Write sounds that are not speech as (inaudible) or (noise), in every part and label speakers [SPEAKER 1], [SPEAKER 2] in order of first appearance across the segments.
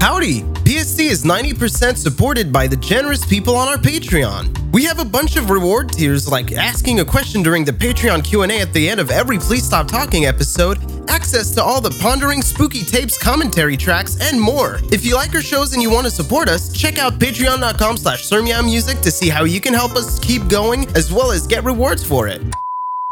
[SPEAKER 1] Howdy! PSC is 90% supported by the generous people on our Patreon. We have a bunch of reward tiers like asking a question during the Patreon Q&A at the end of every Please Stop Talking episode, access to all the pondering, spooky tapes, commentary tracks, and more. If you like our shows and you want to support us, check out patreon.com slash Music to see how you can help us keep going as well as get rewards for it.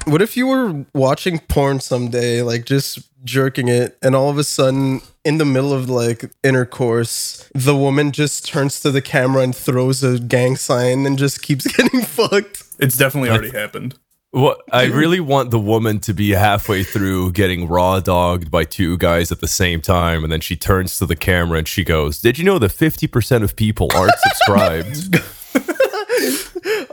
[SPEAKER 1] What if you were watching porn someday, like just jerking it, and all of a sudden, in the middle of like intercourse, the woman just turns to the camera and throws a gang sign and just keeps (laughs) getting fucked?
[SPEAKER 2] It's definitely already happened.
[SPEAKER 3] Well, I really want the woman to be halfway through getting raw dogged by two guys at the same time, and then she turns to the camera and she goes, "Did you know that fifty percent of people
[SPEAKER 4] (laughs)
[SPEAKER 3] aren't subscribed?"
[SPEAKER 4] (laughs)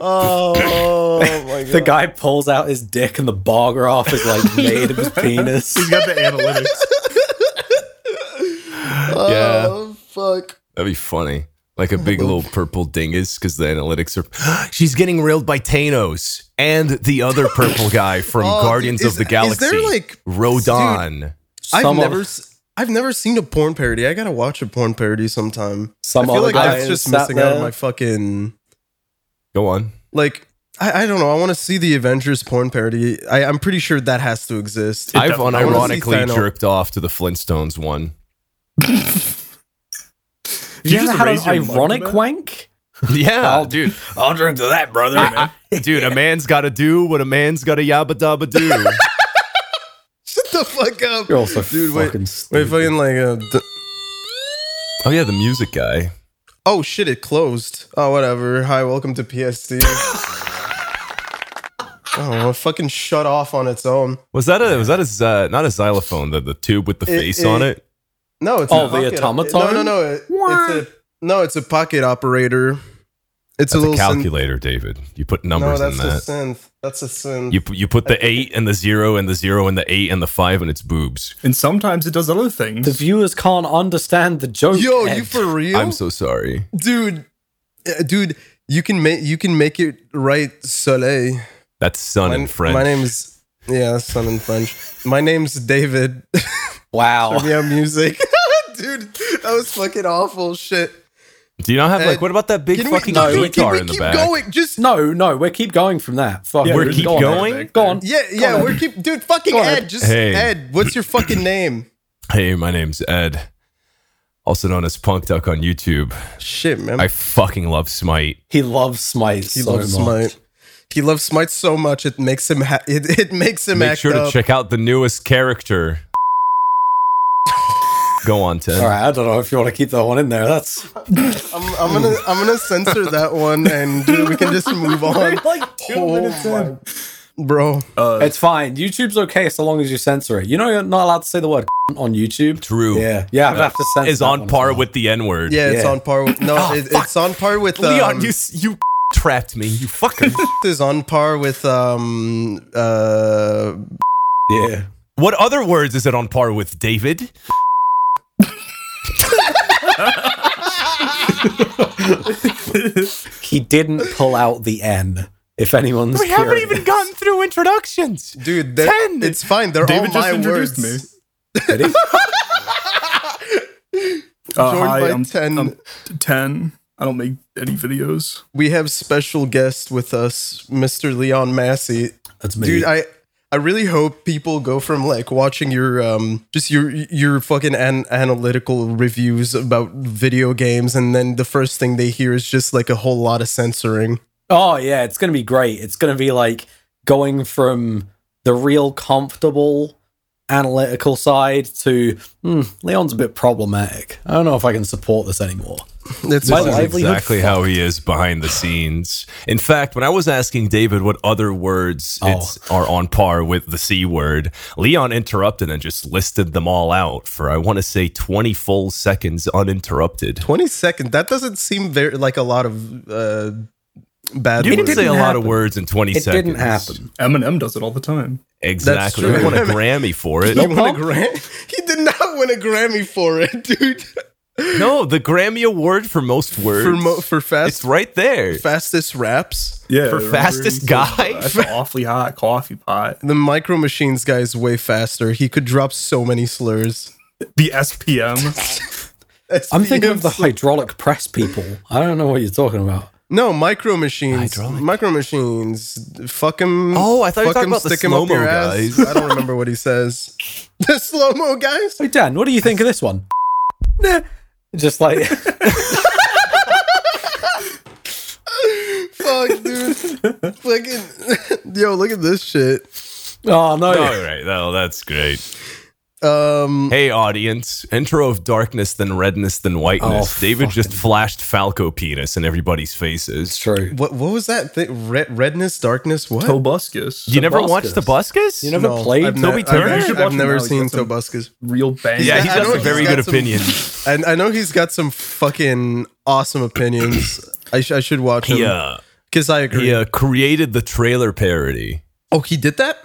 [SPEAKER 1] Oh my
[SPEAKER 4] The guy pulls out his dick and the ball graph is like made of his penis.
[SPEAKER 2] He's got the analytics.
[SPEAKER 3] yeah,
[SPEAKER 1] Oh, fuck. Oh
[SPEAKER 3] that'd be funny. Like a big little purple dingus, because the analytics are. (gasps) She's getting railed by Thanos and the other purple guy from
[SPEAKER 1] (laughs) Oh,
[SPEAKER 3] Guardians
[SPEAKER 1] is-
[SPEAKER 3] of the
[SPEAKER 1] is there,
[SPEAKER 3] Galaxy,
[SPEAKER 1] like-
[SPEAKER 3] Rodan.
[SPEAKER 1] I've
[SPEAKER 4] Some
[SPEAKER 1] never,
[SPEAKER 4] of-
[SPEAKER 1] s- I've never seen a porn parody. I gotta watch a porn parody sometime.
[SPEAKER 4] Some
[SPEAKER 1] I feel
[SPEAKER 4] other
[SPEAKER 1] like
[SPEAKER 4] guy
[SPEAKER 1] I'm just
[SPEAKER 4] sat
[SPEAKER 1] missing out on
[SPEAKER 4] there.
[SPEAKER 1] my fucking.
[SPEAKER 3] Go on.
[SPEAKER 1] like I, I don't know. I want to see the Avengers porn parody. I, I'm pretty sure that has to exist.
[SPEAKER 3] I've
[SPEAKER 2] definitely- I
[SPEAKER 1] wanna see
[SPEAKER 3] unironically
[SPEAKER 1] Thanos.
[SPEAKER 3] jerked off to the Flintstones one.
[SPEAKER 1] (laughs)
[SPEAKER 2] You
[SPEAKER 4] You ever
[SPEAKER 2] just
[SPEAKER 4] had an
[SPEAKER 2] raise your mug to
[SPEAKER 4] ironic
[SPEAKER 2] that?
[SPEAKER 4] wank?
[SPEAKER 3] Yeah,
[SPEAKER 4] I'll-
[SPEAKER 3] dude.
[SPEAKER 4] I'll drink to that, brother.
[SPEAKER 3] I- I- dude, a man's got to do what a man's got to yabba dabba do.
[SPEAKER 1] Shut the fuck up,
[SPEAKER 4] You're also
[SPEAKER 1] dude. Wait,
[SPEAKER 4] fucking
[SPEAKER 1] wait,
[SPEAKER 4] stupid.
[SPEAKER 1] fucking like. Uh, d-
[SPEAKER 3] (laughs) oh yeah, the music guy.
[SPEAKER 1] oh shit! It closed. Oh whatever. Hi, welcome to
[SPEAKER 4] (laughs)
[SPEAKER 1] PSC. oh, it fucking shut off on its own.
[SPEAKER 3] Was that a was that a uh, not a xylophone? The the tube with the
[SPEAKER 1] It-
[SPEAKER 3] face on it.
[SPEAKER 1] No, it's
[SPEAKER 4] Oh,
[SPEAKER 1] a
[SPEAKER 4] the
[SPEAKER 1] pocket op-
[SPEAKER 4] automaton?
[SPEAKER 1] No, no, no. it- it's a no. It's a pocket operator. It's
[SPEAKER 3] That's
[SPEAKER 1] a
[SPEAKER 3] a,
[SPEAKER 1] little synth-
[SPEAKER 3] calculator, David. You put numbers
[SPEAKER 1] no,
[SPEAKER 3] in
[SPEAKER 1] that's
[SPEAKER 3] that.
[SPEAKER 1] a synth. That's a synth.
[SPEAKER 3] You pu- you put the eight and the zero and the zero and the eight and the five and its boobs.
[SPEAKER 2] And sometimes it does other
[SPEAKER 4] The
[SPEAKER 2] things.
[SPEAKER 4] viewers can't understand the joke.
[SPEAKER 1] Yo,
[SPEAKER 4] Ed.
[SPEAKER 1] you for real?
[SPEAKER 3] I'm so sorry.
[SPEAKER 1] dude, uh, dude, you can make you can make it right, Soleil.
[SPEAKER 3] That's sun
[SPEAKER 1] My,
[SPEAKER 3] in French.
[SPEAKER 1] my name's yeah, son in French. My name's David. (laughs)
[SPEAKER 4] wow.
[SPEAKER 1] yeah, music, (laughs) dude. That was fucking awful shit.
[SPEAKER 3] Do you not have like
[SPEAKER 1] Uh,
[SPEAKER 3] what about that big fucking
[SPEAKER 4] no, we-
[SPEAKER 3] guitar
[SPEAKER 1] we
[SPEAKER 3] in the
[SPEAKER 1] keep
[SPEAKER 3] back?
[SPEAKER 1] going? Just
[SPEAKER 4] (laughs) No, no, we keep going from that. Fuck,
[SPEAKER 2] Yeah,
[SPEAKER 3] We're
[SPEAKER 2] Go
[SPEAKER 3] keep
[SPEAKER 4] go on, Ed.
[SPEAKER 3] going.
[SPEAKER 4] Go on.
[SPEAKER 1] yeah, yeah. We're keep dude. Fucking
[SPEAKER 4] Go on,
[SPEAKER 1] Ed.
[SPEAKER 4] Ed.
[SPEAKER 1] Just
[SPEAKER 3] Hey.
[SPEAKER 1] Ed. What's your fucking name?
[SPEAKER 3] Hey, my name's Ed, also known as Punk Duck on YouTube.
[SPEAKER 1] Shit, man.
[SPEAKER 3] I fucking love Smite.
[SPEAKER 4] He loves Smite.
[SPEAKER 1] he
[SPEAKER 4] so
[SPEAKER 1] loves
[SPEAKER 4] much.
[SPEAKER 1] Smite. He loves Smite so much it makes him. Ha- it, it makes him
[SPEAKER 3] Make
[SPEAKER 1] act
[SPEAKER 3] sure to
[SPEAKER 1] up.
[SPEAKER 3] check out the newest character. Go on, Ted.
[SPEAKER 4] All right, I don't know if you want to keep that one in there. That's
[SPEAKER 1] I'm, I'm gonna. I'm gonna censor that one, and dude, we can just move on.
[SPEAKER 4] like (laughs) two
[SPEAKER 1] Oh
[SPEAKER 4] minutes
[SPEAKER 1] my-
[SPEAKER 4] in.
[SPEAKER 1] bro.
[SPEAKER 2] Uh,
[SPEAKER 4] It's fine. YouTube's okay so long as you censor it. You know you're not allowed to say the word (laughs) on YouTube.
[SPEAKER 3] True.
[SPEAKER 4] Yeah, yeah. I have to censor.
[SPEAKER 3] Is
[SPEAKER 4] that
[SPEAKER 3] on
[SPEAKER 4] one as
[SPEAKER 3] par
[SPEAKER 4] well.
[SPEAKER 3] with the N word.
[SPEAKER 1] Yeah, it's
[SPEAKER 4] Yeah.
[SPEAKER 1] on par with no,
[SPEAKER 2] Oh,
[SPEAKER 1] it, it's on par with um,
[SPEAKER 3] Leon, you s- you trapped me. You fucker.
[SPEAKER 1] (laughs) is on par with um uh
[SPEAKER 4] Yeah.
[SPEAKER 3] what other words is it on par with, David?
[SPEAKER 4] He didn't pull out the N. If anyone's
[SPEAKER 3] We haven't
[SPEAKER 4] curious.
[SPEAKER 3] even gotten through introductions.
[SPEAKER 1] dude. they're-
[SPEAKER 3] Ten.
[SPEAKER 1] It's fine. They're
[SPEAKER 2] David
[SPEAKER 1] all
[SPEAKER 2] just
[SPEAKER 1] my
[SPEAKER 2] introduced
[SPEAKER 1] words.
[SPEAKER 2] me.
[SPEAKER 4] Did
[SPEAKER 3] (laughs)
[SPEAKER 4] he?
[SPEAKER 2] Uh,
[SPEAKER 1] Joined
[SPEAKER 2] hi,
[SPEAKER 1] by
[SPEAKER 2] I'm
[SPEAKER 1] 10.
[SPEAKER 2] I'm t- ten. I don't make any videos.
[SPEAKER 1] We have special guest with us, Mr. Leon Massey.
[SPEAKER 4] That's me.
[SPEAKER 1] Dude, I I really hope people go from like watching your um just your your fucking an- analytical reviews about video games, and then the first thing they hear is just like a whole lot of censoring.
[SPEAKER 4] Oh yeah, it's gonna be great. It's gonna be like going from the real comfortable analytical side to hmm, Leon's a bit problematic. I don't know if I can support this anymore.
[SPEAKER 1] It's
[SPEAKER 4] My
[SPEAKER 1] fine.
[SPEAKER 4] life- livelihood
[SPEAKER 3] exactly how he is behind the scenes. In fact, when I was asking David what other words
[SPEAKER 4] Oh.
[SPEAKER 3] it's, are on par with the C word, Leon interrupted and just listed them all out for, I want to say, 20 full seconds uninterrupted.
[SPEAKER 1] 20 seconds. That doesn't seem very like a lot of uh, bad.
[SPEAKER 3] You
[SPEAKER 1] words.
[SPEAKER 3] can say a
[SPEAKER 4] didn't
[SPEAKER 3] lot of
[SPEAKER 4] happen.
[SPEAKER 3] words in 20
[SPEAKER 4] It
[SPEAKER 3] seconds.
[SPEAKER 4] didn't happen.
[SPEAKER 2] Eminem does it all the time.
[SPEAKER 1] That's
[SPEAKER 3] Exactly.
[SPEAKER 1] true.
[SPEAKER 3] We won a Grammy for it.
[SPEAKER 1] he won a Gra- (laughs) He did not win a Grammy for it, (laughs) dude.
[SPEAKER 3] No, the Grammy Award for most words.
[SPEAKER 1] For mo- for
[SPEAKER 3] it's
[SPEAKER 1] fast
[SPEAKER 3] right there.
[SPEAKER 1] fastest raps.
[SPEAKER 2] Yeah,
[SPEAKER 3] For
[SPEAKER 2] I remember
[SPEAKER 3] fastest
[SPEAKER 2] he said,
[SPEAKER 3] guy?
[SPEAKER 2] That's an awfully hot coffee pot.
[SPEAKER 1] The Micro Machines guy is way faster. He could drop so many slurs.
[SPEAKER 2] The SPM.
[SPEAKER 4] I'm thinking of the hydraulic press people. I don't know what you're talking about.
[SPEAKER 1] No, micro machines.
[SPEAKER 3] Hydraulic.
[SPEAKER 1] Micro machines. Fuck him.
[SPEAKER 3] Oh, I thought you were talking about the slow-mo guys.
[SPEAKER 1] I don't remember what he says. (laughs) The slow mo guys.
[SPEAKER 4] Hey Dan, what do you think of this one? (laughs) Nah. Just like (laughs)
[SPEAKER 1] Fuck, dude.
[SPEAKER 3] (laughs)
[SPEAKER 1] Fucking. Yo, look at (laughs) this shit.
[SPEAKER 4] oh no.
[SPEAKER 3] All right, no, that's great.
[SPEAKER 1] Um.
[SPEAKER 3] Hey, audience, enter of darkness, then redness, then whiteness.
[SPEAKER 4] Oh,
[SPEAKER 3] David just flashed Falco penis in everybody's faces.
[SPEAKER 4] It's true.
[SPEAKER 1] What what was that thing? Red, redness, darkness. What?
[SPEAKER 2] Tobuscus.
[SPEAKER 3] You never
[SPEAKER 4] Tobuscus.
[SPEAKER 3] watched the Buscus?
[SPEAKER 4] You never played
[SPEAKER 1] I've
[SPEAKER 3] Toby
[SPEAKER 1] I've
[SPEAKER 3] Turner?
[SPEAKER 1] actually-
[SPEAKER 3] You should
[SPEAKER 1] I've,
[SPEAKER 2] watch him now,
[SPEAKER 1] never
[SPEAKER 2] he's
[SPEAKER 1] seen
[SPEAKER 2] got some-
[SPEAKER 1] Tobuscus.
[SPEAKER 2] real bang.
[SPEAKER 1] I
[SPEAKER 3] yeah, he's
[SPEAKER 1] know
[SPEAKER 3] got some
[SPEAKER 1] he's
[SPEAKER 3] very
[SPEAKER 1] got
[SPEAKER 3] good
[SPEAKER 1] some-
[SPEAKER 3] opinions.
[SPEAKER 1] And I know he's got some fucking awesome opinions. I, sh- I should watch him.
[SPEAKER 3] He, uh,
[SPEAKER 1] Because I agree.
[SPEAKER 3] he uh, created the trailer parody.
[SPEAKER 1] Oh, he did that?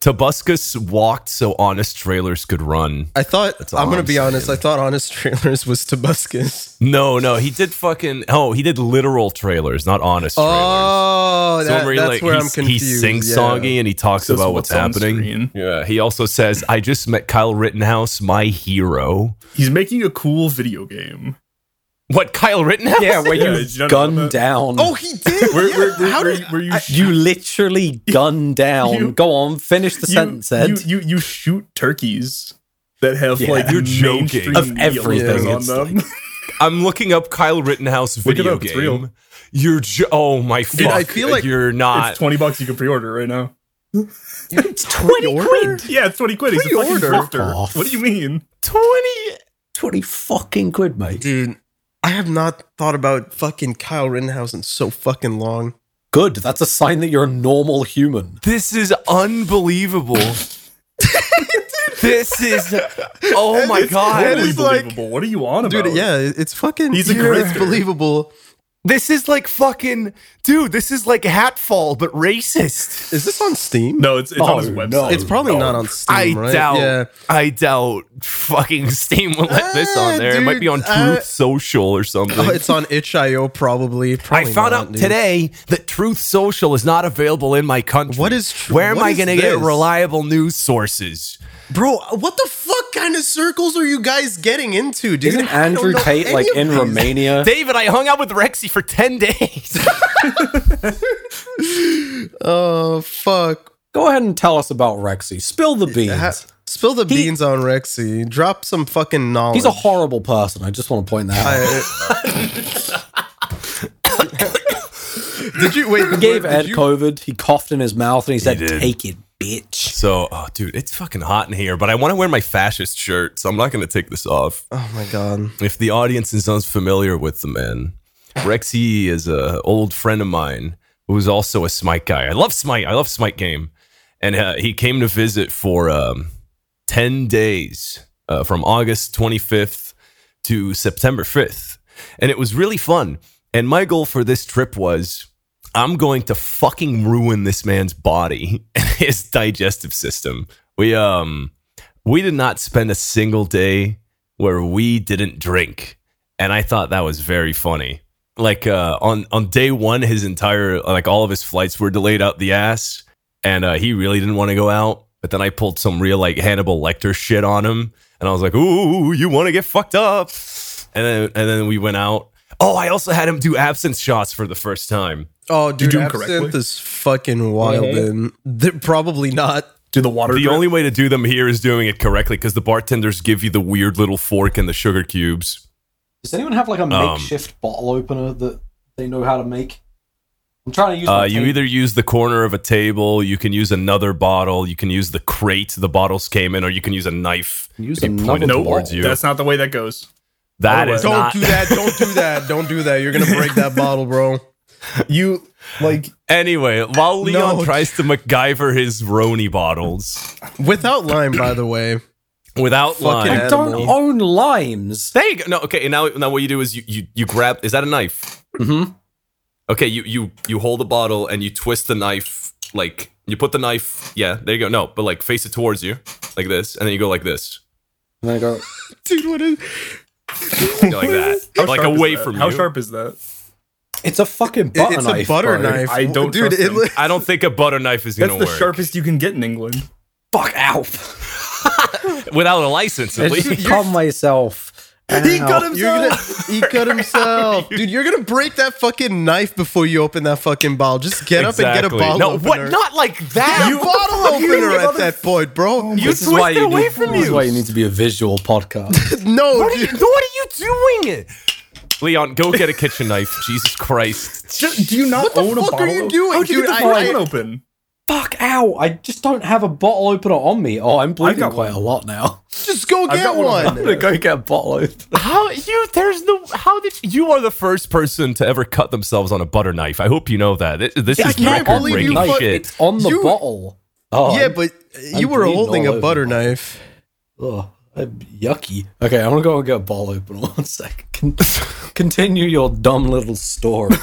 [SPEAKER 3] Tobuscus walked so honest trailers could run.
[SPEAKER 1] I thought,
[SPEAKER 3] all
[SPEAKER 1] I'm going to
[SPEAKER 3] I'm
[SPEAKER 1] be
[SPEAKER 3] saying.
[SPEAKER 1] honest, I thought Honest Trailers was Tobuscus.
[SPEAKER 3] No, no, he did fucking. Oh, he did literal trailers, not honest trailers.
[SPEAKER 1] Oh,
[SPEAKER 3] It's the
[SPEAKER 1] that,
[SPEAKER 3] one where he,
[SPEAKER 1] that's
[SPEAKER 3] like,
[SPEAKER 1] where I'm
[SPEAKER 3] he's-
[SPEAKER 1] confused.
[SPEAKER 3] He sings
[SPEAKER 1] yeah.
[SPEAKER 3] songy and he talks
[SPEAKER 2] Says
[SPEAKER 3] about what's,
[SPEAKER 2] what's on
[SPEAKER 3] happening.
[SPEAKER 2] screen.
[SPEAKER 3] Yeah, he also says, "I just met Kyle Rittenhouse, my hero."
[SPEAKER 2] He's making a cool video game.
[SPEAKER 3] What Kyle Rittenhouse?
[SPEAKER 4] Yeah, (laughs) where
[SPEAKER 2] Yeah,
[SPEAKER 4] you
[SPEAKER 2] did you not know
[SPEAKER 4] gun
[SPEAKER 2] that?
[SPEAKER 4] down.
[SPEAKER 1] Oh, he did.
[SPEAKER 2] Where, where,
[SPEAKER 1] Yeah,
[SPEAKER 2] where,
[SPEAKER 1] How
[SPEAKER 2] where,
[SPEAKER 1] did
[SPEAKER 2] where you, sh-
[SPEAKER 4] (laughs) you literally gun down.
[SPEAKER 2] You-
[SPEAKER 4] Go on, finish the sentence, Ed.
[SPEAKER 2] you, you, you shoot turkeys that have
[SPEAKER 4] Yeah.
[SPEAKER 2] like
[SPEAKER 3] You're joking.
[SPEAKER 2] mainstream
[SPEAKER 4] Of
[SPEAKER 2] media
[SPEAKER 4] everything,
[SPEAKER 2] logos
[SPEAKER 4] it's
[SPEAKER 2] on them.
[SPEAKER 3] I'm looking up Kyle Rittenhouse
[SPEAKER 2] Look it
[SPEAKER 3] video
[SPEAKER 2] up, it's
[SPEAKER 3] game.
[SPEAKER 2] real.
[SPEAKER 3] You're jo- oh my fuck!
[SPEAKER 1] I feel like
[SPEAKER 3] you're
[SPEAKER 2] it's
[SPEAKER 3] not.
[SPEAKER 2] twenty bucks you can pre-order right now.
[SPEAKER 4] (laughs)
[SPEAKER 1] It's 20 quid.
[SPEAKER 2] Yeah, it's twenty quid. He's a fucking
[SPEAKER 1] Pre-order?
[SPEAKER 2] grifter.
[SPEAKER 4] Fuck off.
[SPEAKER 2] What do you mean?
[SPEAKER 3] 20
[SPEAKER 4] Twenty fucking quid, mate.
[SPEAKER 1] Dude, I have not thought about fucking Kyle Rittenhouse in so fucking long.
[SPEAKER 4] Good. That's a sign that you're a normal human.
[SPEAKER 3] This is unbelievable.
[SPEAKER 1] (laughs)
[SPEAKER 3] this is oh my
[SPEAKER 1] Ed
[SPEAKER 3] god.
[SPEAKER 1] is like-
[SPEAKER 2] Totally believable. what are you on about?
[SPEAKER 1] Dude, yeah, it- it's fucking.
[SPEAKER 2] He's a
[SPEAKER 1] yeah, It's
[SPEAKER 2] grifter.
[SPEAKER 1] believable.
[SPEAKER 3] This is like fucking dude, this is like hatfall but racist.
[SPEAKER 1] Is this on Steam?
[SPEAKER 2] No, it's it's
[SPEAKER 4] Oh,
[SPEAKER 2] on his website.
[SPEAKER 4] no.
[SPEAKER 1] It's probably
[SPEAKER 4] Oh,
[SPEAKER 1] not on Steam,
[SPEAKER 3] I
[SPEAKER 1] right?
[SPEAKER 3] doubt
[SPEAKER 1] Yeah.
[SPEAKER 3] I doubt fucking Steam will let this on
[SPEAKER 1] Ah,
[SPEAKER 3] there. it might be on
[SPEAKER 1] dude,
[SPEAKER 3] Truth
[SPEAKER 1] uh,
[SPEAKER 3] Social or something.
[SPEAKER 1] Oh, it's on itch.io probably.
[SPEAKER 3] I
[SPEAKER 1] probably
[SPEAKER 3] found
[SPEAKER 1] not,
[SPEAKER 3] out
[SPEAKER 1] dude.
[SPEAKER 3] today that Truth Social is not available in my country.
[SPEAKER 1] What is tr-
[SPEAKER 3] Where am
[SPEAKER 1] what
[SPEAKER 3] I
[SPEAKER 1] is
[SPEAKER 3] going to get
[SPEAKER 1] this?
[SPEAKER 3] reliable news sources?
[SPEAKER 1] Bro, what the fuck kind of circles are you guys getting into, dude?
[SPEAKER 4] Isn't
[SPEAKER 1] I don't
[SPEAKER 4] Andrew
[SPEAKER 1] know
[SPEAKER 4] Tate
[SPEAKER 1] any
[SPEAKER 4] like
[SPEAKER 1] of
[SPEAKER 4] in
[SPEAKER 1] these.
[SPEAKER 4] Romania?
[SPEAKER 3] David, I hung out with Rexy for 10 (laughs) days.
[SPEAKER 1] Oh, fuck.
[SPEAKER 4] Go ahead and tell us about Rexy. Spill the beans.
[SPEAKER 1] Ha- spill the
[SPEAKER 4] He-
[SPEAKER 1] beans on Rexy. Drop some fucking knowledge.
[SPEAKER 4] He's a horrible person. I just want to point that out.
[SPEAKER 1] I- Did you wait?
[SPEAKER 4] He gave
[SPEAKER 1] did
[SPEAKER 4] Ed
[SPEAKER 1] you-
[SPEAKER 4] COVID. He coughed in his mouth and he said,
[SPEAKER 3] did.
[SPEAKER 4] "Take it, bitch."
[SPEAKER 3] So, oh, dude, it's fucking hot in here, but I want to wear my fascist shirt, so I'm not going to take this off.
[SPEAKER 1] Oh my god.
[SPEAKER 3] If the audience is unfamiliar with the man, Rexy is a old friend of mine who's also a Smite guy. I love Smite. I love Smite game, and uh, he came to visit for um, ten days uh, from August 25th to September 5th, and it was really fun. And my goal for this trip was. I'm going to fucking ruin this man's body (laughs) and his digestive system. We um we did not spend a single day where we didn't drink. And I thought that was very funny. Like uh on on day 1 his entire like all of his flights were delayed out the ass and uh he really didn't want to go out, but then I pulled some real like Hannibal Lecter shit on him and I was like, "Ooh, you want to get fucked up." And then and then we went out. Oh, I also had him do absence shots for the first time.
[SPEAKER 1] Oh, dude,
[SPEAKER 2] do 'em
[SPEAKER 1] absinthe
[SPEAKER 2] correctly?
[SPEAKER 1] is fucking wild. And they're probably not.
[SPEAKER 2] Do the water.
[SPEAKER 3] The
[SPEAKER 2] drip?
[SPEAKER 3] only way to do them here is doing it correctly because the bartenders give you the weird little fork and the sugar cubes.
[SPEAKER 4] Does anyone have like a
[SPEAKER 3] Um,
[SPEAKER 4] makeshift bottle opener that they know how to make? I'm trying to use.
[SPEAKER 3] Uh,
[SPEAKER 4] my
[SPEAKER 3] you
[SPEAKER 4] tape.
[SPEAKER 3] either use the corner of a table, you can use another bottle, you can use the crate the bottles came in, or you can use a knife.
[SPEAKER 4] Use
[SPEAKER 3] if you
[SPEAKER 4] another
[SPEAKER 3] point it
[SPEAKER 4] bottle.
[SPEAKER 3] towards you.
[SPEAKER 2] That's not the way that goes.
[SPEAKER 3] That
[SPEAKER 2] Oh,
[SPEAKER 3] is
[SPEAKER 2] wait.
[SPEAKER 1] Don't
[SPEAKER 3] not
[SPEAKER 1] do that. Don't do that. Don't do that. You're gonna break that bottle, bro.
[SPEAKER 2] You like
[SPEAKER 3] Anyway, while Leon
[SPEAKER 1] No.
[SPEAKER 3] tries to MacGyver his Roni bottles
[SPEAKER 1] Without lime, by the way.
[SPEAKER 3] without
[SPEAKER 1] Fucking
[SPEAKER 3] lime.
[SPEAKER 4] I
[SPEAKER 1] Edible.
[SPEAKER 4] don't own limes.
[SPEAKER 3] There you go. No, okay. Now, now what you do is you, you you grab. Is that a knife?
[SPEAKER 4] Mm-hmm.
[SPEAKER 3] Okay. You you you hold the bottle and you twist the knife like you put the knife. Yeah. There you go. No, but like face it towards you like this, and then you go like this.
[SPEAKER 4] And I go.
[SPEAKER 1] Dude, what is?
[SPEAKER 3] Yeah, like that,
[SPEAKER 2] (laughs) how
[SPEAKER 3] like
[SPEAKER 2] sharp is
[SPEAKER 3] away
[SPEAKER 2] that?
[SPEAKER 3] from
[SPEAKER 2] How
[SPEAKER 3] you.
[SPEAKER 2] sharp is that?
[SPEAKER 4] It's a fucking
[SPEAKER 1] It-
[SPEAKER 4] butter
[SPEAKER 1] it's
[SPEAKER 4] knife.
[SPEAKER 1] a butter
[SPEAKER 4] bro.
[SPEAKER 1] knife.
[SPEAKER 2] I don't
[SPEAKER 1] dude.
[SPEAKER 2] trust
[SPEAKER 1] It,
[SPEAKER 2] him.
[SPEAKER 1] li-
[SPEAKER 3] I don't think a butter knife is
[SPEAKER 2] That's
[SPEAKER 3] gonna
[SPEAKER 2] the
[SPEAKER 3] work
[SPEAKER 2] sharpest you can get in England.
[SPEAKER 4] Fuck out.
[SPEAKER 3] without a license. At
[SPEAKER 4] I
[SPEAKER 3] least.
[SPEAKER 4] should calm myself.
[SPEAKER 1] He cut
[SPEAKER 2] himself.
[SPEAKER 1] You're
[SPEAKER 2] (laughs)
[SPEAKER 1] gonna, he cut himself, dude. You're gonna break that fucking knife before you open that fucking bottle. Just get up and get a
[SPEAKER 3] Exactly.
[SPEAKER 1] bottle
[SPEAKER 3] No,
[SPEAKER 1] opener.
[SPEAKER 3] what? Not like that. (laughs)
[SPEAKER 1] You
[SPEAKER 2] (laughs)
[SPEAKER 1] bottle opener at that point,
[SPEAKER 2] Oh
[SPEAKER 1] bro.
[SPEAKER 3] You
[SPEAKER 4] This is why
[SPEAKER 3] switched
[SPEAKER 4] you
[SPEAKER 3] away
[SPEAKER 4] need,
[SPEAKER 3] from
[SPEAKER 4] this is
[SPEAKER 3] you.
[SPEAKER 4] why you need to be a
[SPEAKER 1] (laughs)
[SPEAKER 4] visual podcast.
[SPEAKER 1] no,
[SPEAKER 3] What are you,
[SPEAKER 1] dude.
[SPEAKER 3] what are you doing? Leon, go get a kitchen knife. (laughs) Jesus Christ.
[SPEAKER 2] Ju- do you not
[SPEAKER 1] What the
[SPEAKER 2] own a
[SPEAKER 1] fuck are
[SPEAKER 2] bottle?
[SPEAKER 1] you doing,
[SPEAKER 2] How'd you
[SPEAKER 1] dude?
[SPEAKER 2] get the
[SPEAKER 1] I-
[SPEAKER 2] bottle
[SPEAKER 1] I-
[SPEAKER 2] open?
[SPEAKER 4] Fuck, ow. I just don't have a bottle opener on me. Oh, I'm bleeding
[SPEAKER 2] got
[SPEAKER 4] quite a lot now.
[SPEAKER 1] Just go get
[SPEAKER 2] got one
[SPEAKER 1] one.
[SPEAKER 2] of
[SPEAKER 4] I'm going to go get a bottle opener.
[SPEAKER 3] How you? There's no. How did you are the first person to ever cut themselves on a butter knife? I hope you know that. Th- This
[SPEAKER 1] I
[SPEAKER 3] is
[SPEAKER 1] can't
[SPEAKER 3] record
[SPEAKER 1] believe
[SPEAKER 3] breaking
[SPEAKER 1] you fuck-
[SPEAKER 3] shit.
[SPEAKER 4] It's on the
[SPEAKER 1] You-
[SPEAKER 4] bottle. Oh,
[SPEAKER 1] yeah, but you
[SPEAKER 4] I'm
[SPEAKER 1] were
[SPEAKER 4] bleeding
[SPEAKER 1] holding
[SPEAKER 4] all
[SPEAKER 1] a
[SPEAKER 4] over.
[SPEAKER 1] butter knife.
[SPEAKER 4] Ugh, I'm yucky. Okay, I'm gonna go and get a ball opener. (laughs) One second. Con- Continue your dumb little story.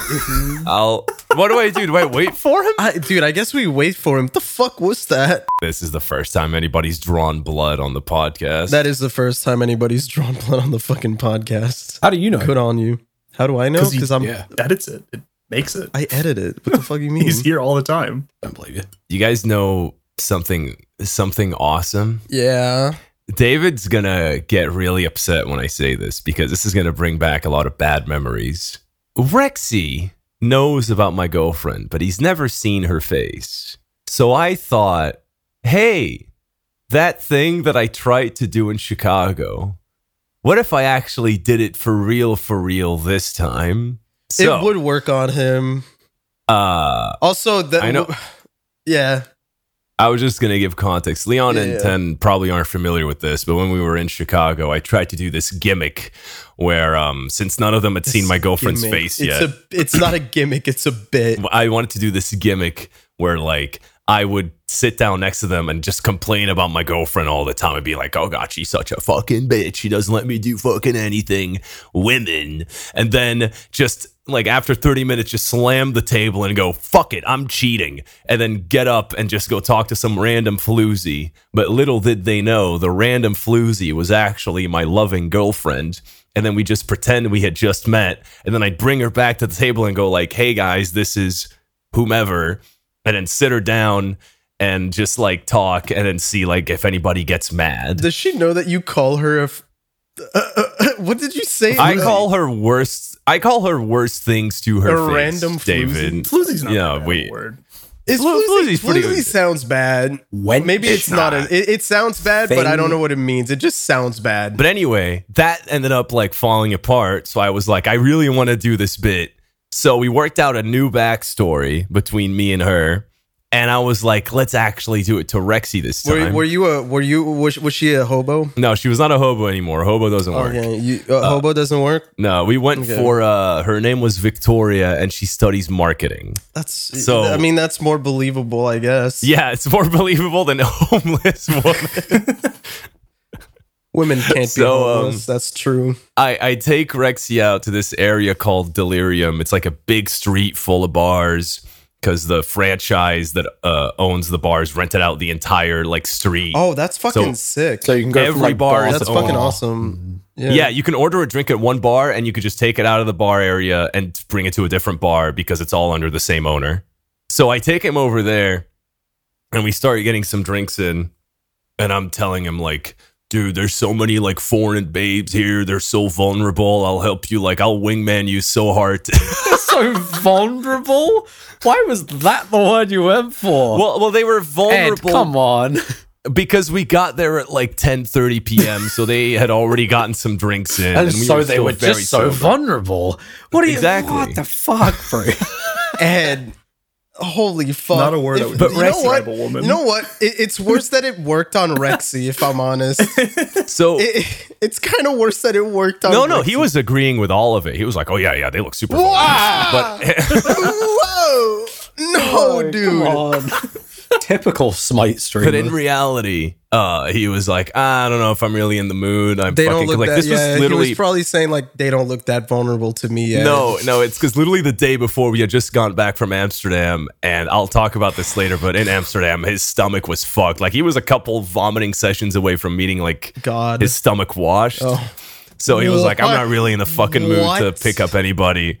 [SPEAKER 3] I'll. What do I
[SPEAKER 1] (laughs)
[SPEAKER 3] do? Do I wait for him?
[SPEAKER 1] I, dude, I guess we wait for him. the fuck was that?
[SPEAKER 3] This is the first time anybody's drawn blood on the podcast.
[SPEAKER 1] That is the first time anybody's (laughs) drawn blood on the fucking podcast.
[SPEAKER 4] How do you know?
[SPEAKER 1] Good on you. How do I know?
[SPEAKER 2] 'Cause he-
[SPEAKER 1] Because I'm
[SPEAKER 4] yeah,
[SPEAKER 2] Edits it. It makes it.
[SPEAKER 1] I edit it. What the fuck you mean?
[SPEAKER 2] (laughs) He's here all the time.
[SPEAKER 4] don't believe you.
[SPEAKER 3] you guys know something something awesome.
[SPEAKER 1] Yeah.
[SPEAKER 3] David's gonna get really upset when I say this because this is gonna bring back a lot of bad memories. Rexy knows about my girlfriend, but he's never seen her face. So I thought, hey, that thing that I tried to do in Chicago, what if I actually did it for real, for real this time? So,
[SPEAKER 1] It would work on him.
[SPEAKER 3] uh,
[SPEAKER 1] Also, that
[SPEAKER 3] I know-
[SPEAKER 1] Yeah.
[SPEAKER 3] I was just gonna give context. Leon
[SPEAKER 1] Yeah.
[SPEAKER 3] and Ten probably aren't familiar with this, but when we were in Chicago, I tried to do this gimmick where, um, since none of them had seen my girlfriend's
[SPEAKER 1] Gimmick.
[SPEAKER 3] face
[SPEAKER 1] it's
[SPEAKER 3] yet,
[SPEAKER 1] A, it's not a gimmick. It's a bit.
[SPEAKER 3] (laughs) I wanted to do this gimmick where, like, I would sit down next to them and just complain about my girlfriend all the time and be like, "Oh God, she's such a fucking bitch. She doesn't let me do fucking anything. Women." And then just like after 30 minutes just slam the table and go fuck it i'm cheating and then get up and just go talk to some random floozy but little did they know the random floozy was actually my loving girlfriend and then we just pretend we had just met and then i'd bring her back to the table and go like hey guys this is whomever and then sit her down and just like talk and then see like if anybody gets mad
[SPEAKER 1] Does she know that you call her a? F- (laughs) what did you say?
[SPEAKER 3] I call her worst. I call her worst things to her
[SPEAKER 1] A
[SPEAKER 3] face,
[SPEAKER 1] random floozy?
[SPEAKER 3] David.
[SPEAKER 2] Floozy's not
[SPEAKER 3] Yeah,
[SPEAKER 2] that bad
[SPEAKER 3] we-
[SPEAKER 2] a word.
[SPEAKER 1] Is
[SPEAKER 3] Flu-
[SPEAKER 1] floozy,
[SPEAKER 3] floozy's pretty-
[SPEAKER 1] floozy sounds bad.
[SPEAKER 4] When
[SPEAKER 1] Maybe it's, not. a, it, it sounds bad, but I
[SPEAKER 4] Thing.
[SPEAKER 1] don't know what it means. It just sounds bad.
[SPEAKER 3] But anyway, that ended up like falling apart. So I was like, I really want to do this bit. So we worked out a new backstory between me and her. And I was like, let's actually do it to Rexy this time.
[SPEAKER 1] were, were you a? Were you? Was, was she a hobo?
[SPEAKER 3] no, she was not a hobo anymore. Hobo doesn't work.
[SPEAKER 1] Okay, you, uh, hobo doesn't work.
[SPEAKER 3] No, we went
[SPEAKER 1] Okay.
[SPEAKER 3] for uh, her name was Victoria, and she studies marketing.
[SPEAKER 1] That's
[SPEAKER 3] so-
[SPEAKER 1] I mean, that's more believable, I guess.
[SPEAKER 3] Yeah, it's more (laughs) believable than homeless woman.
[SPEAKER 1] Women can't be
[SPEAKER 3] So, um,
[SPEAKER 1] homeless. that's true.
[SPEAKER 3] I, I take Rexy out to this area called Delirium. It's like a big street full of bars because the franchise that uh, owns the bars rented out the entire like street.
[SPEAKER 1] Oh, that's fucking sick.
[SPEAKER 4] So you can go
[SPEAKER 3] Every
[SPEAKER 4] from, like,
[SPEAKER 3] bar
[SPEAKER 4] bar
[SPEAKER 3] is
[SPEAKER 1] that's
[SPEAKER 4] to
[SPEAKER 3] owned.
[SPEAKER 1] fucking
[SPEAKER 4] bar.
[SPEAKER 1] awesome. Yeah.
[SPEAKER 3] yeah. you can order a drink at one bar and you could just take it out of the bar area and bring it to a different bar because it's all under the same owner. So I take him over there and we start getting some drinks in and I'm telling him like Dude, there's so many like foreign babes here. They're so vulnerable. I'll help you. Like, I'll wingman you so hard. (laughs)
[SPEAKER 4] so vulnerable. Why was that the word you went for?
[SPEAKER 3] Well, well, they were
[SPEAKER 4] Ed,
[SPEAKER 3] vulnerable
[SPEAKER 4] come on.
[SPEAKER 3] because we got there at like 10:30 p.m. so they had already gotten some drinks in,
[SPEAKER 4] And,
[SPEAKER 3] we
[SPEAKER 4] so they
[SPEAKER 3] still
[SPEAKER 4] were
[SPEAKER 3] very
[SPEAKER 4] just so
[SPEAKER 3] sober.
[SPEAKER 4] vulnerable. What are you?
[SPEAKER 3] Exactly.
[SPEAKER 4] What the fuck,
[SPEAKER 3] (laughs)
[SPEAKER 4] bro?
[SPEAKER 1] And holy fuck.
[SPEAKER 2] Not a word I would
[SPEAKER 1] but
[SPEAKER 2] But
[SPEAKER 1] you know
[SPEAKER 2] Rexy-
[SPEAKER 1] what?
[SPEAKER 2] Rebel woman.
[SPEAKER 1] You know what? It, it's worse that it worked on Rexy, if I'm
[SPEAKER 3] (laughs)
[SPEAKER 1] honest. It,
[SPEAKER 3] So
[SPEAKER 1] it- it's kind of worse that it worked on (laughs)
[SPEAKER 3] no, no,
[SPEAKER 1] Rexy.
[SPEAKER 3] he was agreeing with all of it. He was like, "Oh yeah, yeah, they look super."
[SPEAKER 1] Wow!
[SPEAKER 3] vulnerable." But
[SPEAKER 1] (laughs) (laughs)
[SPEAKER 3] (laughs)
[SPEAKER 1] Whoa!
[SPEAKER 3] Oh,
[SPEAKER 1] No, Oh, dude.
[SPEAKER 4] Typical Smite streamer.
[SPEAKER 3] but in reality, uh, he was like, "I don't know if I'm really in the mood. I'm
[SPEAKER 1] They
[SPEAKER 3] fucking
[SPEAKER 1] don't look
[SPEAKER 3] like
[SPEAKER 1] that.
[SPEAKER 3] this
[SPEAKER 1] yeah,
[SPEAKER 3] was
[SPEAKER 1] he
[SPEAKER 3] literally
[SPEAKER 1] was probably saying like they don't look that vulnerable to me. Yet.
[SPEAKER 3] No, no, it's because literally the day before we had just gone back from Amsterdam, and I'll talk about this later. But in Amsterdam, his stomach was fucked. Like he was a couple vomiting sessions away from meeting like
[SPEAKER 1] God.
[SPEAKER 3] his stomach washed.
[SPEAKER 1] Oh.
[SPEAKER 3] So he was like, I'm
[SPEAKER 1] What?
[SPEAKER 3] not really in the fucking mood to
[SPEAKER 1] What?
[SPEAKER 3] pick up anybody.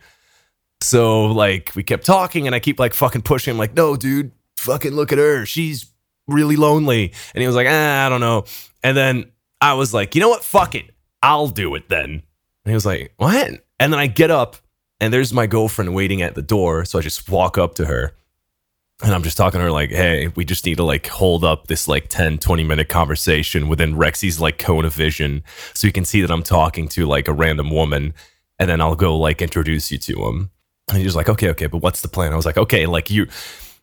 [SPEAKER 3] So like we kept talking, and I keep like fucking pushing. him, like, no, dude, fucking look at her. She's really lonely. And he was like, ah, I don't know. And then I was like, you know what? Fuck it. I'll do it then. And he was like, What? And then I get up and there's my girlfriend waiting at the door. So I just walk up to her and I'm just talking to her like, hey, we just need to like hold up this like 10, 20 minute conversation within Rexy's like cone of vision so you can see that I'm talking to like a random woman and then I'll go like introduce you to him. And he's just like, okay, okay, but what's the plan? I was like, okay, like you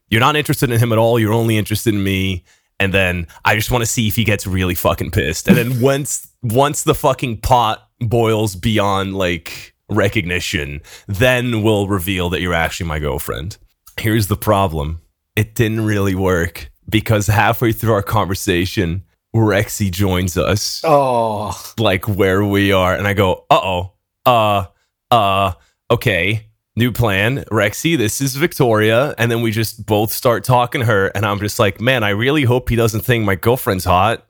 [SPEAKER 3] you're not interested in him at all, you're only interested in me. And then I just want to see if he gets really fucking pissed. And then once once the fucking pot boils beyond like recognition, then we'll reveal that you're actually my girlfriend. Here's the problem it didn't really work because halfway through our conversation, Rexy joins us,
[SPEAKER 4] Oh,
[SPEAKER 3] like where we are, and I go, uh oh, uh, uh, okay, new plan, Rexy, this is Victoria. And then we just both start talking to her, and I'm just like, man, I really hope he doesn't think my girlfriend's hot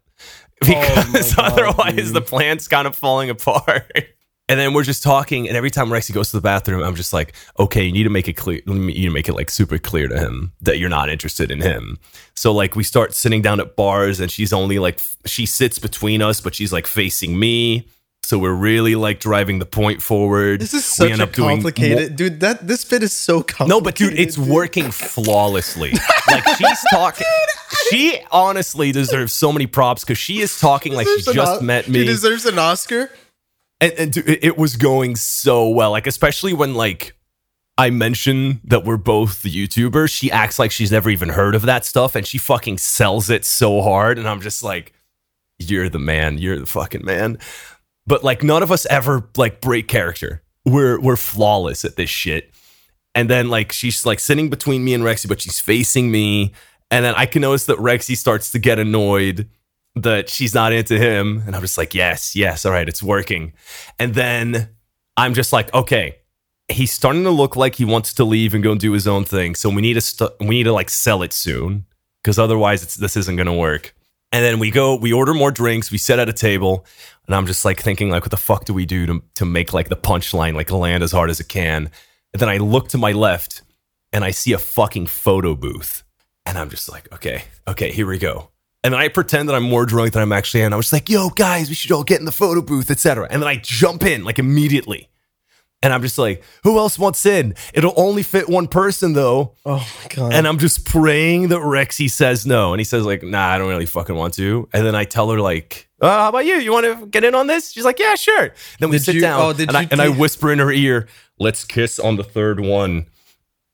[SPEAKER 1] Oh
[SPEAKER 3] because
[SPEAKER 4] God,
[SPEAKER 3] otherwise
[SPEAKER 4] dude.
[SPEAKER 3] the plan's kind of falling apart. (laughs) And then we're just talking, and every time Rexy goes to the bathroom, I'm just like, okay, you need to make it clear. You need to make it like super clear to him that you're not interested in him. So like we start sitting down at bars, and she's only like f- she sits between us, but she's like facing me. So we're really like driving the point forward.
[SPEAKER 1] This is
[SPEAKER 3] We
[SPEAKER 1] such
[SPEAKER 3] end
[SPEAKER 1] a
[SPEAKER 3] up doing mo-
[SPEAKER 1] complicated dude. That this bit is so complicated.
[SPEAKER 3] no, but dude, it's working flawlessly. like (laughs) she's talking. She honestly deserves so many props because she is talking like she
[SPEAKER 1] Deserves an
[SPEAKER 3] just
[SPEAKER 1] O-
[SPEAKER 3] met
[SPEAKER 1] She
[SPEAKER 3] me.
[SPEAKER 1] deserves an
[SPEAKER 3] (laughs)
[SPEAKER 1] Oscar.
[SPEAKER 3] and, and dude, it- it was going so well like especially when like i mention that we're both youtubers she acts like she's never even heard of that stuff and she fucking sells it so hard and i'm just like you're the man you're the fucking man but like none of us ever like break character we're we're flawless at this shit and then like she's like sitting between me and rexy but she's facing me and then i can notice that rexy starts to get annoyed that she's not into him and i'm just like yes yes all right it's working and then I'm just like, okay, he's starting to look like he wants to leave and go do his own thing. So we need to st- we need to like sell it soon because otherwise it's, this isn't going to work. And then we go, we order more drinks, we sit at a table, and I'm just like thinking like, what the fuck do we do to to make like the punchline like land as hard as it can? And then I look to my left and I see a fucking photo booth. And I'm just like, okay, okay, here we go. And then I pretend that I'm more drunk than I'm actually am. I was just like, yo, guys, we should all get in the photo booth, etc. And then I jump in like immediately. And I'm just like, who else wants in? It'll only fit one person though.
[SPEAKER 1] Oh my god.
[SPEAKER 3] And I'm just praying that Rexy says no. And he says, like, nah, I don't really fucking want to. And then I tell her, like, uh, how about you? You want to get in on this? She's like, yeah, sure. Then we
[SPEAKER 1] Did
[SPEAKER 3] sit
[SPEAKER 1] you-
[SPEAKER 3] down
[SPEAKER 1] oh, did
[SPEAKER 3] and, I,
[SPEAKER 1] you
[SPEAKER 3] and I
[SPEAKER 1] get-
[SPEAKER 3] whisper in her ear, let's kiss on the third one.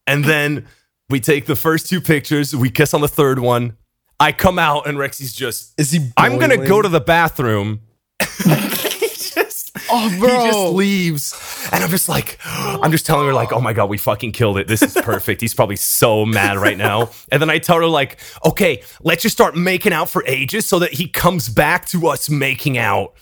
[SPEAKER 3] And then we take the first two pictures, we kiss on the third one. I come out and Rexy's just,
[SPEAKER 1] is he?
[SPEAKER 3] I'm going to
[SPEAKER 1] boiling?
[SPEAKER 3] go to the bathroom. (laughs) he just
[SPEAKER 1] Oh,
[SPEAKER 3] he just
[SPEAKER 1] bro.
[SPEAKER 3] leaves. And I'm just like, I'm just telling her, like, oh my God, we fucking killed it. This is perfect. He's probably so mad right now. And then I tell her, like, okay, let's just start making out for ages so that he comes back to us making out.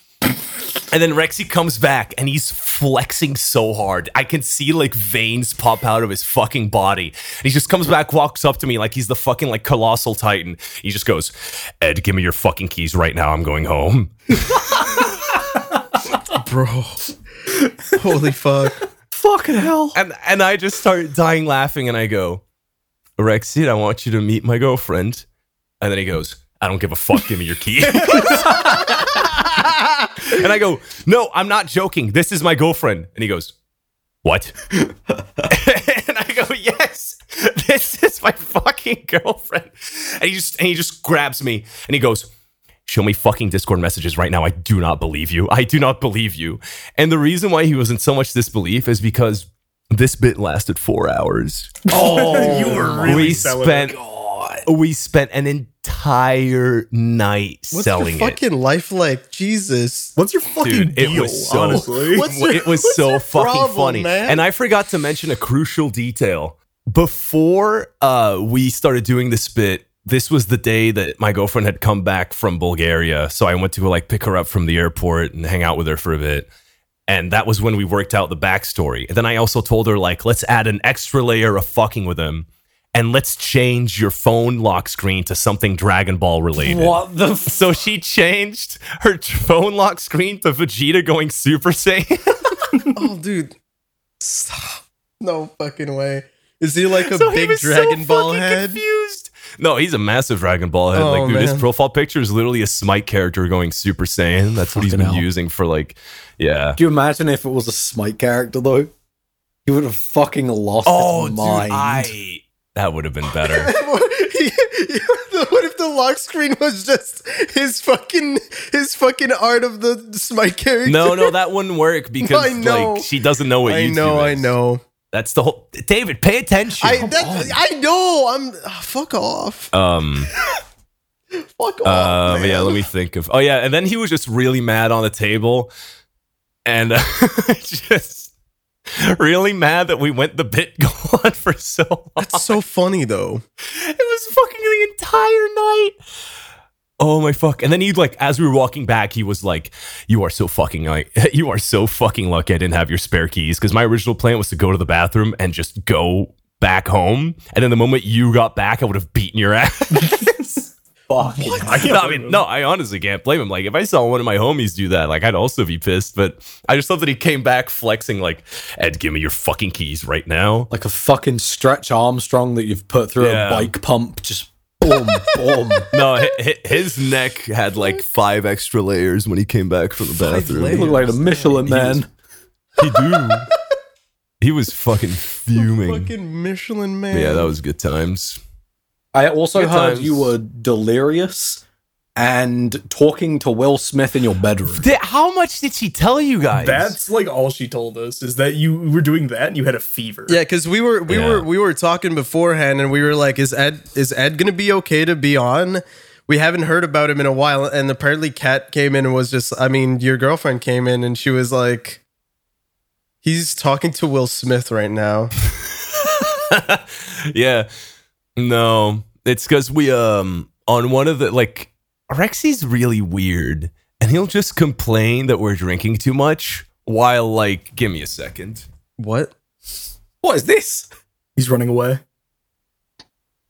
[SPEAKER 3] And then Rexy comes back and he's flexing so hard. I can see like veins pop out of his fucking body. And he just comes back, walks up to me like he's the fucking like colossal titan. He just goes, Ed, give me your fucking keys right now. I'm going home.
[SPEAKER 1] bro. Holy (laughs) fuck.
[SPEAKER 4] fucking hell.
[SPEAKER 3] and and I just start dying laughing, and I go, Rexy, I want you to meet my girlfriend. And then he goes, I don't give a fuck. Give me your (laughs) key. and I go, No, I'm not joking. This is my girlfriend. And he goes, What? (laughs) and I go, Yes, this is my fucking girlfriend. And he just and he just grabs me and he goes. Show me fucking Discord messages right now. I do not believe you. I do not believe you. And the reason why he was in so much disbelief is because this bit lasted four hours.
[SPEAKER 2] (laughs)
[SPEAKER 4] Oh,
[SPEAKER 2] You were really
[SPEAKER 3] we
[SPEAKER 2] selling
[SPEAKER 3] spent
[SPEAKER 2] it.
[SPEAKER 3] we spent an entire night
[SPEAKER 1] What's
[SPEAKER 3] selling
[SPEAKER 1] your fucking life like? Jesus.
[SPEAKER 2] What's your fucking
[SPEAKER 3] Dude, it
[SPEAKER 2] deal?
[SPEAKER 3] was so-
[SPEAKER 2] honestly,
[SPEAKER 1] What's
[SPEAKER 3] it.
[SPEAKER 1] your-
[SPEAKER 3] it was
[SPEAKER 1] what's
[SPEAKER 3] so
[SPEAKER 1] your
[SPEAKER 3] fucking
[SPEAKER 1] problem,
[SPEAKER 3] funny.
[SPEAKER 1] man?
[SPEAKER 3] And I forgot to mention a crucial detail. Before uh, we started doing this bit, this was the day that my girlfriend had come back from Bulgaria, so I went to like pick her up from the airport and hang out with her for a bit. And that was when we worked out the backstory. And then I also told her like, let's add an extra layer of fucking with him, and let's change your phone lock screen to something Dragon Ball related.
[SPEAKER 4] What the f-
[SPEAKER 3] So she changed her phone lock screen to Vegeta going Super Saiyan.
[SPEAKER 1] Oh, dude. Stop. No fucking way. Is he like a
[SPEAKER 3] So he
[SPEAKER 1] big
[SPEAKER 3] was so
[SPEAKER 1] Dragon Ball
[SPEAKER 3] fucking
[SPEAKER 1] head? (laughs)
[SPEAKER 3] Confused. No, he's a massive Dragon Ball head.
[SPEAKER 1] Oh,
[SPEAKER 3] like, dude, his
[SPEAKER 1] man.
[SPEAKER 3] profile picture is literally a Smite character going Super Saiyan. That's what he's
[SPEAKER 4] Fucking
[SPEAKER 3] been
[SPEAKER 4] hell.
[SPEAKER 3] using for like, yeah.
[SPEAKER 4] Do you imagine if it was a Smite character though? He would have fucking lost
[SPEAKER 1] Oh,
[SPEAKER 3] Oh,
[SPEAKER 4] his mind.
[SPEAKER 3] that would have been
[SPEAKER 1] (laughs)
[SPEAKER 3] better. (laughs)
[SPEAKER 1] what if the lock screen was just his fucking his fucking art of the Smite character?
[SPEAKER 3] no, no, that wouldn't work because
[SPEAKER 1] (laughs) I know.
[SPEAKER 3] like she doesn't know what
[SPEAKER 1] I
[SPEAKER 3] YouTube
[SPEAKER 1] know, I
[SPEAKER 3] is.
[SPEAKER 1] know.
[SPEAKER 3] That's the whole. David, pay attention.
[SPEAKER 1] I that, I know. I'm ah, fuck off.
[SPEAKER 3] um.
[SPEAKER 1] (laughs) Fuck
[SPEAKER 3] Uh,
[SPEAKER 1] off.
[SPEAKER 3] but yeah,
[SPEAKER 1] man.
[SPEAKER 3] let me think of. Oh yeah, and then he was just really mad on the table, and (laughs) uh, just really mad that we went the bit (laughs) go on for so long.
[SPEAKER 1] That's
[SPEAKER 3] (laughs)
[SPEAKER 1] so funny though.
[SPEAKER 3] It was fucking the entire night. Oh my fuck! And then he like, as we were walking back, he was like, "You are so fucking like, (laughs) you are so fucking lucky I didn't have your spare keys because my original plan was to go to the bathroom and just go back home. And then the moment you got back, I would have beaten your (laughs) ass."
[SPEAKER 4] Fuck.
[SPEAKER 3] (laughs)
[SPEAKER 2] I can't.
[SPEAKER 3] No, I
[SPEAKER 2] blame
[SPEAKER 3] mean,
[SPEAKER 2] him.
[SPEAKER 3] no, I honestly can't blame him. Like, if I saw one of my homies do that, like, I'd also be pissed. But I just love that he came back flexing, like, Ed, give me your fucking keys right now.
[SPEAKER 4] Like a fucking stretch Armstrong that you've put through
[SPEAKER 3] Yeah.
[SPEAKER 4] a bike pump, just boom,
[SPEAKER 3] (laughs)
[SPEAKER 4] boom.
[SPEAKER 3] No, hi- hi- his neck had like five extra layers when he came back from the
[SPEAKER 4] You
[SPEAKER 3] bathroom.
[SPEAKER 4] look like a Michelin
[SPEAKER 3] He was-
[SPEAKER 4] man.
[SPEAKER 3] (laughs) He do. He was (laughs) fucking fuming.
[SPEAKER 1] Fucking Michelin man.
[SPEAKER 3] yeah, that was good times.
[SPEAKER 4] I also
[SPEAKER 3] Good
[SPEAKER 4] heard
[SPEAKER 3] times.
[SPEAKER 4] you were delirious and talking to Will Smith in your bedroom.
[SPEAKER 3] How much did she tell you guys?
[SPEAKER 2] That's like all she told us is that you were doing that and you had a fever.
[SPEAKER 1] Yeah, because we were we
[SPEAKER 3] Yeah.
[SPEAKER 1] were we were talking beforehand, and we were like, "Is Ed is Ed gonna be okay to be on?" We haven't heard about him in a while, and apparently, Kat came in and was just. I mean, your girlfriend came in and she was like, "He's talking to Will Smith right now."
[SPEAKER 3] yeah. No, it's because we um on one of the like Rexy's really weird, and he'll just complain that we're drinking too much while like, give me a second.
[SPEAKER 1] What?
[SPEAKER 4] What is this?
[SPEAKER 2] He's running away.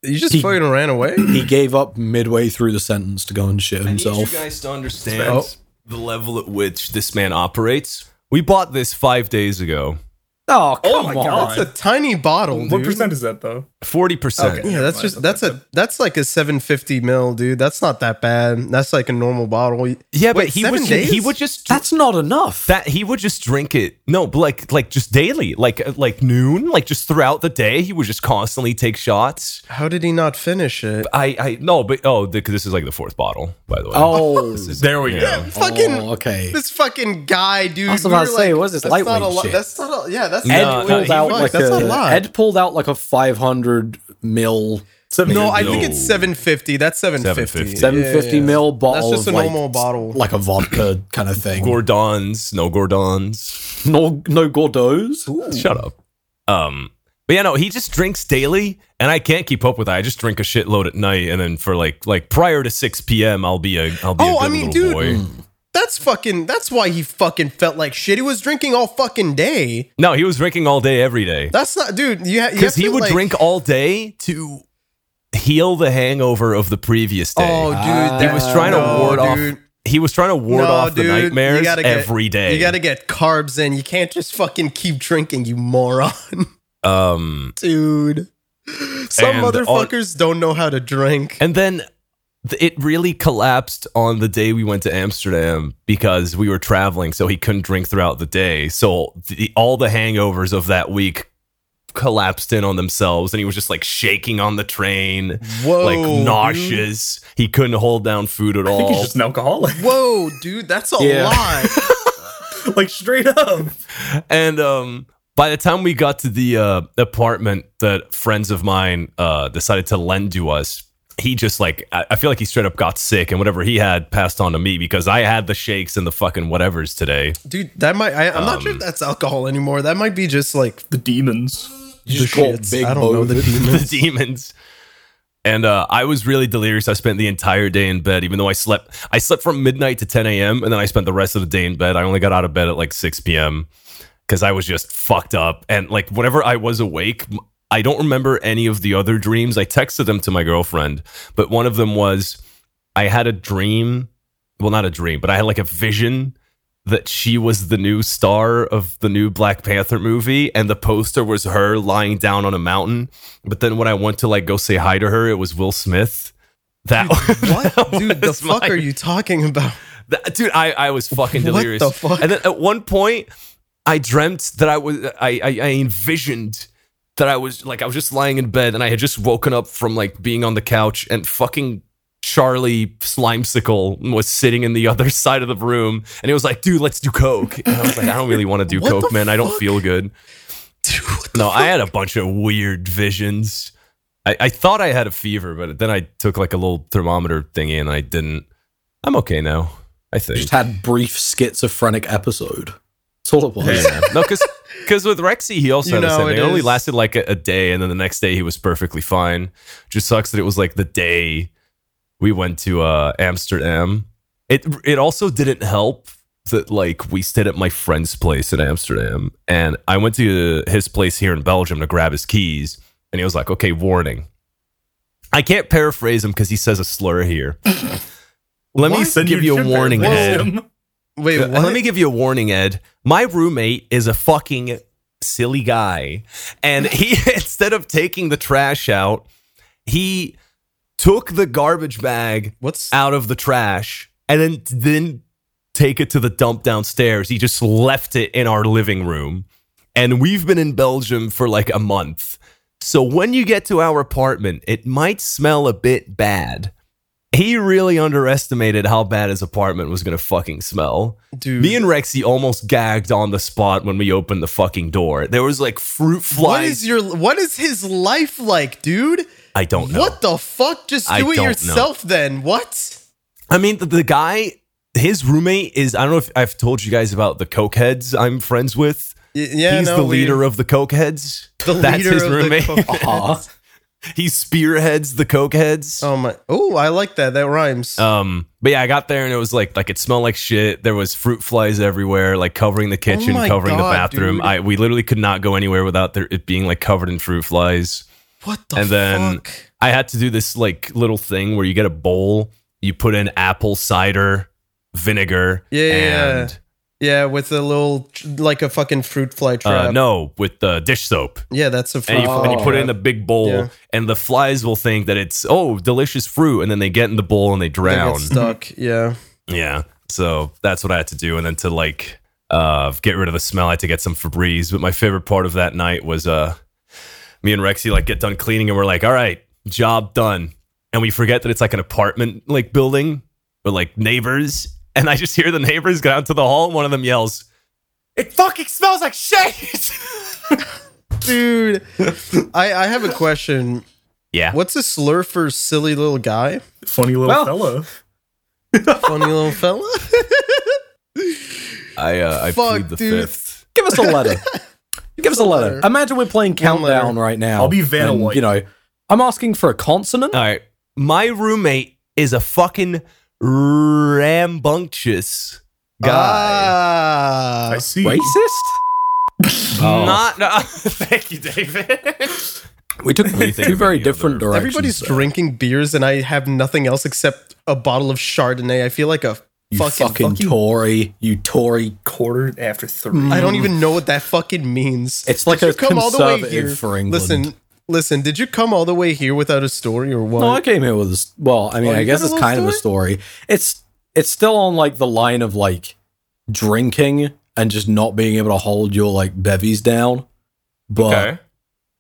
[SPEAKER 1] You just
[SPEAKER 4] He-
[SPEAKER 1] fucking ran away?
[SPEAKER 4] He gave up midway through the sentence to go and shit
[SPEAKER 3] I need
[SPEAKER 4] himself.
[SPEAKER 3] you guys to understand
[SPEAKER 1] Oh.
[SPEAKER 3] the level at which this man operates. We bought this five days ago.
[SPEAKER 4] Oh, come
[SPEAKER 2] my
[SPEAKER 4] on.
[SPEAKER 2] God.
[SPEAKER 1] That's a tiny bottle,
[SPEAKER 2] What
[SPEAKER 1] dude.
[SPEAKER 2] percent is that though?
[SPEAKER 3] Forty percent.
[SPEAKER 1] Yeah, that's just that's a that's like a 750 mil, dude. That's not that bad. That's like a normal bottle.
[SPEAKER 3] Yeah, but
[SPEAKER 1] Wait,
[SPEAKER 3] he
[SPEAKER 1] seven
[SPEAKER 3] would he
[SPEAKER 1] days?
[SPEAKER 3] would just
[SPEAKER 4] That's not enough.
[SPEAKER 3] that he would just drink it no but like like just daily like uh, like noon like just throughout the day he would just constantly take shots
[SPEAKER 1] How did he not finish it?
[SPEAKER 3] i i no but oh th- this is like the fourth bottle by the way
[SPEAKER 4] oh,
[SPEAKER 2] There we
[SPEAKER 3] Yeah.
[SPEAKER 1] Fucking
[SPEAKER 4] oh, okay.
[SPEAKER 1] this fucking guy, dude.
[SPEAKER 4] I was about
[SPEAKER 1] we
[SPEAKER 4] to
[SPEAKER 1] were
[SPEAKER 4] say, what is this,
[SPEAKER 1] that's not a
[SPEAKER 4] lightweight
[SPEAKER 1] lot.
[SPEAKER 4] shit?
[SPEAKER 1] That's not a, yeah. That's not
[SPEAKER 3] Ed
[SPEAKER 4] Ed
[SPEAKER 3] No, no,
[SPEAKER 4] pulled
[SPEAKER 3] he
[SPEAKER 4] out
[SPEAKER 3] would-
[SPEAKER 4] like
[SPEAKER 1] that's
[SPEAKER 4] a,
[SPEAKER 1] a lot.
[SPEAKER 4] Ed pulled out like a 500 mil,
[SPEAKER 1] no, I think
[SPEAKER 3] No.
[SPEAKER 1] it's 750. That's 750.
[SPEAKER 3] 750.
[SPEAKER 4] 750 mil bottle.
[SPEAKER 1] just
[SPEAKER 4] of,
[SPEAKER 1] a
[SPEAKER 4] like,
[SPEAKER 1] normal bottle.
[SPEAKER 4] like a vodka kind of thing.
[SPEAKER 3] gordons no gordons
[SPEAKER 4] no, no Gordos.
[SPEAKER 3] shut up um but yeah no he just drinks daily and i can't keep up with that i just drink a shitload at night and then for like like prior to 6 p.m i'll be a i'll be
[SPEAKER 1] Oh,
[SPEAKER 3] a good
[SPEAKER 1] I mean,
[SPEAKER 3] little
[SPEAKER 1] dude.
[SPEAKER 3] boy
[SPEAKER 1] That's fucking. That's why he fucking felt like shit. He was drinking all fucking day.
[SPEAKER 3] no he was drinking all day every day
[SPEAKER 1] That's not, dude. You because
[SPEAKER 3] because he would drink all day to heal the hangover of the previous day
[SPEAKER 1] Oh, dude,
[SPEAKER 4] Ah.
[SPEAKER 1] that-
[SPEAKER 3] He was trying to
[SPEAKER 1] no,
[SPEAKER 3] ward off-
[SPEAKER 1] dude.
[SPEAKER 3] he was trying to ward
[SPEAKER 1] No,
[SPEAKER 3] off the
[SPEAKER 1] dude, you
[SPEAKER 3] nightmares
[SPEAKER 1] gotta get-
[SPEAKER 3] every day.
[SPEAKER 1] You got to get carbs in. You can't just fucking keep drinking, you moron, (laughs)
[SPEAKER 3] um,
[SPEAKER 1] dude. Some
[SPEAKER 3] And on-
[SPEAKER 1] motherfuckers don't know how to drink.
[SPEAKER 3] and then th- it really collapsed on the day we went to Amsterdam because we were traveling, so he couldn't drink throughout the day. So the, all the hangovers of that week collapsed in on themselves, and he was just like shaking on the train,
[SPEAKER 1] Whoa,
[SPEAKER 3] like
[SPEAKER 1] Oh, dude.
[SPEAKER 3] nauseous. He couldn't hold down food at
[SPEAKER 2] I think he's
[SPEAKER 3] all.
[SPEAKER 2] just an alcoholic. (laughs)
[SPEAKER 1] Whoa, dude, that's a
[SPEAKER 4] Yeah.
[SPEAKER 1] lot.
[SPEAKER 2] like straight up.
[SPEAKER 3] (laughs) and um by the time we got to the uh, apartment that friends of mine uh, decided to lend to us, he just like I, I feel like he straight up got sick and whatever he had passed on to me because I had the shakes and the fucking whatevers today.
[SPEAKER 1] Dude, that might. I, I'm not
[SPEAKER 3] Um,
[SPEAKER 1] sure if that's alcohol anymore. That might be just
[SPEAKER 3] (laughs)
[SPEAKER 1] like
[SPEAKER 2] The demons.
[SPEAKER 4] You
[SPEAKER 1] the
[SPEAKER 4] just got
[SPEAKER 1] shits.
[SPEAKER 4] big
[SPEAKER 1] I don't know
[SPEAKER 4] boned.
[SPEAKER 1] the
[SPEAKER 3] the
[SPEAKER 1] demons.
[SPEAKER 3] demons. And uh, I was really delirious. I spent the entire day in bed, even though I slept. I slept from midnight to 10 a.m. and then I spent the rest of the day in bed. I only got out of bed at like 6 p.m. because I was just fucked up. And like whenever I was awake, m- I don't remember any of the other dreams. I texted them to my girlfriend, but one of them was I had a dream. Well, not a dream, but I had like a vision that she was the new star of the new Black Panther movie and the poster was her lying down on a mountain. But then when I went to like go say hi to her, it was Will Smith. (laughs) That
[SPEAKER 1] What, dude? The
[SPEAKER 3] was
[SPEAKER 1] fuck
[SPEAKER 3] my-
[SPEAKER 1] are you talking about?
[SPEAKER 3] That- dude, I, I was
[SPEAKER 1] (laughs)
[SPEAKER 3] fucking
[SPEAKER 1] What
[SPEAKER 3] delirious.
[SPEAKER 1] the fuck?
[SPEAKER 3] And then at one point, I dreamt that I was I, I I envisioned that I was like I was just lying in bed and I had just woken up from like being on the couch and fucking Charlie Slimesicle was sitting in the (laughs) other side of the room and he was like, dude, let's do coke. And I was like, I don't really want to do
[SPEAKER 1] What
[SPEAKER 3] coke,
[SPEAKER 1] the
[SPEAKER 3] man. I don't
[SPEAKER 1] fuck?
[SPEAKER 3] feel good.
[SPEAKER 1] Dude, what the
[SPEAKER 3] No, I
[SPEAKER 1] fuck?
[SPEAKER 3] had a bunch of weird visions. I, I thought I had a fever, but then I took like a little thermometer thingy and I didn't. I'm okay now. I think.
[SPEAKER 4] Just had brief schizophrenic episode. That's all it was.
[SPEAKER 3] Yeah. no, because with Rexy, he also
[SPEAKER 1] You
[SPEAKER 3] had the
[SPEAKER 1] know
[SPEAKER 3] same
[SPEAKER 1] it
[SPEAKER 3] thing. It only
[SPEAKER 1] is.
[SPEAKER 3] lasted like a, a day, and then the next day he was perfectly fine. Just sucks that it was like the day we went to uh, Amsterdam. It it also didn't help that like we stayed at my friend's place in Amsterdam, and I went to his place here in Belgium to grab his keys, and he was like, "Okay, warning." I can't paraphrase him because he says a
[SPEAKER 2] (laughs)
[SPEAKER 3] slur here. Let me
[SPEAKER 1] What?
[SPEAKER 2] Then
[SPEAKER 3] give you a
[SPEAKER 2] should
[SPEAKER 3] warning,
[SPEAKER 2] paraphrase
[SPEAKER 3] Ed.
[SPEAKER 2] him.
[SPEAKER 1] Wait,
[SPEAKER 3] Uh,
[SPEAKER 1] what?
[SPEAKER 3] Let me give you a warning, Ed. My roommate is a fucking silly guy. And he, (laughs) instead of taking the trash out, he took the garbage bag
[SPEAKER 1] What's
[SPEAKER 3] out of the trash and then then take it to the dump downstairs. He just left it in our living room. And we've been in Belgium for like a month. So when you get to our apartment, it might smell a bit bad. He really underestimated how bad his apartment was going to fucking smell.
[SPEAKER 1] dude?
[SPEAKER 3] Me and Rexy almost gagged on the spot when we opened the fucking door. There was like fruit
[SPEAKER 1] what
[SPEAKER 3] flies.
[SPEAKER 1] is your what is his life like, dude?
[SPEAKER 3] I don't know.
[SPEAKER 1] What the fuck? Just do
[SPEAKER 3] I
[SPEAKER 1] it
[SPEAKER 3] don't know.
[SPEAKER 1] yourself then. What?
[SPEAKER 3] I mean, the, the guy, his roommate is, I don't know if I've told you guys about the Cokeheads I'm friends with.
[SPEAKER 1] Y- yeah,
[SPEAKER 3] He's
[SPEAKER 1] no,
[SPEAKER 3] the
[SPEAKER 1] we-
[SPEAKER 3] leader of the Cokeheads.
[SPEAKER 1] (laughs) The
[SPEAKER 3] (laughs) That's
[SPEAKER 1] leader
[SPEAKER 3] his
[SPEAKER 1] of
[SPEAKER 3] roommate.
[SPEAKER 1] The Coke-
[SPEAKER 4] Aw.
[SPEAKER 3] (laughs) He spearheads the Cokeheads.
[SPEAKER 1] oh my! Oh, I like that. That rhymes.
[SPEAKER 3] Um, but yeah, I got there and it was like like it smelled like shit. There was fruit flies everywhere, like covering the kitchen,
[SPEAKER 1] Oh my
[SPEAKER 3] covering the
[SPEAKER 1] God,
[SPEAKER 3] bathroom.
[SPEAKER 1] dude.
[SPEAKER 3] I we literally could not go anywhere without there, it being like covered in fruit flies.
[SPEAKER 1] what the
[SPEAKER 3] and then-
[SPEAKER 1] fuck?
[SPEAKER 3] I had to do this like little thing where you get a bowl, you put in apple cider vinegar,
[SPEAKER 1] Yeah, yeah, yeah.
[SPEAKER 3] and
[SPEAKER 1] Yeah, with a little like a fucking fruit fly trap.
[SPEAKER 3] uh, no with the dish soap.
[SPEAKER 1] Yeah, that's a fruit
[SPEAKER 3] and you, and you
[SPEAKER 1] fly
[SPEAKER 3] put it in a
[SPEAKER 1] trap.
[SPEAKER 3] big bowl,
[SPEAKER 1] Oh. Yeah.
[SPEAKER 3] and the flies will think that it's oh delicious fruit, and then they get in the bowl and they
[SPEAKER 1] They get
[SPEAKER 3] drown.
[SPEAKER 1] stuck. Yeah.
[SPEAKER 3] Yeah, so that's what I had to do, and then to like uh, get rid of the smell, I had to get some Febreze. But my favorite part of that night was uh, me and Rexy like get done cleaning, and we're like, all right, job done, and we forget that it's like an apartment like building with like neighbors, (laughs) and I just hear the neighbors go out to the hall, and one of them yells. It fucking smells like shit.
[SPEAKER 1] Dude, I, I have a question.
[SPEAKER 3] yeah.
[SPEAKER 1] What's a slur for silly little guy?
[SPEAKER 2] Funny little
[SPEAKER 4] Well-
[SPEAKER 2] fella.
[SPEAKER 1] Funny little
[SPEAKER 4] (laughs)
[SPEAKER 1] fella?
[SPEAKER 3] I uh, I
[SPEAKER 1] Fuck,
[SPEAKER 3] plead the
[SPEAKER 1] dude.
[SPEAKER 3] fifth.
[SPEAKER 4] (laughs) Give us a letter. Give us a letter.
[SPEAKER 1] letter.
[SPEAKER 4] Imagine we're playing countdown
[SPEAKER 1] letter.
[SPEAKER 4] right now.
[SPEAKER 2] I'll be Vanna
[SPEAKER 4] and,
[SPEAKER 2] White.
[SPEAKER 4] You know, I'm asking for a consonant.
[SPEAKER 3] All right. My roommate is a fucking rambunctious guy.
[SPEAKER 1] Ah.
[SPEAKER 2] I see. (laughs)
[SPEAKER 4] Racist? Oh.
[SPEAKER 3] Not. no, thank you, David.
[SPEAKER 4] we took
[SPEAKER 3] do you think
[SPEAKER 4] two
[SPEAKER 3] of
[SPEAKER 4] very
[SPEAKER 3] any other-
[SPEAKER 4] different directions.
[SPEAKER 1] Everybody's
[SPEAKER 4] there.
[SPEAKER 1] drinking beers and I have nothing else except a bottle of Chardonnay. I feel like a
[SPEAKER 4] You
[SPEAKER 1] fucking,
[SPEAKER 4] fucking, Tory. You Tory.
[SPEAKER 2] Quarter after three.
[SPEAKER 1] I don't even know what that fucking means.
[SPEAKER 4] It's like
[SPEAKER 1] Did
[SPEAKER 4] a conservative for England.
[SPEAKER 1] Listen, listen, did you come all the way here without a story or what?
[SPEAKER 4] No, I came here with a s- well. I mean,
[SPEAKER 1] Oh,
[SPEAKER 4] I
[SPEAKER 1] you
[SPEAKER 4] guess
[SPEAKER 1] got a
[SPEAKER 4] it's
[SPEAKER 1] little
[SPEAKER 4] kind of a story. It's it's still on like the line of like drinking and just not being able to hold your like bevies down. But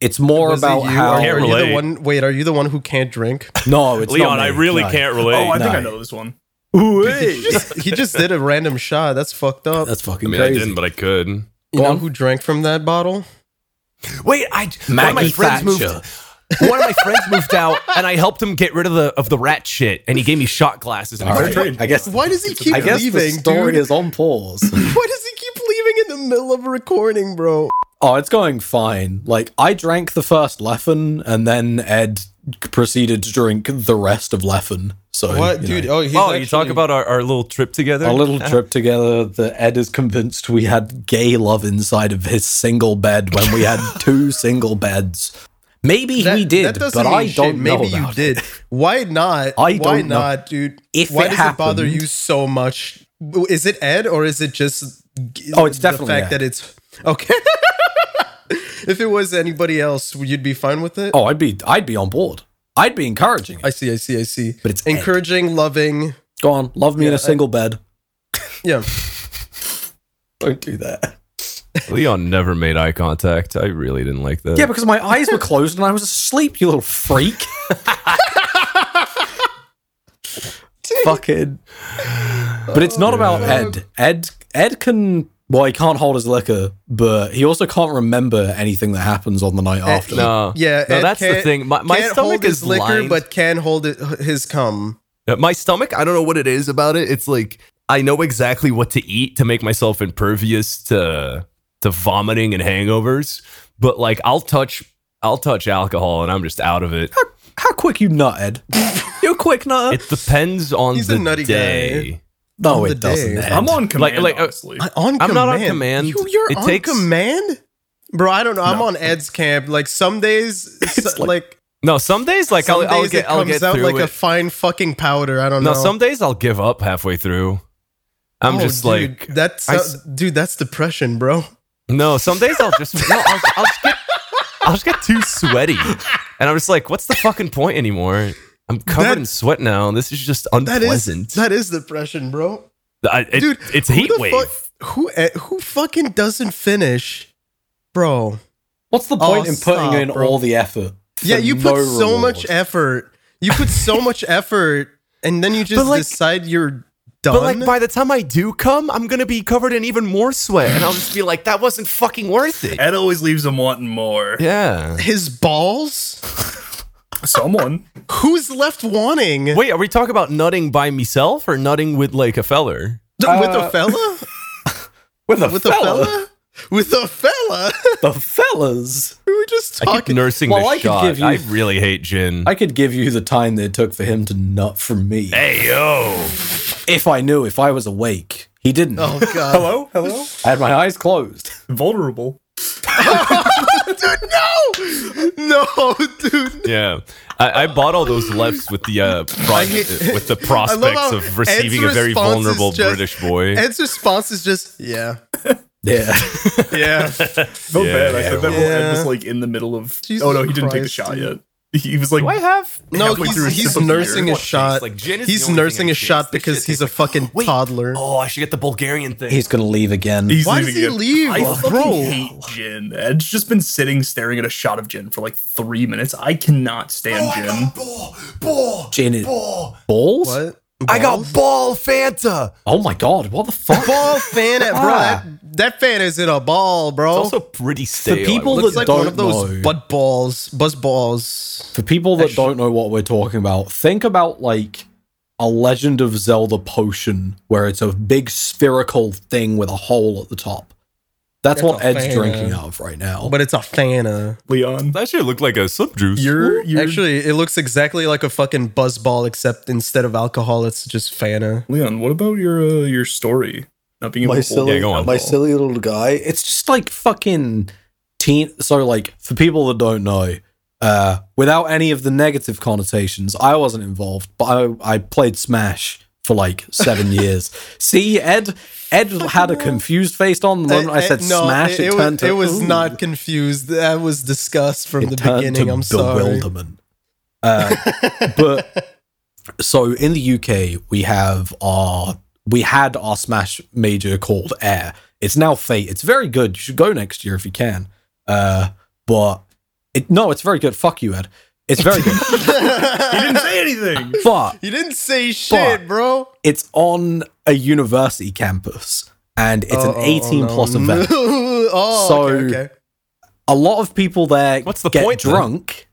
[SPEAKER 4] it's more
[SPEAKER 1] Was it
[SPEAKER 4] about
[SPEAKER 1] you?
[SPEAKER 4] how
[SPEAKER 1] Are,
[SPEAKER 3] Can't
[SPEAKER 1] you the
[SPEAKER 3] relate.
[SPEAKER 1] one? Wait, are you the one who can't drink? (laughs)
[SPEAKER 4] no, it's
[SPEAKER 3] Leon,
[SPEAKER 4] not me.
[SPEAKER 3] I really
[SPEAKER 4] No.
[SPEAKER 3] can't
[SPEAKER 2] Oh,
[SPEAKER 3] relate.
[SPEAKER 2] I think I
[SPEAKER 4] No.
[SPEAKER 2] know this one.
[SPEAKER 1] he, just, he just did a random shot. That's fucked up.
[SPEAKER 4] That's fucking
[SPEAKER 3] I mean, I
[SPEAKER 4] crazy.
[SPEAKER 3] didn't, but I could.
[SPEAKER 1] you
[SPEAKER 4] go
[SPEAKER 1] know
[SPEAKER 4] on.
[SPEAKER 1] who drank from that bottle?
[SPEAKER 3] Wait, I one of my
[SPEAKER 4] Maggie
[SPEAKER 3] friends
[SPEAKER 4] Thatcher.
[SPEAKER 3] moved. One of my friends moved out, and I helped him get rid of the of the rat shit, and he gave me shot glasses. And he
[SPEAKER 4] All
[SPEAKER 3] was
[SPEAKER 4] right.
[SPEAKER 3] like,
[SPEAKER 4] I guess.
[SPEAKER 1] Why does he keep
[SPEAKER 4] I guess the
[SPEAKER 1] leaving,
[SPEAKER 4] story
[SPEAKER 1] dude?
[SPEAKER 4] is on pause.
[SPEAKER 1] (laughs)
[SPEAKER 4] (laughs)
[SPEAKER 1] Why does he keep leaving in the middle of a recording, bro?
[SPEAKER 4] oh, it's going fine. Like I drank the first leffen, and then Ed proceeded to drink the rest of leffen. So
[SPEAKER 1] What,
[SPEAKER 4] you
[SPEAKER 1] dude?
[SPEAKER 4] know.
[SPEAKER 1] Oh, he's
[SPEAKER 3] Oh,
[SPEAKER 1] actually,
[SPEAKER 3] you talk about our, our little trip together.
[SPEAKER 4] Our
[SPEAKER 1] Uh-huh.
[SPEAKER 4] little trip together that Ed is convinced we had gay love inside of his single bed when we had
[SPEAKER 1] (laughs)
[SPEAKER 4] two single beds. Maybe
[SPEAKER 1] That,
[SPEAKER 4] he did,
[SPEAKER 1] that doesn't
[SPEAKER 4] but I
[SPEAKER 1] mean
[SPEAKER 4] don't
[SPEAKER 1] shit.
[SPEAKER 4] know.
[SPEAKER 1] Maybe you
[SPEAKER 4] about it.
[SPEAKER 1] did. Why not?
[SPEAKER 4] I
[SPEAKER 1] Why
[SPEAKER 4] don't know.
[SPEAKER 1] not, dude?
[SPEAKER 4] If
[SPEAKER 1] Why
[SPEAKER 4] it
[SPEAKER 1] does it bother
[SPEAKER 4] happened-
[SPEAKER 1] you so much? Is it Ed or is it just? g-
[SPEAKER 4] Oh, it's
[SPEAKER 1] the
[SPEAKER 4] definitely
[SPEAKER 1] fact
[SPEAKER 4] Ed.
[SPEAKER 1] that it's okay. (laughs) if it was anybody else, you'd be fine with it.
[SPEAKER 4] Oh, I'd be I'd be on board. I'd be encouraging it.
[SPEAKER 1] I see, I see, I see.
[SPEAKER 4] But it's Ed.
[SPEAKER 1] encouraging, loving.
[SPEAKER 4] Go on, love me in
[SPEAKER 1] Yeah,
[SPEAKER 4] a single bed.
[SPEAKER 1] Yeah,
[SPEAKER 4] Don't do that.
[SPEAKER 3] Leon never made eye contact. I really didn't like that.
[SPEAKER 4] Yeah, because my eyes were closed and I was asleep, you little freak. Fucking. But it's not about Ed. Ed Ed can well, he can't hold his liquor, but he also can't remember anything that happens on the night
[SPEAKER 1] Eh.
[SPEAKER 4] after.
[SPEAKER 3] Eh, no,
[SPEAKER 1] yeah.
[SPEAKER 3] no.
[SPEAKER 1] Ed
[SPEAKER 3] that's the
[SPEAKER 1] can't-
[SPEAKER 3] thing. My, my
[SPEAKER 1] can't
[SPEAKER 3] stomach
[SPEAKER 1] hold his
[SPEAKER 3] is
[SPEAKER 1] liquor,
[SPEAKER 3] lined.
[SPEAKER 1] but can hold it, his cum.
[SPEAKER 3] Uh, My stomach, I don't know what it is about it. It's like I know exactly what to eat to make myself impervious to to vomiting and hangovers, but like I'll touch I'll touch alcohol and I'm just out of
[SPEAKER 4] (laughs)
[SPEAKER 3] it.
[SPEAKER 4] How quick you
[SPEAKER 1] (laughs)
[SPEAKER 4] nut, Ed? You're a quick nutter.
[SPEAKER 3] It depends on
[SPEAKER 1] He's a
[SPEAKER 3] the
[SPEAKER 1] nutty guy.
[SPEAKER 3] day.
[SPEAKER 4] no,
[SPEAKER 1] on the
[SPEAKER 4] it doesn't.
[SPEAKER 1] day.
[SPEAKER 4] Ed.
[SPEAKER 2] I'm on command.
[SPEAKER 3] like, uh,
[SPEAKER 2] honestly.
[SPEAKER 1] I- On
[SPEAKER 3] I'm
[SPEAKER 1] command.
[SPEAKER 3] not on command.
[SPEAKER 1] You, you're
[SPEAKER 3] It
[SPEAKER 1] on
[SPEAKER 3] takes-
[SPEAKER 1] command, bro. I don't know. I'm on Ed's camp. Like some
[SPEAKER 3] (laughs)
[SPEAKER 1] days, so-
[SPEAKER 4] like-
[SPEAKER 1] like,
[SPEAKER 3] No, some days like
[SPEAKER 1] some
[SPEAKER 3] I'll,
[SPEAKER 1] days
[SPEAKER 3] I'll
[SPEAKER 1] it
[SPEAKER 3] get I'll
[SPEAKER 1] comes
[SPEAKER 3] get
[SPEAKER 1] out
[SPEAKER 3] through
[SPEAKER 1] like
[SPEAKER 3] it.
[SPEAKER 1] a fine fucking powder. I don't
[SPEAKER 3] no,
[SPEAKER 1] know.
[SPEAKER 3] some days I'll give up halfway through. I'm
[SPEAKER 1] Oh,
[SPEAKER 3] just
[SPEAKER 1] dude,
[SPEAKER 3] like
[SPEAKER 1] that's
[SPEAKER 3] I s-
[SPEAKER 1] dude. That's depression, bro.
[SPEAKER 3] No, some days I'll just no, I'll, I'll just get I'll just get too sweaty, and I'm just like, what's the fucking point anymore? I'm covered
[SPEAKER 1] That-
[SPEAKER 3] in sweat now. and This is just
[SPEAKER 1] That is
[SPEAKER 3] unpleasant.
[SPEAKER 1] that is depression, bro.
[SPEAKER 3] I- it-
[SPEAKER 1] Dude,
[SPEAKER 3] it's
[SPEAKER 1] who
[SPEAKER 3] heat
[SPEAKER 1] the
[SPEAKER 3] wave.
[SPEAKER 1] fuck- who eh, who fucking doesn't finish, bro?
[SPEAKER 4] What's the
[SPEAKER 1] Oh,
[SPEAKER 4] point in putting
[SPEAKER 1] stop,
[SPEAKER 4] in
[SPEAKER 1] bro.
[SPEAKER 4] all the effort? for
[SPEAKER 1] Yeah, you put
[SPEAKER 4] no
[SPEAKER 1] so much
[SPEAKER 4] reward?
[SPEAKER 1] effort. You put so
[SPEAKER 4] (laughs)
[SPEAKER 1] much effort, and then you just
[SPEAKER 3] like-
[SPEAKER 1] decide you're done.
[SPEAKER 3] But like by the time I do come, I'm gonna be covered in even more sweat, and I'll just be like, that wasn't fucking worth it.
[SPEAKER 2] Ed always leaves him wanting
[SPEAKER 3] (laughs)
[SPEAKER 2] more.
[SPEAKER 3] Yeah.
[SPEAKER 1] his balls.
[SPEAKER 2] Someone.
[SPEAKER 1] Who's left wanting
[SPEAKER 3] Wait, are we talking about nutting by myself or nutting with like a feller?
[SPEAKER 1] with a fella?
[SPEAKER 4] uh, (laughs) with a
[SPEAKER 1] With a
[SPEAKER 4] fella.
[SPEAKER 1] fella? With a fella? (laughs)
[SPEAKER 4] the fellas.
[SPEAKER 1] we were just
[SPEAKER 3] I keep
[SPEAKER 1] talking.
[SPEAKER 3] nursing
[SPEAKER 4] Well,
[SPEAKER 3] this
[SPEAKER 4] I could
[SPEAKER 3] shot.
[SPEAKER 4] give you-
[SPEAKER 3] I really hate gin.
[SPEAKER 4] I could give you the time that it took for him to nut from me.
[SPEAKER 3] hey yo.
[SPEAKER 4] If I knew, if I was awake. He didn't.
[SPEAKER 1] Oh god.
[SPEAKER 2] Hello? Hello?
[SPEAKER 4] I had my eyes closed.
[SPEAKER 2] Vulnerable.
[SPEAKER 1] dude, no, no, dude.
[SPEAKER 3] Yeah, I, I bought all those lefts with
[SPEAKER 1] (laughs)
[SPEAKER 3] the uh, pro-
[SPEAKER 1] hate-
[SPEAKER 3] with
[SPEAKER 1] (laughs)
[SPEAKER 3] the
[SPEAKER 1] I love
[SPEAKER 3] prospects
[SPEAKER 1] how
[SPEAKER 3] of receiving a
[SPEAKER 1] Ed's
[SPEAKER 3] very
[SPEAKER 1] response is
[SPEAKER 3] vulnerable
[SPEAKER 1] just-
[SPEAKER 3] British boy.
[SPEAKER 1] Ed's response is just (laughs) yeah,
[SPEAKER 4] Yeah.
[SPEAKER 1] yeah.
[SPEAKER 2] No
[SPEAKER 3] Yeah,
[SPEAKER 2] bad. I said that while Ed
[SPEAKER 1] yeah.
[SPEAKER 2] was like in the middle of.
[SPEAKER 1] Jesus
[SPEAKER 2] oh no, he didn't take the
[SPEAKER 1] Christ,
[SPEAKER 2] shot
[SPEAKER 1] dude.
[SPEAKER 2] yet. He was like,
[SPEAKER 3] Do I have
[SPEAKER 1] No,
[SPEAKER 2] Halfway through
[SPEAKER 1] he's,
[SPEAKER 2] his
[SPEAKER 1] he's
[SPEAKER 2] sip of beer.
[SPEAKER 1] nursing a
[SPEAKER 2] What
[SPEAKER 1] shot.
[SPEAKER 3] Like, gin is the
[SPEAKER 1] he's
[SPEAKER 3] only thing
[SPEAKER 1] nursing
[SPEAKER 3] I
[SPEAKER 1] a
[SPEAKER 3] taste.
[SPEAKER 1] shot
[SPEAKER 3] This
[SPEAKER 1] because
[SPEAKER 3] shit
[SPEAKER 1] he's a
[SPEAKER 3] tastes like-
[SPEAKER 1] fucking
[SPEAKER 3] Wait.
[SPEAKER 1] toddler.
[SPEAKER 3] Oh, I should get the Bulgarian thing.
[SPEAKER 4] He's going to leave again.
[SPEAKER 2] He's
[SPEAKER 1] Why does
[SPEAKER 2] leaving
[SPEAKER 1] he
[SPEAKER 2] again.
[SPEAKER 1] leave?
[SPEAKER 2] I fucking
[SPEAKER 1] Bro.
[SPEAKER 2] hate gin. Ed's just been sitting staring at a shot of gin for like three minutes. I
[SPEAKER 1] Oh
[SPEAKER 2] cannot stand gin.
[SPEAKER 3] ball, ball,
[SPEAKER 4] Gin is-
[SPEAKER 3] ball.
[SPEAKER 4] balls?
[SPEAKER 1] What?
[SPEAKER 3] I got
[SPEAKER 1] Balls?
[SPEAKER 3] ball Fanta.
[SPEAKER 4] Oh my god, what the fuck?
[SPEAKER 1] ball fan
[SPEAKER 3] (laughs)
[SPEAKER 1] at bro.
[SPEAKER 4] Ah.
[SPEAKER 1] That, that fan is in a ball, bro.
[SPEAKER 3] It's also pretty stale. I
[SPEAKER 4] people
[SPEAKER 3] would
[SPEAKER 4] that
[SPEAKER 1] it's like
[SPEAKER 3] say.
[SPEAKER 4] don't-
[SPEAKER 1] one of those
[SPEAKER 4] know.
[SPEAKER 1] butt balls, buzz balls.
[SPEAKER 4] For people that don't know what we're talking about, think about like a Legend of Zelda potion where it's a big spherical thing with a hole at the top. That's,
[SPEAKER 1] That's
[SPEAKER 4] what
[SPEAKER 1] a
[SPEAKER 4] Ed's
[SPEAKER 1] fan.
[SPEAKER 4] drinking out of right now.
[SPEAKER 1] Oh, But it's a fana.
[SPEAKER 2] Leon,
[SPEAKER 3] that shit looked like a sub juice.
[SPEAKER 2] you're you're
[SPEAKER 1] Actually, it looks exactly like a fucking buzz ball, except instead of alcohol, it's just fana.
[SPEAKER 2] Leon. What about your uh, your story? Not being able to hold
[SPEAKER 3] Yeah, go on.
[SPEAKER 2] alcohol.
[SPEAKER 4] little guy. It's just like fucking teen. So like for people that don't know, uh, without any of the negative connotations, I wasn't involved, but I I played Smash for like
[SPEAKER 1] (laughs)
[SPEAKER 4] seven years. See, Ed Ed had a confused face on the moment I,
[SPEAKER 1] Eh, eh,
[SPEAKER 4] said Smash. It,
[SPEAKER 1] It, it
[SPEAKER 4] turned
[SPEAKER 1] was,
[SPEAKER 4] to
[SPEAKER 1] it was
[SPEAKER 4] "Ooh."
[SPEAKER 1] not confused. That was discussed from
[SPEAKER 4] It
[SPEAKER 1] the
[SPEAKER 4] turned
[SPEAKER 1] beginning.
[SPEAKER 4] to
[SPEAKER 1] I'm sorry. (laughs)
[SPEAKER 4] bewilderment. Uh, but so in the UK, we have our we had our Smash major called Air. It's now Fate. It's very good. You should go next year if you can. Uh, but it, no, it's very good. Fuck you, Ed. It's very good.
[SPEAKER 1] (laughs)
[SPEAKER 2] He didn't say anything.
[SPEAKER 4] but
[SPEAKER 1] You didn't say shit, bro.
[SPEAKER 4] it's on a university campus, and it's
[SPEAKER 1] Oh,
[SPEAKER 4] an
[SPEAKER 1] oh, oh, (laughs)
[SPEAKER 4] eighteen plus
[SPEAKER 1] no.
[SPEAKER 4] event.
[SPEAKER 1] oh,
[SPEAKER 4] So-
[SPEAKER 1] okay, okay.
[SPEAKER 4] A lot of people there
[SPEAKER 3] What's the
[SPEAKER 4] get
[SPEAKER 3] point, then?
[SPEAKER 4] drunk.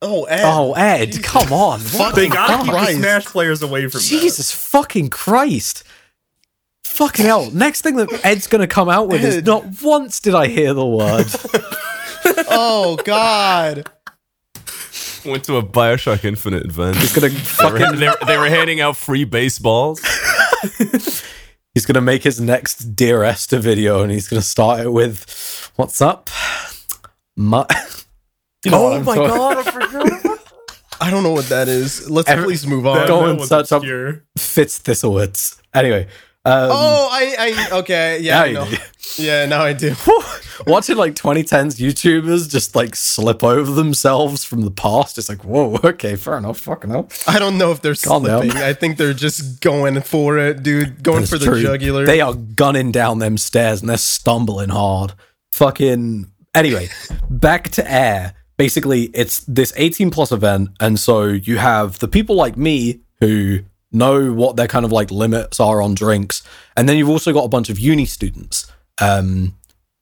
[SPEAKER 1] Oh, Ed.
[SPEAKER 4] Oh, Ed,
[SPEAKER 1] Jesus
[SPEAKER 4] come on! What
[SPEAKER 2] They
[SPEAKER 1] fucking
[SPEAKER 4] the
[SPEAKER 2] gotta keep
[SPEAKER 1] Christ.
[SPEAKER 2] the Smash players away from that.
[SPEAKER 4] Jesus fucking Christ. Fucking hell. Next thing that Ed's going to come out with is
[SPEAKER 1] Ed.
[SPEAKER 4] not once did I hear the word.
[SPEAKER 1] oh God.
[SPEAKER 3] Went to a Bioshock Infinite event.
[SPEAKER 4] He's going to
[SPEAKER 3] They were,
[SPEAKER 4] (laughs) fucking
[SPEAKER 3] they were- they were handing out free baseballs.
[SPEAKER 4] he's going to make his next Dear Esther video and he's going to start it with what's up? My (laughs) You know what I'm talking-
[SPEAKER 3] god, I
[SPEAKER 4] (laughs)
[SPEAKER 3] forgot.
[SPEAKER 1] I don't know what that is. Let's
[SPEAKER 4] Every-
[SPEAKER 1] please move
[SPEAKER 2] That-
[SPEAKER 1] on.
[SPEAKER 4] Go
[SPEAKER 2] that
[SPEAKER 4] and
[SPEAKER 2] was
[SPEAKER 4] search up-
[SPEAKER 2] obscure.
[SPEAKER 4] Fitz Thistlewoods. Anyway, Um,
[SPEAKER 1] oh, I, I okay, yeah,
[SPEAKER 4] now
[SPEAKER 1] I
[SPEAKER 4] you
[SPEAKER 1] know.
[SPEAKER 4] do.
[SPEAKER 1] yeah, now I do.
[SPEAKER 4] Watching like 2010s YouTubers just like slip over themselves from the past, it's like, whoa, okay, fair enough, fucking hell.
[SPEAKER 1] I don't know if they're
[SPEAKER 4] Calm down.
[SPEAKER 1] slipping. I think they're just going for it, dude. Going
[SPEAKER 4] That's
[SPEAKER 1] for the
[SPEAKER 4] true.
[SPEAKER 1] jugular.
[SPEAKER 4] They are gunning down them stairs and they're stumbling hard. Fucking. Anyway, (laughs) back to air. Basically, it's this 18 plus event. And so you have the people like me who know what their kind of like limits are on drinks. And then you've also got a bunch of uni students. Um,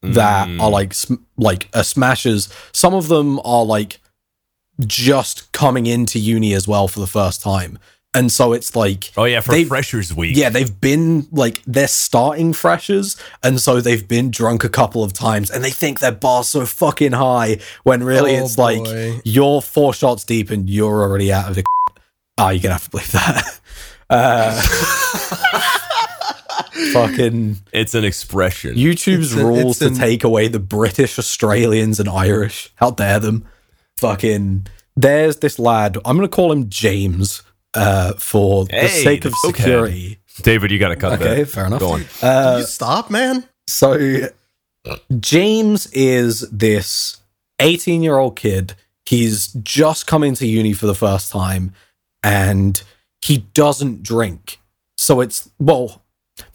[SPEAKER 4] that
[SPEAKER 1] Hmm.
[SPEAKER 4] are like sm- like uh, smashers. Some of them are like just coming into uni as well for the first time, and so it's like
[SPEAKER 3] Oh yeah, for
[SPEAKER 4] They-
[SPEAKER 3] freshers week.
[SPEAKER 4] yeah, they've been like they're starting freshers, and so they've been drunk a couple of times, and they think their bar's so fucking high when really
[SPEAKER 1] Oh,
[SPEAKER 4] it's
[SPEAKER 1] boy.
[SPEAKER 4] like you're four shots deep and you're already out of the. (laughs) Ah, you're gonna have to believe that. (laughs) Uh, (laughs) fucking
[SPEAKER 3] it's an expression.
[SPEAKER 4] YouTube's
[SPEAKER 1] It's a-
[SPEAKER 4] rules
[SPEAKER 1] it's
[SPEAKER 4] to
[SPEAKER 1] an-
[SPEAKER 4] take away the British, Australians, and Irish. How dare them? Fucking. There's this lad. I'm gonna call him James uh, for the
[SPEAKER 3] Hey,
[SPEAKER 4] sake of
[SPEAKER 3] okay.
[SPEAKER 4] security.
[SPEAKER 3] David, you got to cut
[SPEAKER 4] Okay,
[SPEAKER 3] that.
[SPEAKER 4] fair enough.
[SPEAKER 3] Go on.
[SPEAKER 1] Can
[SPEAKER 4] Uh,
[SPEAKER 1] you stop, man.
[SPEAKER 4] so James is this 18 year old kid. He's just come into uni for the first time and he doesn't drink. So it's, well,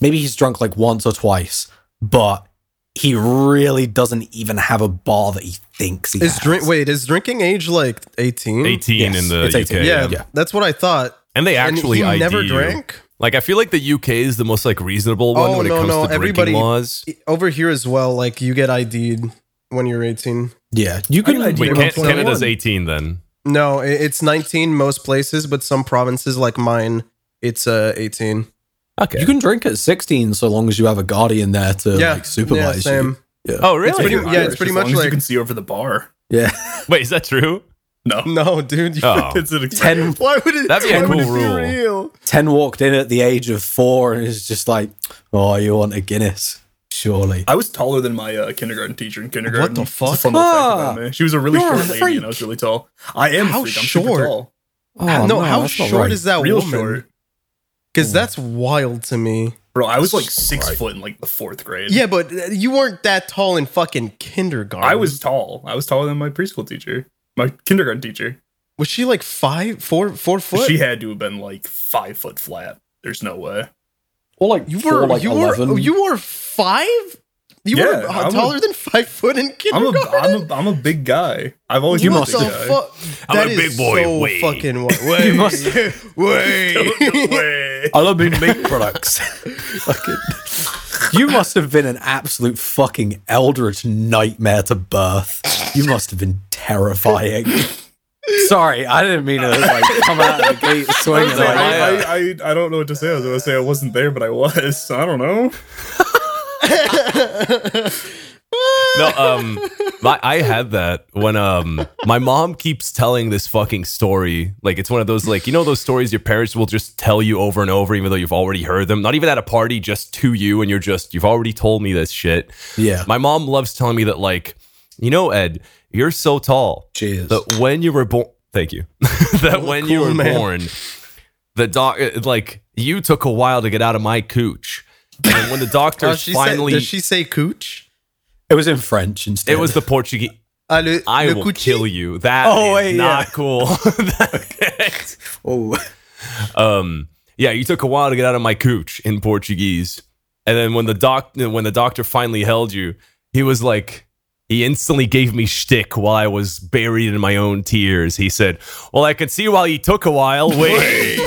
[SPEAKER 4] maybe he's drunk like once or twice, but he really doesn't even have a bar that he thinks he
[SPEAKER 1] Is
[SPEAKER 4] has.
[SPEAKER 1] drink? Wait, is drinking age like 18?
[SPEAKER 3] 18
[SPEAKER 4] Yes,
[SPEAKER 3] in the
[SPEAKER 4] it's 18.
[SPEAKER 3] UK.
[SPEAKER 1] Yeah,
[SPEAKER 4] yeah.
[SPEAKER 1] that's what I thought.
[SPEAKER 3] And they actually
[SPEAKER 1] and he
[SPEAKER 3] ID
[SPEAKER 1] never
[SPEAKER 3] you.
[SPEAKER 1] drank.
[SPEAKER 3] Like I feel like the UK is the most like reasonable one
[SPEAKER 1] Oh,
[SPEAKER 3] when it
[SPEAKER 1] no,
[SPEAKER 3] comes
[SPEAKER 1] no,
[SPEAKER 3] to drinking
[SPEAKER 1] everybody-
[SPEAKER 3] laws.
[SPEAKER 1] E, Over here as well, like you get ID'd when you're 18.
[SPEAKER 4] Yeah. You can,
[SPEAKER 1] I can
[SPEAKER 3] Wait,
[SPEAKER 1] We're
[SPEAKER 3] Can-
[SPEAKER 1] on 21.
[SPEAKER 3] Canada's 18 then.
[SPEAKER 1] No, i- it's 19 most places, but some provinces like mine, it's uh 18.
[SPEAKER 3] Okay.
[SPEAKER 4] you can drink at 16 so long as you have a guardian there to
[SPEAKER 1] yeah,
[SPEAKER 4] like supervise
[SPEAKER 1] yeah,
[SPEAKER 4] you.
[SPEAKER 1] same.
[SPEAKER 3] oh
[SPEAKER 1] It's pretty-
[SPEAKER 3] really?
[SPEAKER 1] yeah, it's pretty
[SPEAKER 2] as
[SPEAKER 1] much
[SPEAKER 2] long as
[SPEAKER 1] like-
[SPEAKER 2] you can see over the bar.
[SPEAKER 4] Yeah.
[SPEAKER 3] Wait, is that true?
[SPEAKER 2] No, (laughs)
[SPEAKER 1] No, dude. you-
[SPEAKER 3] (laughs) Oh.
[SPEAKER 2] it's an expression.
[SPEAKER 4] 10
[SPEAKER 1] (laughs) Why would it?
[SPEAKER 3] That'd be a
[SPEAKER 1] why would
[SPEAKER 3] cool
[SPEAKER 1] it be
[SPEAKER 3] rule.
[SPEAKER 1] real?
[SPEAKER 4] 10 walked in at the age of four and is just like, oh, you want a Guinness? Surely.
[SPEAKER 2] I was taller than my uh, kindergarten teacher in kindergarten.
[SPEAKER 1] the
[SPEAKER 2] It's a
[SPEAKER 1] fuck?
[SPEAKER 2] fun little fact about
[SPEAKER 4] Ah,
[SPEAKER 2] me. She was a really
[SPEAKER 4] you're a
[SPEAKER 2] short lady, and I was
[SPEAKER 4] freak.
[SPEAKER 2] really tall. I am
[SPEAKER 1] How
[SPEAKER 2] a freak. I'm super
[SPEAKER 1] short?
[SPEAKER 2] tall.
[SPEAKER 1] Oh,
[SPEAKER 4] Oh,
[SPEAKER 1] no, how short is that
[SPEAKER 2] Real
[SPEAKER 1] woman?
[SPEAKER 2] short,
[SPEAKER 1] Because that's wild to me.
[SPEAKER 2] bro. I was like six
[SPEAKER 4] Right.
[SPEAKER 2] foot in like the fourth grade.
[SPEAKER 1] Yeah, but uh, you weren't that tall in fucking kindergarten.
[SPEAKER 2] I was tall. I was taller than my preschool teacher, my kindergarten teacher.
[SPEAKER 1] Was she like five, four, four foot?
[SPEAKER 2] She had to have been like five foot flat. There's no way.
[SPEAKER 4] Or like
[SPEAKER 1] you
[SPEAKER 4] four,
[SPEAKER 1] were,
[SPEAKER 4] like
[SPEAKER 1] you
[SPEAKER 4] 11.
[SPEAKER 1] were, you were five. You
[SPEAKER 2] Yeah,
[SPEAKER 1] were uh,
[SPEAKER 2] I'm a-
[SPEAKER 1] taller than five foot in
[SPEAKER 4] Oh
[SPEAKER 2] I'm a,
[SPEAKER 1] kindergarten.
[SPEAKER 2] I'm a, I'm a big guy. I've always
[SPEAKER 1] you
[SPEAKER 2] been a
[SPEAKER 1] must
[SPEAKER 2] big
[SPEAKER 1] have.
[SPEAKER 2] guy.
[SPEAKER 1] Fu-
[SPEAKER 3] I'm
[SPEAKER 1] that
[SPEAKER 3] a
[SPEAKER 1] is
[SPEAKER 3] big boy,
[SPEAKER 1] So
[SPEAKER 3] way.
[SPEAKER 1] fucking
[SPEAKER 3] (laughs)
[SPEAKER 1] way. way.
[SPEAKER 4] You
[SPEAKER 2] (laughs)
[SPEAKER 4] must- (laughs)
[SPEAKER 1] way.
[SPEAKER 2] Way.
[SPEAKER 4] I love being meat
[SPEAKER 1] (laughs)
[SPEAKER 4] products. Fucking- (laughs) you must have been an absolute fucking eldritch nightmare to birth. You must have been
[SPEAKER 1] (laughs)
[SPEAKER 4] terrifying. Sorry, I didn't mean to like come out of
[SPEAKER 1] (laughs)
[SPEAKER 4] the gate swinging.
[SPEAKER 3] Oh,
[SPEAKER 2] I, I,
[SPEAKER 4] Like,
[SPEAKER 2] I, I don't know what to say. I was gonna say I wasn't there, but I was. I don't know.
[SPEAKER 3] no, um, my, I had that when um, my mom keeps telling this fucking story. Like it's one of those like you know those stories your parents will just tell you over and over, even though you've already heard them. Not even at a party, just to you, and you're just you've already told me this shit.
[SPEAKER 4] yeah,
[SPEAKER 3] My mom loves telling me that like you know Ed, you're so tall
[SPEAKER 4] cheers.
[SPEAKER 3] that when you were born, thank you, (laughs) that when you
[SPEAKER 1] cool,
[SPEAKER 3] were
[SPEAKER 1] man.
[SPEAKER 3] born, the doc like you took a while to get out of my cooch. And
[SPEAKER 1] (laughs)
[SPEAKER 3] then when the doctors
[SPEAKER 1] Oh, she
[SPEAKER 3] finally,
[SPEAKER 1] said, did she say cooch?
[SPEAKER 4] it was in French instead.
[SPEAKER 3] it was the Portuguese.
[SPEAKER 1] Uh, le-
[SPEAKER 3] I
[SPEAKER 1] le
[SPEAKER 3] will
[SPEAKER 1] coochie?
[SPEAKER 3] kill you. That
[SPEAKER 4] Oh,
[SPEAKER 3] is
[SPEAKER 4] wait,
[SPEAKER 3] not
[SPEAKER 4] yeah.
[SPEAKER 3] cool. (laughs)
[SPEAKER 1] (laughs)
[SPEAKER 4] oh, (laughs)
[SPEAKER 3] um, yeah, you took a while to get out of my cooch in Portuguese, and then when the doc when the doctor finally held you, he was like. He instantly gave me shtick while I was buried in my own tears. He said, "Well, I could see why you took a while. Wait, (laughs)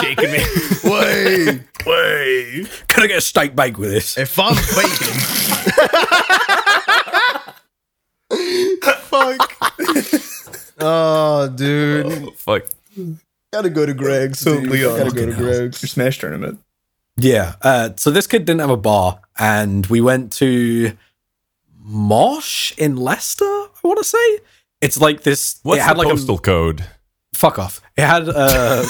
[SPEAKER 3] shaking me. (laughs)
[SPEAKER 1] Way.
[SPEAKER 2] Way.
[SPEAKER 4] could I get a steak bake with this?
[SPEAKER 1] If (laughs) I'm bacon. Fuck. oh, dude.
[SPEAKER 3] Fuck.
[SPEAKER 1] Gotta go to Greg's.
[SPEAKER 2] So
[SPEAKER 1] dude.
[SPEAKER 2] Leon,
[SPEAKER 1] gotta go to
[SPEAKER 4] fucking
[SPEAKER 2] (laughs)
[SPEAKER 4] hell.
[SPEAKER 2] Your
[SPEAKER 1] Greg's.
[SPEAKER 2] Smash tournament.
[SPEAKER 4] Yeah. Uh, so this kid didn't have a bar, and we went to Mosh in Leicester. I want to say it's like this.
[SPEAKER 3] What's
[SPEAKER 4] it had
[SPEAKER 3] the
[SPEAKER 4] like
[SPEAKER 3] postal code?
[SPEAKER 4] a fuck off. It had uh,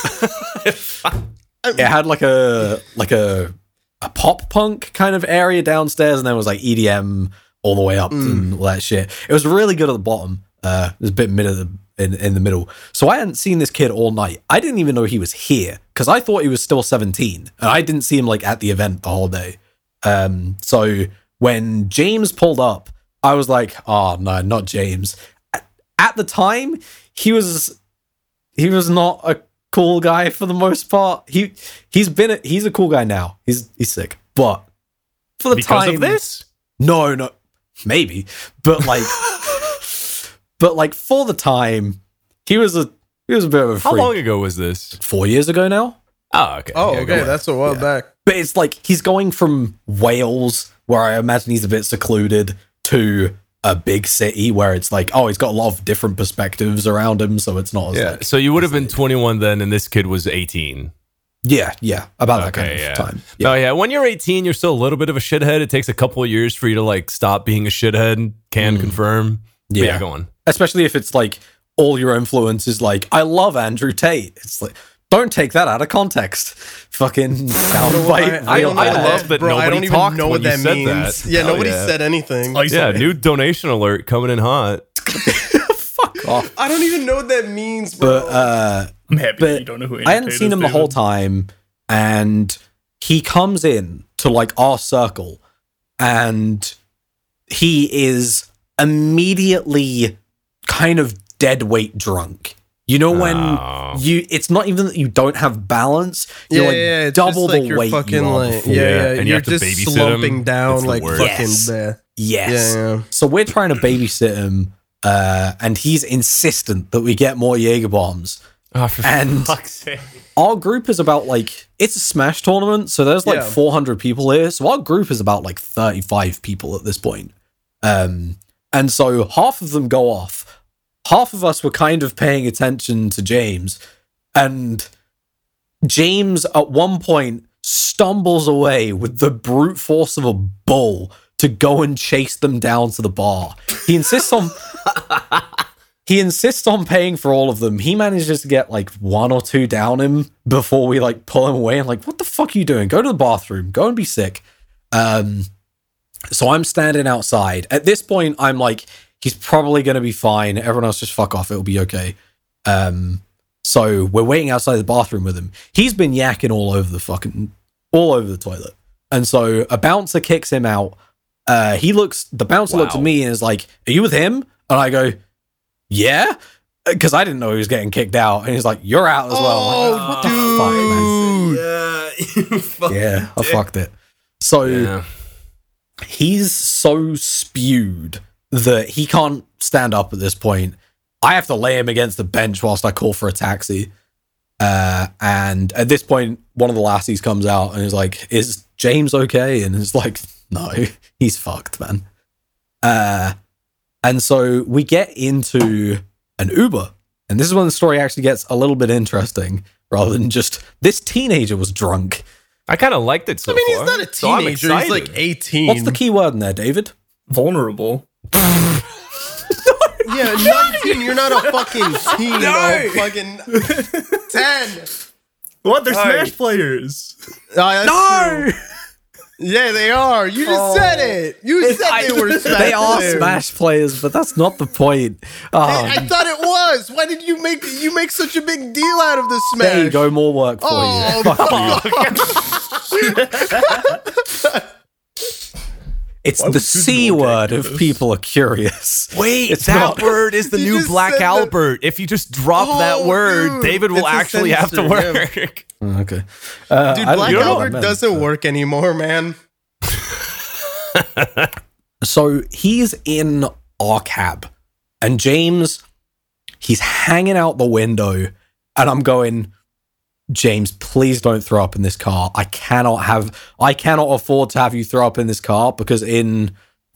[SPEAKER 4] it had like a like a a pop punk kind of area downstairs, and then was like EDM all the way up and all that shit. It was really good at the bottom. Uh, it was a bit mid of the, in in the middle. So I hadn't seen this kid all night. I didn't even know he was here because I thought he was still 17 and I didn't see him like at the event the whole day. Um, so when James pulled up, I was like, oh no, not James. At- At the time, he was he was not a cool guy for the most part. He he's been a, he's a cool guy now. He's he's sick, but for the
[SPEAKER 3] because
[SPEAKER 4] time
[SPEAKER 3] of this.
[SPEAKER 4] no, no, maybe,
[SPEAKER 3] (laughs)
[SPEAKER 4] but like, but like for the time, he was a he was a bit of a freak.
[SPEAKER 3] How long ago was this?
[SPEAKER 4] Four years ago now,
[SPEAKER 3] Oh, okay.
[SPEAKER 1] Oh,
[SPEAKER 3] Yeah, go
[SPEAKER 1] okay,
[SPEAKER 3] on.
[SPEAKER 1] that's a while back.
[SPEAKER 4] but it's like he's going from Wales, where I imagine he's a bit secluded, to a big city where it's like, oh, he's got a lot of different perspectives around him, so it's not as
[SPEAKER 1] Yeah.
[SPEAKER 4] like,
[SPEAKER 3] So you would have been 21 then, and this kid was 18.
[SPEAKER 4] yeah, yeah, about that kind
[SPEAKER 3] Okay,
[SPEAKER 4] of
[SPEAKER 3] yeah.
[SPEAKER 4] time.
[SPEAKER 3] Oh yeah, when you're 18, you're still a little bit of a shithead. It takes a couple of years for you to like stop being a shithead. Can confirm. But
[SPEAKER 4] Yeah.
[SPEAKER 3] Mm. yeah, go on.
[SPEAKER 4] especially if it's like all your influence is like I love Andrew Tate. It's like don't take that out of context. Fucking soundbite.
[SPEAKER 3] (laughs) I-
[SPEAKER 4] real
[SPEAKER 3] I
[SPEAKER 4] bad.
[SPEAKER 3] love that
[SPEAKER 1] Bro, I
[SPEAKER 3] nobody
[SPEAKER 1] don't even
[SPEAKER 3] talked
[SPEAKER 1] know what
[SPEAKER 3] when you
[SPEAKER 1] that
[SPEAKER 3] said
[SPEAKER 1] means.
[SPEAKER 3] that.
[SPEAKER 1] Yeah,
[SPEAKER 3] Hell
[SPEAKER 1] nobody
[SPEAKER 3] yeah.
[SPEAKER 1] said anything.
[SPEAKER 3] Yeah,
[SPEAKER 2] Isolated.
[SPEAKER 3] new donation alert coming in hot. (laughs)
[SPEAKER 1] I don't even know what that means, bro.
[SPEAKER 4] but uh,
[SPEAKER 2] I'm happy
[SPEAKER 4] but
[SPEAKER 2] that you don't know who Andrew
[SPEAKER 4] I hadn't
[SPEAKER 2] Tate
[SPEAKER 4] seen
[SPEAKER 2] is,
[SPEAKER 4] him the whole
[SPEAKER 2] David.
[SPEAKER 4] time, and he comes in to like our circle, and he is immediately kind of dead weight drunk. You know when
[SPEAKER 3] Oh.
[SPEAKER 4] you it's not even that you don't have balance, you're
[SPEAKER 1] yeah,
[SPEAKER 4] like
[SPEAKER 1] yeah, it's just
[SPEAKER 4] double
[SPEAKER 1] like
[SPEAKER 4] the
[SPEAKER 1] you're
[SPEAKER 4] weight.
[SPEAKER 1] fucking
[SPEAKER 4] you were
[SPEAKER 1] like,
[SPEAKER 4] before.
[SPEAKER 1] yeah,
[SPEAKER 3] Yeah,
[SPEAKER 1] yeah,
[SPEAKER 3] and you
[SPEAKER 1] you're
[SPEAKER 3] have to
[SPEAKER 1] just
[SPEAKER 3] babysit
[SPEAKER 1] slumping
[SPEAKER 3] him. It's
[SPEAKER 1] down
[SPEAKER 3] the
[SPEAKER 1] like
[SPEAKER 3] worst.
[SPEAKER 1] fucking
[SPEAKER 4] Yes.
[SPEAKER 1] there.
[SPEAKER 4] Yes.
[SPEAKER 1] Yeah, yeah.
[SPEAKER 4] So we're trying to babysit him, uh, and he's insistent that we get more Jaeger bombs.
[SPEAKER 3] Oh, for
[SPEAKER 4] And
[SPEAKER 3] (laughs) fuck's sake.
[SPEAKER 4] our group is about like it's a smash tournament, so there's like
[SPEAKER 1] Yeah.
[SPEAKER 4] 400 people here. So our group is about like 35 people at this point. Um, and so half of them go off. Half of us were kind of paying attention to James, and James at one point stumbles away with the brute force of a bull to go and chase them down to the bar. He insists on he insists on paying for all of them. He manages to get like one or two down him before we like pull him away and like, what the fuck are you doing? Go to the bathroom. Go and be sick. Um, so I'm standing outside. At this point, I'm like, he's probably gonna be fine. Everyone else just fuck off. It'll be okay. Um, so we're waiting outside the bathroom with him. He's been yakking all over the fucking all over the toilet. And so a bouncer kicks him out. Uh, he looks the bouncer looks at
[SPEAKER 3] Wow.
[SPEAKER 4] me and is like, Are you with him? And I go, Yeah. Because I didn't know he was getting kicked out. And he's like, You're out as well. I'm like,
[SPEAKER 1] Oh,
[SPEAKER 4] "What the fuck, man?"
[SPEAKER 1] dude.
[SPEAKER 4] yeah, I fucked it. So
[SPEAKER 3] Yeah.
[SPEAKER 4] he's so spewed that he can't stand up at this point. I have to lay him against the bench whilst I call for a taxi. Uh, and at this point, one of the lassies comes out and is like, "Is James okay?" And it's like, "No, (laughs) he's fucked, man." Uh, and so we get into an Uber, and this is when the story actually gets a little bit interesting, rather than just this teenager was drunk.
[SPEAKER 3] I kind of liked it so
[SPEAKER 1] I mean, he's
[SPEAKER 3] far,
[SPEAKER 1] not a
[SPEAKER 3] so I'm
[SPEAKER 1] teenager. he's like
[SPEAKER 3] excited.
[SPEAKER 1] 18.
[SPEAKER 4] What's the key word in there, David?
[SPEAKER 2] vulnerable.
[SPEAKER 1] (laughs)
[SPEAKER 4] (laughs)
[SPEAKER 1] Yeah, 19. You're not a fucking teen. no. Fucking
[SPEAKER 4] (laughs)
[SPEAKER 1] 10.
[SPEAKER 2] What? They're
[SPEAKER 1] Sorry.
[SPEAKER 2] Smash players.
[SPEAKER 1] no. Oh, Yeah, they are. You just said it. You said
[SPEAKER 4] I-
[SPEAKER 1] they were Smash.
[SPEAKER 4] Oh. (laughs) They are
[SPEAKER 1] players.
[SPEAKER 4] Smash players, but that's not the point.
[SPEAKER 1] I, I
[SPEAKER 4] Um,
[SPEAKER 1] thought it was. Why did you make you make such a big deal out of the Smash?
[SPEAKER 4] there you go, more work for
[SPEAKER 1] Oh,
[SPEAKER 4] you. Fuck you. (laughs) It's
[SPEAKER 2] Why
[SPEAKER 4] the
[SPEAKER 2] would
[SPEAKER 4] C
[SPEAKER 2] Google
[SPEAKER 4] word
[SPEAKER 2] take
[SPEAKER 4] if
[SPEAKER 2] this?
[SPEAKER 4] people are curious.
[SPEAKER 3] Wait,
[SPEAKER 4] It's
[SPEAKER 3] that
[SPEAKER 4] not-
[SPEAKER 3] word is
[SPEAKER 1] (laughs)
[SPEAKER 3] the
[SPEAKER 1] You
[SPEAKER 3] new
[SPEAKER 1] just
[SPEAKER 3] Black
[SPEAKER 1] said that-
[SPEAKER 3] Albert. If you just drop that
[SPEAKER 1] Oh,
[SPEAKER 3] word,
[SPEAKER 1] dude, it's
[SPEAKER 3] David will
[SPEAKER 1] a
[SPEAKER 3] actually have to
[SPEAKER 1] censor,
[SPEAKER 3] work.
[SPEAKER 4] Mm, (laughs) Okay. Uh,
[SPEAKER 1] Dude,
[SPEAKER 4] I don't
[SPEAKER 1] Black
[SPEAKER 4] know what
[SPEAKER 1] Albert
[SPEAKER 4] that meant.
[SPEAKER 1] doesn't work anymore, man.
[SPEAKER 4] So he's in our cab, and James, he's hanging out the window, and I'm going, James, please don't throw up in this car. I cannot have, I cannot afford to have you throw up in this car because in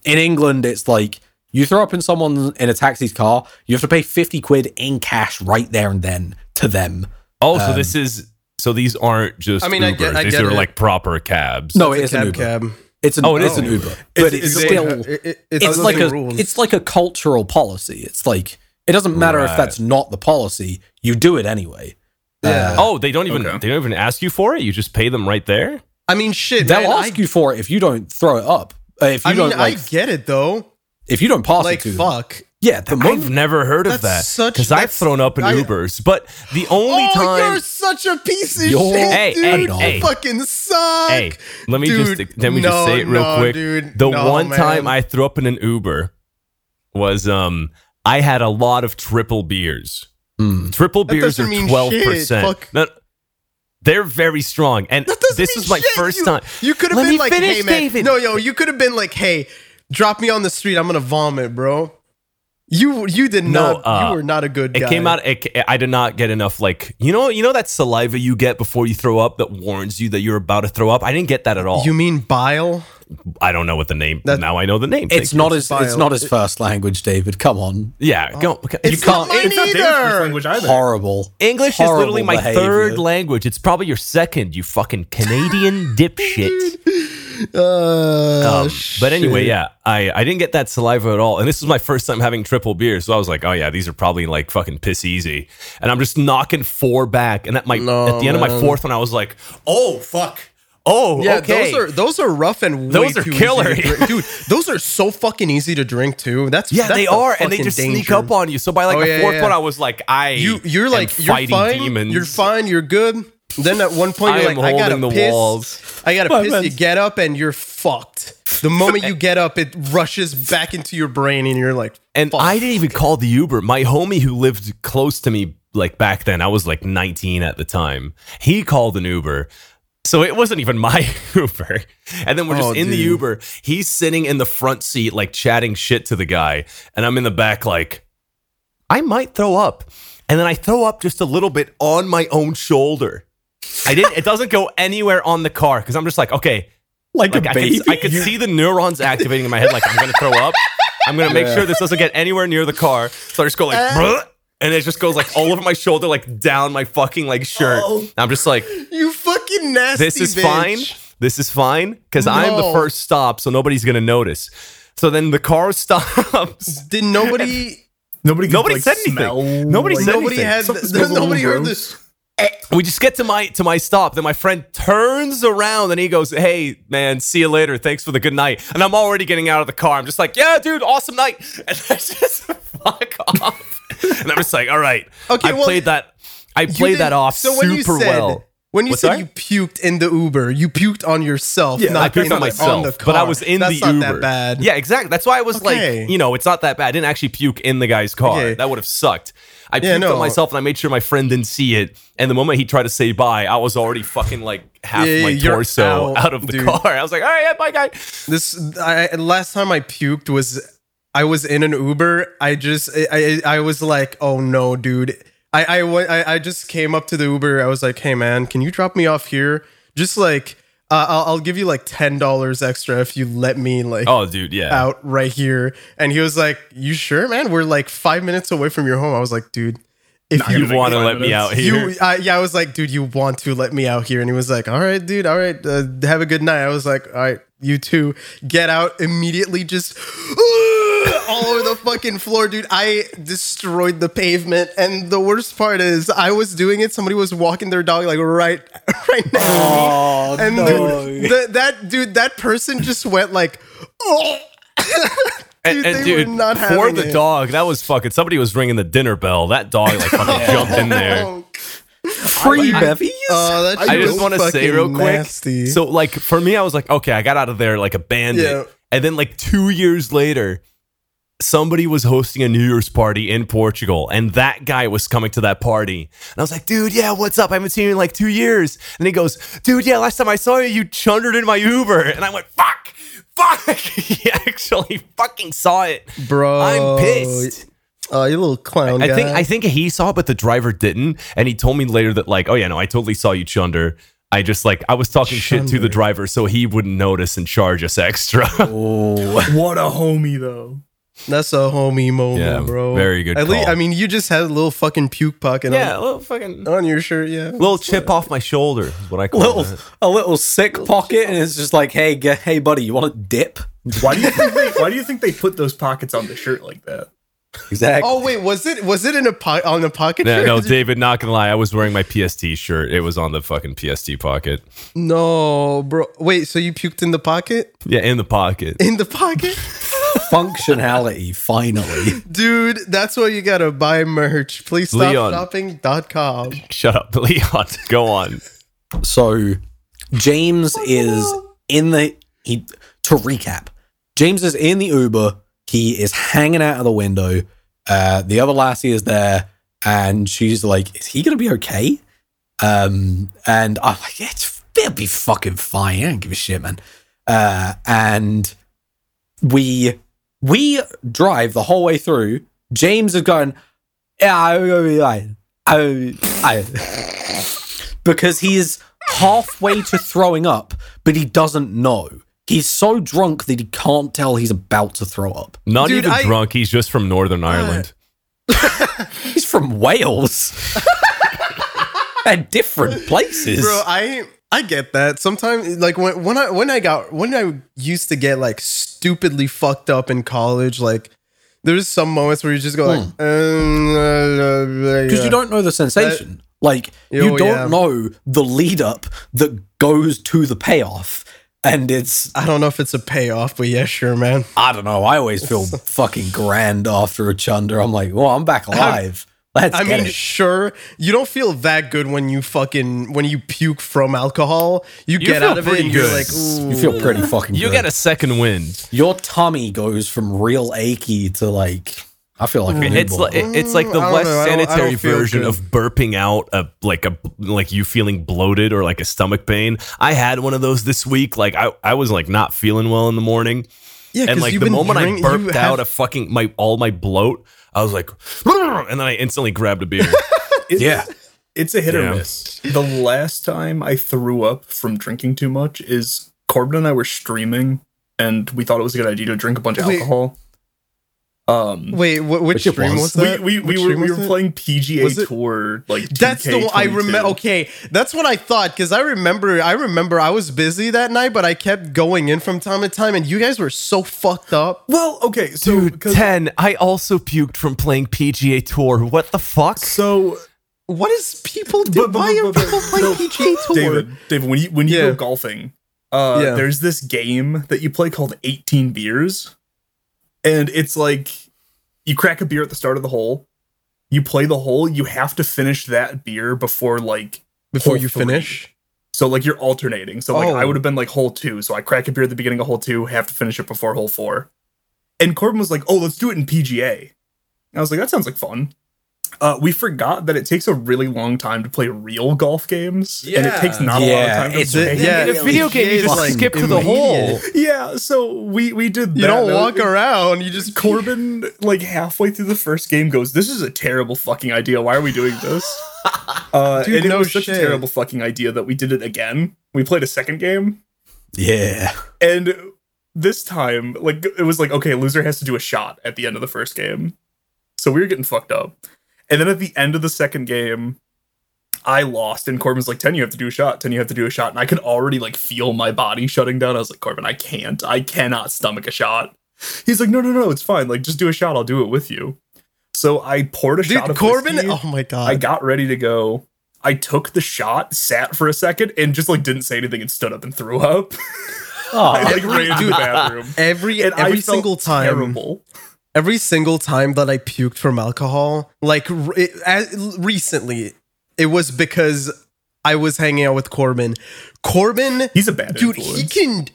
[SPEAKER 4] in England it's like you throw up in someone in a taxi's car, you have to pay fifty quid in cash right there and then to them.
[SPEAKER 3] (laughs) Oh, so this is so these aren't just.
[SPEAKER 1] I mean, I get-
[SPEAKER 3] Ubers.
[SPEAKER 1] I
[SPEAKER 3] these
[SPEAKER 1] get
[SPEAKER 3] are
[SPEAKER 1] it.
[SPEAKER 3] like proper cabs.
[SPEAKER 4] No,
[SPEAKER 1] It's
[SPEAKER 4] it's an
[SPEAKER 1] cab
[SPEAKER 4] Uber.
[SPEAKER 1] cab.
[SPEAKER 4] It's an
[SPEAKER 3] Oh, it is
[SPEAKER 4] an
[SPEAKER 3] an
[SPEAKER 4] Uber,
[SPEAKER 3] Uber.
[SPEAKER 4] but it's,
[SPEAKER 1] it-
[SPEAKER 4] still
[SPEAKER 1] it- it-
[SPEAKER 4] it's
[SPEAKER 1] those
[SPEAKER 4] like a
[SPEAKER 1] rules.
[SPEAKER 4] it's like a cultural policy. It's like it doesn't matter if
[SPEAKER 3] Right.
[SPEAKER 4] that's not the policy. You do it anyway.
[SPEAKER 1] Yeah.
[SPEAKER 3] Oh, they don't even
[SPEAKER 2] Okay.
[SPEAKER 3] they don't even ask you for it. You just pay them right there.
[SPEAKER 1] I mean, shit.
[SPEAKER 4] They'll
[SPEAKER 1] man,
[SPEAKER 4] ask you for it if you don't throw it up. Uh, If you
[SPEAKER 1] I, I
[SPEAKER 4] don't
[SPEAKER 1] mean,
[SPEAKER 4] like,
[SPEAKER 1] I get it though.
[SPEAKER 4] if you don't pass
[SPEAKER 1] Like,
[SPEAKER 4] it to them.
[SPEAKER 1] fuck.
[SPEAKER 4] Yeah, the
[SPEAKER 3] I've never heard of that
[SPEAKER 1] That's such-
[SPEAKER 3] because I've
[SPEAKER 1] that's-
[SPEAKER 3] thrown up in
[SPEAKER 1] I-
[SPEAKER 3] Ubers, but the only
[SPEAKER 1] oh,
[SPEAKER 3] time
[SPEAKER 1] you're such a piece of
[SPEAKER 4] You're-
[SPEAKER 1] shit,
[SPEAKER 3] Hey,
[SPEAKER 1] dude.
[SPEAKER 3] hey,
[SPEAKER 1] you
[SPEAKER 3] hey.
[SPEAKER 1] fucking suck.
[SPEAKER 3] Hey, let me
[SPEAKER 1] Dude,
[SPEAKER 3] just let me just
[SPEAKER 1] no,
[SPEAKER 3] say it real
[SPEAKER 1] no,
[SPEAKER 3] quick.
[SPEAKER 1] dude,
[SPEAKER 3] the
[SPEAKER 1] no,
[SPEAKER 3] one
[SPEAKER 1] man.
[SPEAKER 3] time I threw up in an Uber was um I had a lot of triple beers.
[SPEAKER 4] Mm.
[SPEAKER 3] Triple
[SPEAKER 1] That
[SPEAKER 3] beers
[SPEAKER 1] doesn't
[SPEAKER 3] are
[SPEAKER 1] mean
[SPEAKER 3] twelve
[SPEAKER 1] shit,
[SPEAKER 3] percent.
[SPEAKER 1] fuck.
[SPEAKER 3] They're very strong, and
[SPEAKER 1] That doesn't
[SPEAKER 3] this
[SPEAKER 1] mean
[SPEAKER 3] is my
[SPEAKER 1] shit.
[SPEAKER 3] first
[SPEAKER 1] You-
[SPEAKER 3] time.
[SPEAKER 1] You could have
[SPEAKER 3] Let
[SPEAKER 1] been
[SPEAKER 3] me
[SPEAKER 1] like,
[SPEAKER 3] finish,
[SPEAKER 1] "Hey, man,
[SPEAKER 3] David.
[SPEAKER 1] no, yo, you could have been like, hey, drop me on the street. I'm gonna vomit, bro." You you did
[SPEAKER 3] No,
[SPEAKER 1] not.
[SPEAKER 3] uh,
[SPEAKER 1] you were not a good.
[SPEAKER 3] It
[SPEAKER 1] guy.
[SPEAKER 3] came out. It, I did not get enough. Like you know, you know that saliva you get before you throw up that warns you that you're about to throw up. I didn't get that at all.
[SPEAKER 1] You mean bile?
[SPEAKER 3] I don't know what the name.
[SPEAKER 1] That-
[SPEAKER 3] now I know the name.
[SPEAKER 4] It's
[SPEAKER 3] Thank
[SPEAKER 4] not
[SPEAKER 3] you.
[SPEAKER 4] his. It's not his first language, David. Come on,
[SPEAKER 3] Yeah, go. Oh. you
[SPEAKER 1] It's not
[SPEAKER 4] can't-
[SPEAKER 1] mine
[SPEAKER 2] It's not David's first
[SPEAKER 1] either.
[SPEAKER 2] language either.
[SPEAKER 4] horrible.
[SPEAKER 3] English is
[SPEAKER 4] Horrible
[SPEAKER 3] literally my
[SPEAKER 4] behavior.
[SPEAKER 3] third language. It's probably your second, you fucking
[SPEAKER 1] (laughs)
[SPEAKER 3] Canadian dipshit.
[SPEAKER 1] Uh,
[SPEAKER 3] Um, but anyway, yeah, I, I didn't get that saliva at all. And this was my first time having triple beer. So I was like, oh, yeah, these are probably like fucking piss easy. And I'm just knocking four back. And at my
[SPEAKER 1] No,
[SPEAKER 3] at the end of my
[SPEAKER 1] man.
[SPEAKER 3] fourth one, I was like, oh, fuck. Oh,
[SPEAKER 1] Yeah,
[SPEAKER 3] okay.
[SPEAKER 1] those are those are rough and way
[SPEAKER 3] Those are
[SPEAKER 1] too
[SPEAKER 3] killer.
[SPEAKER 1] easy to
[SPEAKER 3] (laughs)
[SPEAKER 1] drink. dude. Those are so fucking easy to drink too. That's
[SPEAKER 3] yeah,
[SPEAKER 1] that's
[SPEAKER 3] they
[SPEAKER 1] the
[SPEAKER 3] are. And they
[SPEAKER 1] fucking
[SPEAKER 3] just sneak
[SPEAKER 1] danger.
[SPEAKER 3] up on you. So by like
[SPEAKER 1] Oh,
[SPEAKER 3] the
[SPEAKER 1] yeah,
[SPEAKER 3] fourth
[SPEAKER 1] yeah.
[SPEAKER 3] one, I was like, I.
[SPEAKER 1] you. You're
[SPEAKER 3] am
[SPEAKER 1] like you're
[SPEAKER 3] fighting
[SPEAKER 1] fine.
[SPEAKER 3] demons.
[SPEAKER 1] You're fine. You're good. Then at one point
[SPEAKER 3] I
[SPEAKER 1] you're
[SPEAKER 3] am
[SPEAKER 1] like, I gotta
[SPEAKER 3] holding the
[SPEAKER 1] piss.
[SPEAKER 3] walls.
[SPEAKER 1] I gotta
[SPEAKER 4] My
[SPEAKER 1] piss. You
[SPEAKER 4] man's-
[SPEAKER 1] get up and you're fucked. The moment you get up, it rushes back into your brain and you're like,
[SPEAKER 3] And
[SPEAKER 1] fuck.
[SPEAKER 3] I didn't even call the Uber. My homie who lived close to me, like back then, I was like 19 at the time, he called an Uber. So it wasn't even my (laughs) Uber. And then we're just
[SPEAKER 1] Oh,
[SPEAKER 3] in the
[SPEAKER 1] dude.
[SPEAKER 3] Uber. He's sitting in the front seat, like chatting shit to the guy. And I'm in the back, like, I might throw up. And then I throw up just a little bit on my own shoulder. I didn't, it doesn't go anywhere on the car because I'm just like, okay,
[SPEAKER 4] Like,
[SPEAKER 3] like
[SPEAKER 4] a
[SPEAKER 3] I
[SPEAKER 4] baby.
[SPEAKER 3] could, I could see the neurons activating in my head. Like I'm gonna throw up. I'm gonna make sure this doesn't get anywhere near the car. So I just go
[SPEAKER 1] Uh.
[SPEAKER 3] like, "Bruh," and it just goes like all over my shoulder, like down my fucking like shirt.
[SPEAKER 1] Oh.
[SPEAKER 3] I'm
[SPEAKER 1] (laughs)
[SPEAKER 3] just like,
[SPEAKER 1] you fucking nasty.
[SPEAKER 3] this is
[SPEAKER 1] bitch.
[SPEAKER 3] fine. This is fine because I'm the
[SPEAKER 1] No.
[SPEAKER 3] first stop, so nobody's gonna notice. So then the car (laughs) stops.
[SPEAKER 1] Did nobody?
[SPEAKER 2] Nobody, could,
[SPEAKER 3] Nobody
[SPEAKER 2] like,
[SPEAKER 3] said anything.
[SPEAKER 2] smell,
[SPEAKER 3] Nobody
[SPEAKER 2] like,
[SPEAKER 3] said
[SPEAKER 1] nobody
[SPEAKER 3] anything.
[SPEAKER 1] had. (laughs)
[SPEAKER 2] Something's going
[SPEAKER 1] nobody
[SPEAKER 2] on,
[SPEAKER 1] heard
[SPEAKER 2] bro.
[SPEAKER 1] this.
[SPEAKER 3] We just get to my to my stop. Then my friend turns around and he goes, "Hey man, see you later. Thanks for the good night." And I'm already getting out of the car. I'm just like, "Yeah, dude, awesome night." (laughs) And I just fuck off. and I'm just like, "All right,
[SPEAKER 1] Okay,
[SPEAKER 3] I
[SPEAKER 1] well,
[SPEAKER 3] played that. I
[SPEAKER 1] You
[SPEAKER 3] played that
[SPEAKER 1] did-
[SPEAKER 3] off
[SPEAKER 1] so
[SPEAKER 3] super
[SPEAKER 1] when you said,
[SPEAKER 3] well.
[SPEAKER 1] When you
[SPEAKER 3] What's
[SPEAKER 1] said
[SPEAKER 3] that?
[SPEAKER 1] you puked in the Uber, you puked on yourself.
[SPEAKER 2] Yeah,
[SPEAKER 1] not
[SPEAKER 3] I puked
[SPEAKER 1] on,
[SPEAKER 3] on
[SPEAKER 1] the-
[SPEAKER 3] myself,
[SPEAKER 1] the
[SPEAKER 3] but I
[SPEAKER 1] car.
[SPEAKER 3] was in
[SPEAKER 1] That's
[SPEAKER 3] the Uber.
[SPEAKER 1] not that bad.
[SPEAKER 3] Yeah, exactly. That's why I was
[SPEAKER 1] Okay.
[SPEAKER 3] like, you know, it's not that bad. I didn't actually puke in the guy's car.
[SPEAKER 1] Okay.
[SPEAKER 3] That would have sucked. I
[SPEAKER 1] Yeah,
[SPEAKER 3] puked
[SPEAKER 1] no.
[SPEAKER 3] on myself, and I made sure my friend didn't see it. And the moment he tried to say bye, I was already fucking like half
[SPEAKER 1] Yeah,
[SPEAKER 3] my
[SPEAKER 1] you're
[SPEAKER 3] torso
[SPEAKER 1] out,
[SPEAKER 3] (laughs) out, of the
[SPEAKER 1] dude.
[SPEAKER 3] car. I was like, all right, yeah, bye, guy.
[SPEAKER 1] This I, last time I puked was I was in an Uber. I just I I, I was like, oh no, dude. I I, went, I I just came up to the Uber. I was like, hey man, can you drop me off here? Just like uh, I'll, I'll give you like ten dollars extra if you let me like
[SPEAKER 3] Oh, dude, yeah.
[SPEAKER 1] out right here. And he was like, you sure, man? We're like five minutes away from your home. I was like, dude, if
[SPEAKER 2] gonna
[SPEAKER 1] you
[SPEAKER 3] You
[SPEAKER 2] make
[SPEAKER 3] want to
[SPEAKER 2] five
[SPEAKER 3] let me
[SPEAKER 2] minutes.
[SPEAKER 3] out here?
[SPEAKER 1] You, I, yeah, I was like, dude, you want to let me out here? And he was like, all right, dude, all right, uh, have a good night. I was like, all right, you too. Get out immediately, just (gasps) all over the fucking floor, dude. I destroyed the pavement, and the worst part is, I was doing it. Somebody was walking their dog like right, (laughs) right next to me,
[SPEAKER 4] Oh,
[SPEAKER 1] and the-
[SPEAKER 4] no.
[SPEAKER 1] the- that dude, that person just went like, (laughs) oh.
[SPEAKER 3] and, and
[SPEAKER 1] they were
[SPEAKER 3] dude,
[SPEAKER 1] not
[SPEAKER 3] for
[SPEAKER 1] having
[SPEAKER 3] the
[SPEAKER 1] it.
[SPEAKER 3] dog, that was fucking. Somebody was ringing the dinner bell. That dog like fucking jumped
[SPEAKER 1] (laughs)
[SPEAKER 3] in there.
[SPEAKER 1] Oh,
[SPEAKER 4] free bevies.
[SPEAKER 1] (laughs) Oh, that
[SPEAKER 3] I
[SPEAKER 1] shit
[SPEAKER 3] just
[SPEAKER 1] was
[SPEAKER 3] want to say
[SPEAKER 1] fucking
[SPEAKER 3] real quick.
[SPEAKER 1] nasty.
[SPEAKER 3] So, like for me, I was like, okay, I got out of there like a bandit,
[SPEAKER 1] Yeah.
[SPEAKER 3] and then like two years later, somebody was hosting a New Year's party in Portugal, and that guy was coming to that party, and I was like, dude, yeah, what's up? I haven't seen you in like two years, and he goes, dude, yeah, last time I saw you, you chundered in my Uber, and I went, fuck, fuck, (laughs) he actually fucking saw it.
[SPEAKER 1] bro,
[SPEAKER 3] I'm pissed.
[SPEAKER 1] Oh, you little clown.
[SPEAKER 3] I think
[SPEAKER 1] guy.
[SPEAKER 3] I think he saw it, but the driver didn't, and he told me later that like, oh yeah, no, I totally saw you, Chunder. I just like I was talking shit to the
[SPEAKER 1] Chunder.
[SPEAKER 3] driver, so he wouldn't notice and charge us extra. (laughs)
[SPEAKER 4] Oh,
[SPEAKER 2] (laughs) What a homie, though.
[SPEAKER 1] That's a homie moment,
[SPEAKER 3] Yeah,
[SPEAKER 1] bro.
[SPEAKER 3] very good
[SPEAKER 1] At least,
[SPEAKER 3] call.
[SPEAKER 1] I mean, you just had a little fucking puke pocket
[SPEAKER 3] yeah, a
[SPEAKER 1] on,
[SPEAKER 3] little fucking
[SPEAKER 1] on your shirt. Yeah.
[SPEAKER 3] little chip off my shoulder is what I call
[SPEAKER 4] little
[SPEAKER 3] it.
[SPEAKER 4] a little sick pocket, and it's just like, hey, g- hey, buddy, you want a dip?
[SPEAKER 2] Why do you think they, why do you think they put those pockets on the shirt like that?
[SPEAKER 4] Exactly.
[SPEAKER 1] Oh wait, was it was it in a po- on the pocket? (laughs)
[SPEAKER 3] No,
[SPEAKER 1] shirt?
[SPEAKER 3] no, David, not gonna lie, I was wearing my PST shirt. It was on the fucking PST pocket.
[SPEAKER 1] No, bro. Wait, so you puked in the pocket? (laughs)
[SPEAKER 3] Yeah, in the pocket. (laughs)
[SPEAKER 1] In the pocket?
[SPEAKER 4] functionality finally.
[SPEAKER 1] Dude, that's why you gotta buy merch. Please stop
[SPEAKER 3] Leon.
[SPEAKER 1] shopping.com.
[SPEAKER 3] Shut up, Leon. (laughs) Go on.
[SPEAKER 4] So James is in the he to recap. James is in the Uber. He is hanging out of the window. Uh, the other lassie is there, and she's like, "Is he gonna be okay?" Um, and I'm like, "It's it'll be fucking fine. I don't give a shit, man." Uh, and we we drive the whole way through. James is going, "Yeah, I'm gonna be fine. I, I, because he is halfway to throwing up, but he doesn't know. He's so drunk that he can't tell he's about to throw up.
[SPEAKER 3] Not
[SPEAKER 1] Dude,
[SPEAKER 3] even
[SPEAKER 1] I-
[SPEAKER 3] drunk. He's just from Northern Ireland.
[SPEAKER 4] He's
[SPEAKER 1] (laughs)
[SPEAKER 4] from Wales. They're different places.
[SPEAKER 1] Bro, I I get that. Sometimes like when when I when I got when I used to get like stupidly fucked up in college, like there's some moments where you just go like
[SPEAKER 3] Hmm.
[SPEAKER 1] "Mm,
[SPEAKER 4] Because
[SPEAKER 1] because
[SPEAKER 4] you don't know the sensation. like, you
[SPEAKER 1] Oh,
[SPEAKER 4] don't
[SPEAKER 1] yeah.
[SPEAKER 4] know the lead up that goes to the payoff. And it's,
[SPEAKER 1] I don't know if it's a payoff, but yeah, sure, man.
[SPEAKER 4] I don't know, I
[SPEAKER 1] (laughs)
[SPEAKER 4] always feel fucking grand after a chunder. I'm like, well, I'm back alive. Let's
[SPEAKER 1] I
[SPEAKER 4] get
[SPEAKER 1] mean,
[SPEAKER 4] it.
[SPEAKER 1] sure, you don't feel that good when you fucking when you puke from alcohol. You, get
[SPEAKER 3] feel
[SPEAKER 1] out of it
[SPEAKER 3] pretty
[SPEAKER 1] and you're
[SPEAKER 3] good.
[SPEAKER 1] like, ooh.
[SPEAKER 4] You feel pretty fucking
[SPEAKER 3] You
[SPEAKER 4] good.
[SPEAKER 3] get a second wind.
[SPEAKER 4] your tummy goes from real achy to like I feel like a
[SPEAKER 3] It's
[SPEAKER 4] newborn.
[SPEAKER 3] like it's like
[SPEAKER 1] Mm, I
[SPEAKER 3] the
[SPEAKER 1] don't
[SPEAKER 3] less
[SPEAKER 1] know. I don't- I don't
[SPEAKER 3] sanitary
[SPEAKER 1] feel
[SPEAKER 3] version
[SPEAKER 1] good.
[SPEAKER 3] of burping out a like a like you feeling bloated or like a stomach pain. I had one of those this week. Like I, I was like not feeling well in the morning,
[SPEAKER 1] yeah,
[SPEAKER 3] and
[SPEAKER 1] 'cause
[SPEAKER 3] like
[SPEAKER 1] you've
[SPEAKER 3] the
[SPEAKER 1] been
[SPEAKER 3] moment
[SPEAKER 1] drink-
[SPEAKER 3] I
[SPEAKER 1] you
[SPEAKER 3] burped
[SPEAKER 1] have-
[SPEAKER 3] out a fucking my all my bloat, I was like, and then I instantly grabbed a
[SPEAKER 1] (laughs)
[SPEAKER 3] beer.
[SPEAKER 4] yeah.
[SPEAKER 2] It's a hit
[SPEAKER 3] Yeah.
[SPEAKER 2] or miss. The last time I threw up from drinking too much is Corbin and I were streaming, and we thought it was a good idea to drink a bunch of
[SPEAKER 1] Wait.
[SPEAKER 2] alcohol. Um,
[SPEAKER 1] Wait, wh- which
[SPEAKER 4] Which it
[SPEAKER 1] stream
[SPEAKER 4] was.
[SPEAKER 1] was
[SPEAKER 2] we
[SPEAKER 1] that?
[SPEAKER 2] we,
[SPEAKER 1] Which
[SPEAKER 2] we were
[SPEAKER 1] stream
[SPEAKER 2] we
[SPEAKER 1] was
[SPEAKER 2] were
[SPEAKER 1] it?
[SPEAKER 2] playing PGA
[SPEAKER 1] Was it-
[SPEAKER 2] Tour like
[SPEAKER 1] That's the one I remember. Okay, that's what I thought because I remember. I remember I was busy that night, but I kept going in from time to time, and you guys were so fucked up.
[SPEAKER 2] Well, okay, so
[SPEAKER 3] Dude,
[SPEAKER 2] 'cause-
[SPEAKER 3] ten. I also puked from playing PGA Tour. What the fuck?
[SPEAKER 2] so
[SPEAKER 1] What is people do?
[SPEAKER 2] But- but-
[SPEAKER 1] Why are
[SPEAKER 2] but- but-
[SPEAKER 1] people
[SPEAKER 2] no,
[SPEAKER 1] playing PGA Tour?
[SPEAKER 2] David, David, when you when you
[SPEAKER 1] Yeah.
[SPEAKER 2] go golfing, uh,
[SPEAKER 1] Yeah.
[SPEAKER 2] there's this game that you play called 18 beers, and it's like you crack a beer at the start of the hole, you play the hole, you have to finish that beer before like
[SPEAKER 1] Before
[SPEAKER 2] hole
[SPEAKER 1] you
[SPEAKER 2] three.
[SPEAKER 1] finish,
[SPEAKER 2] So like you're alternating. So like I
[SPEAKER 1] Oh.
[SPEAKER 2] would have been like hole two, so I crack a beer at the beginning of hole two, have to finish it before hole four. And Corbin was like, "Oh, let's do it in PGA." And I was like, "That sounds like fun." Uh, we forgot that it takes a really long time to play real golf games, and it
[SPEAKER 3] Yeah.
[SPEAKER 2] takes not a lot of
[SPEAKER 4] Yeah,
[SPEAKER 2] time to
[SPEAKER 4] it's-
[SPEAKER 2] play.
[SPEAKER 1] yeah,
[SPEAKER 3] in a video game, you
[SPEAKER 1] it's
[SPEAKER 3] just
[SPEAKER 1] like
[SPEAKER 3] skip to the
[SPEAKER 1] immediate.
[SPEAKER 3] hole.
[SPEAKER 2] Yeah, so we we did.
[SPEAKER 1] You
[SPEAKER 2] that.
[SPEAKER 1] don't
[SPEAKER 2] That
[SPEAKER 1] walk
[SPEAKER 2] was-
[SPEAKER 1] around. You just
[SPEAKER 2] Corbin, like halfway through the first game, goes, "This is a terrible fucking idea. Why are we doing this?" Uh,
[SPEAKER 1] Dude,
[SPEAKER 2] and it
[SPEAKER 1] no
[SPEAKER 2] was such
[SPEAKER 1] shit.
[SPEAKER 2] a terrible fucking idea that we did it again. We played a second game,
[SPEAKER 4] Yeah.
[SPEAKER 2] and this time, like it was like, okay, loser has to do a shot at the end of the first game. So we were getting fucked up, and then at the end of the second game. I lost, and Corbin's like, Ten, you have to do a shot. Ten, you have to do a shot. And I could already like feel my body shutting down. I was like, Corbin, I can't. I cannot stomach a shot. He's like, No, no, no, it's fine. Like, just do a shot. I'll do it with you. So I poured a
[SPEAKER 1] dude,
[SPEAKER 2] (laughs) shot of
[SPEAKER 1] Corbin.
[SPEAKER 2] whiskey.
[SPEAKER 1] Oh my (laughs) god.
[SPEAKER 2] I got ready to go. I took the shot, sat for a second, and just like didn't say anything and stood up and threw up. I
[SPEAKER 4] (laughs) Oh,
[SPEAKER 2] like ran to the bathroom.
[SPEAKER 1] every
[SPEAKER 2] And I
[SPEAKER 1] every
[SPEAKER 2] felt
[SPEAKER 1] single time.
[SPEAKER 2] terrible.
[SPEAKER 1] every single time that I puked from alcohol, like re- it, as, recently, it was because I was hanging out with Corbin. Corbin,
[SPEAKER 2] He's a bad
[SPEAKER 1] dude,
[SPEAKER 2] influence.
[SPEAKER 1] he can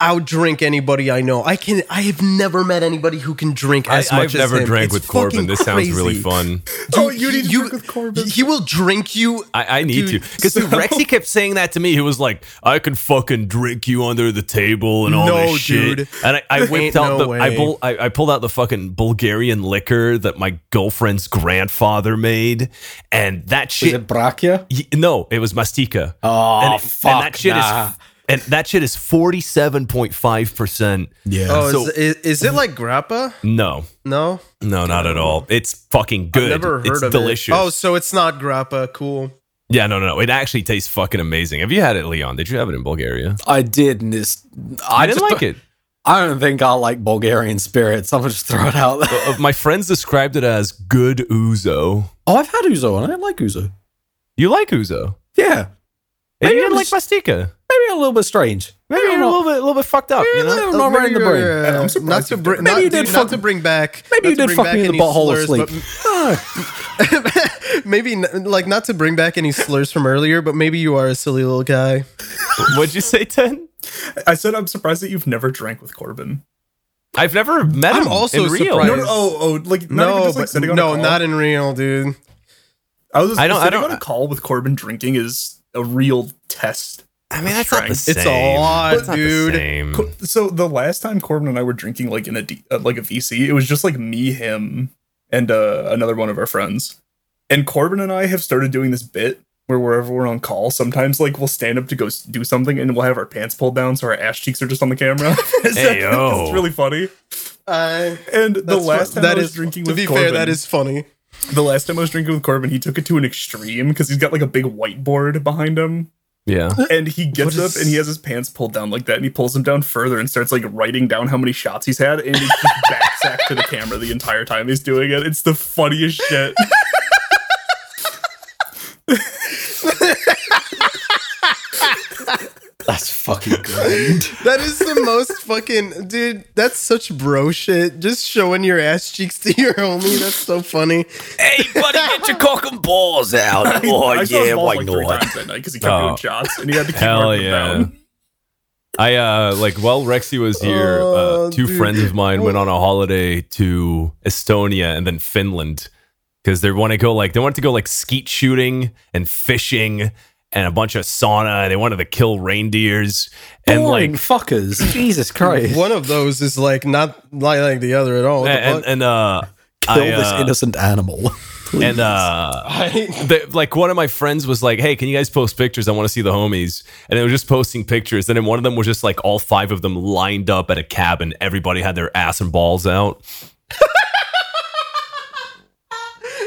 [SPEAKER 1] outdrink anybody I know. I can. I have never met anybody who can drink
[SPEAKER 3] I,
[SPEAKER 1] as much
[SPEAKER 3] I've
[SPEAKER 1] as
[SPEAKER 3] never
[SPEAKER 1] him.
[SPEAKER 3] drank
[SPEAKER 1] It's
[SPEAKER 3] with Corbin.
[SPEAKER 1] fucking
[SPEAKER 3] This sounds really
[SPEAKER 1] crazy.
[SPEAKER 3] fun.
[SPEAKER 2] oh,
[SPEAKER 1] Dude,
[SPEAKER 2] you need to
[SPEAKER 1] he-
[SPEAKER 2] drink with Corbin.
[SPEAKER 1] He will drink you.
[SPEAKER 3] I, I need
[SPEAKER 1] Dude,
[SPEAKER 3] to because dude,
[SPEAKER 1] so-
[SPEAKER 3] Rexy kept saying that to me. He was like, "I can fucking drink you under the table and all
[SPEAKER 1] No,
[SPEAKER 3] this shit."
[SPEAKER 1] dude.
[SPEAKER 3] And I, I whipped
[SPEAKER 1] Ain't
[SPEAKER 3] out
[SPEAKER 1] no
[SPEAKER 3] the I,
[SPEAKER 1] way.
[SPEAKER 3] bull, I I pulled out the fucking Bulgarian liquor that my girlfriend's grandfather made, and that
[SPEAKER 4] is
[SPEAKER 3] shit.
[SPEAKER 4] it Brachia?
[SPEAKER 3] y- no, it was mastika.
[SPEAKER 4] Oh,
[SPEAKER 3] and, it-
[SPEAKER 4] fuck.
[SPEAKER 3] and that shit
[SPEAKER 4] nah.
[SPEAKER 3] is and that shit is forty seven point five percent.
[SPEAKER 4] yeah.
[SPEAKER 1] Oh,
[SPEAKER 3] So-
[SPEAKER 1] is, is, is it like grappa?
[SPEAKER 3] No,
[SPEAKER 1] No,
[SPEAKER 3] no, not at all. It's fucking good.
[SPEAKER 1] I've never heard
[SPEAKER 3] it's
[SPEAKER 1] of
[SPEAKER 3] delicious.
[SPEAKER 1] it. Oh, so it's not grappa. Cool.
[SPEAKER 3] Yeah, no, no, no. It actually tastes fucking amazing. Have you had it, Leon? Did you have it in Bulgaria?
[SPEAKER 4] I did, and it's. I,
[SPEAKER 3] I didn't
[SPEAKER 4] just
[SPEAKER 3] like
[SPEAKER 4] don't-
[SPEAKER 3] it.
[SPEAKER 4] I don't think I like Bulgarian spirits. I'm gonna just throw it out there.
[SPEAKER 3] Uh, My friends described it as good ouzo.
[SPEAKER 4] (laughs) Oh, I've had Uzo, and I like Uzo.
[SPEAKER 3] You like ouzo?
[SPEAKER 4] Yeah.
[SPEAKER 3] And
[SPEAKER 4] Maybe
[SPEAKER 3] you didn't
[SPEAKER 4] I'm
[SPEAKER 3] like
[SPEAKER 4] just-
[SPEAKER 3] mastika.
[SPEAKER 4] Maybe I a little bit strange.
[SPEAKER 3] Maybe
[SPEAKER 4] I'm
[SPEAKER 3] you're a
[SPEAKER 4] not-
[SPEAKER 3] little bit, a little bit fucked up. You
[SPEAKER 1] oh,
[SPEAKER 3] know?
[SPEAKER 4] I'm not right in the brain.
[SPEAKER 2] I'm surprised
[SPEAKER 1] not to
[SPEAKER 2] you've
[SPEAKER 1] bring,
[SPEAKER 2] done
[SPEAKER 1] not,
[SPEAKER 2] that.
[SPEAKER 4] Maybe you
[SPEAKER 1] to-
[SPEAKER 4] did
[SPEAKER 1] not
[SPEAKER 4] fuck-
[SPEAKER 1] to bring back.
[SPEAKER 4] Maybe
[SPEAKER 1] not
[SPEAKER 4] you
[SPEAKER 1] to
[SPEAKER 4] did
[SPEAKER 1] bring
[SPEAKER 4] fuck
[SPEAKER 1] back
[SPEAKER 4] me in the
[SPEAKER 1] any
[SPEAKER 4] butthole
[SPEAKER 1] slurs,
[SPEAKER 4] asleep.
[SPEAKER 1] but-
[SPEAKER 4] Ah,
[SPEAKER 1] (laughs) maybe n- like not to bring back any slurs from earlier, but maybe you are a silly little guy.
[SPEAKER 3] What'd you say, Ten?
[SPEAKER 2] I said I'm surprised that you've never drank with Corbin.
[SPEAKER 3] I've never met
[SPEAKER 1] I'm
[SPEAKER 3] him
[SPEAKER 1] also
[SPEAKER 3] in real.
[SPEAKER 1] surprised.
[SPEAKER 2] No, no, oh, oh, like not even
[SPEAKER 1] no,
[SPEAKER 2] just like
[SPEAKER 1] but,
[SPEAKER 2] sitting on a
[SPEAKER 1] no,
[SPEAKER 2] call.
[SPEAKER 1] not in real, dude.
[SPEAKER 2] I was just,
[SPEAKER 3] I don't- I
[SPEAKER 2] sitting
[SPEAKER 3] don't-
[SPEAKER 2] on a call with Corbin drinking is a real test.
[SPEAKER 3] I mean, that's not the same.
[SPEAKER 1] It's a lot,
[SPEAKER 3] That's not the
[SPEAKER 1] dude.
[SPEAKER 3] same.
[SPEAKER 2] Co- So the last time Corbin and I were drinking like in a D, uh, like a VC, it was just like me, him, and uh, another one of our friends. And Corbin and I have started doing this bit where wherever we're on call, sometimes like we'll stand up to go s- do something, and we'll have our pants pulled down so our ass cheeks are just on the camera. (laughs) it's,
[SPEAKER 3] Ayo.
[SPEAKER 2] it's really funny.
[SPEAKER 1] Uh,
[SPEAKER 2] And the
[SPEAKER 1] that's
[SPEAKER 2] last
[SPEAKER 1] fu-
[SPEAKER 2] time
[SPEAKER 1] that
[SPEAKER 2] I was
[SPEAKER 1] is-
[SPEAKER 2] drinking
[SPEAKER 1] to
[SPEAKER 2] with
[SPEAKER 1] be
[SPEAKER 2] Corbin,
[SPEAKER 1] fair, that is funny.
[SPEAKER 2] the last time I was drinking with Corbin, he took it to an extreme because he's got like a big whiteboard behind him
[SPEAKER 3] Yeah.
[SPEAKER 2] and he gets
[SPEAKER 1] What is-
[SPEAKER 2] up and he has his pants pulled down like that and he pulls them down further and starts like writing down how many shots he's had and he's just backsack to the camera the entire time he's doing it. It's the funniest shit.
[SPEAKER 4] that's (laughs) fucking good.
[SPEAKER 1] That is the most fucking dude. That's such bro shit. Just showing your ass cheeks to your homie. That's so funny.
[SPEAKER 5] Hey, buddy, get your cock and balls out. Oh,
[SPEAKER 2] I saw his
[SPEAKER 5] yeah,
[SPEAKER 2] balls,
[SPEAKER 5] why
[SPEAKER 2] like three
[SPEAKER 5] not?
[SPEAKER 2] times that night because he kept
[SPEAKER 3] Oh.
[SPEAKER 2] doing shots and he had to keep
[SPEAKER 3] (laughs) Hell
[SPEAKER 2] marking
[SPEAKER 3] yeah.
[SPEAKER 2] them down.
[SPEAKER 3] I uh like while Rexy was here,
[SPEAKER 1] Oh,
[SPEAKER 3] uh, two
[SPEAKER 1] dude.
[SPEAKER 3] friends of mine went on a holiday to Estonia and then Finland because they want to go like they wanted to go like skeet shooting and fishing and a bunch of sauna. and They wanted to kill reindeers and
[SPEAKER 4] Boring
[SPEAKER 3] like
[SPEAKER 4] fuckers. Jesus Christ.
[SPEAKER 1] One of those is like not like, like the other at all. What the
[SPEAKER 3] and,
[SPEAKER 1] fuck?
[SPEAKER 3] and uh
[SPEAKER 4] Kill
[SPEAKER 3] I,
[SPEAKER 4] this
[SPEAKER 3] uh,
[SPEAKER 4] innocent animal. (laughs)
[SPEAKER 3] and uh
[SPEAKER 1] I-
[SPEAKER 3] (laughs) the, like one of my friends was like, "Hey, can you guys post pictures? I want to see the homies." And they were just posting pictures. And then one of them was just like all five of them lined up at a cabin. Everybody had their ass and balls out.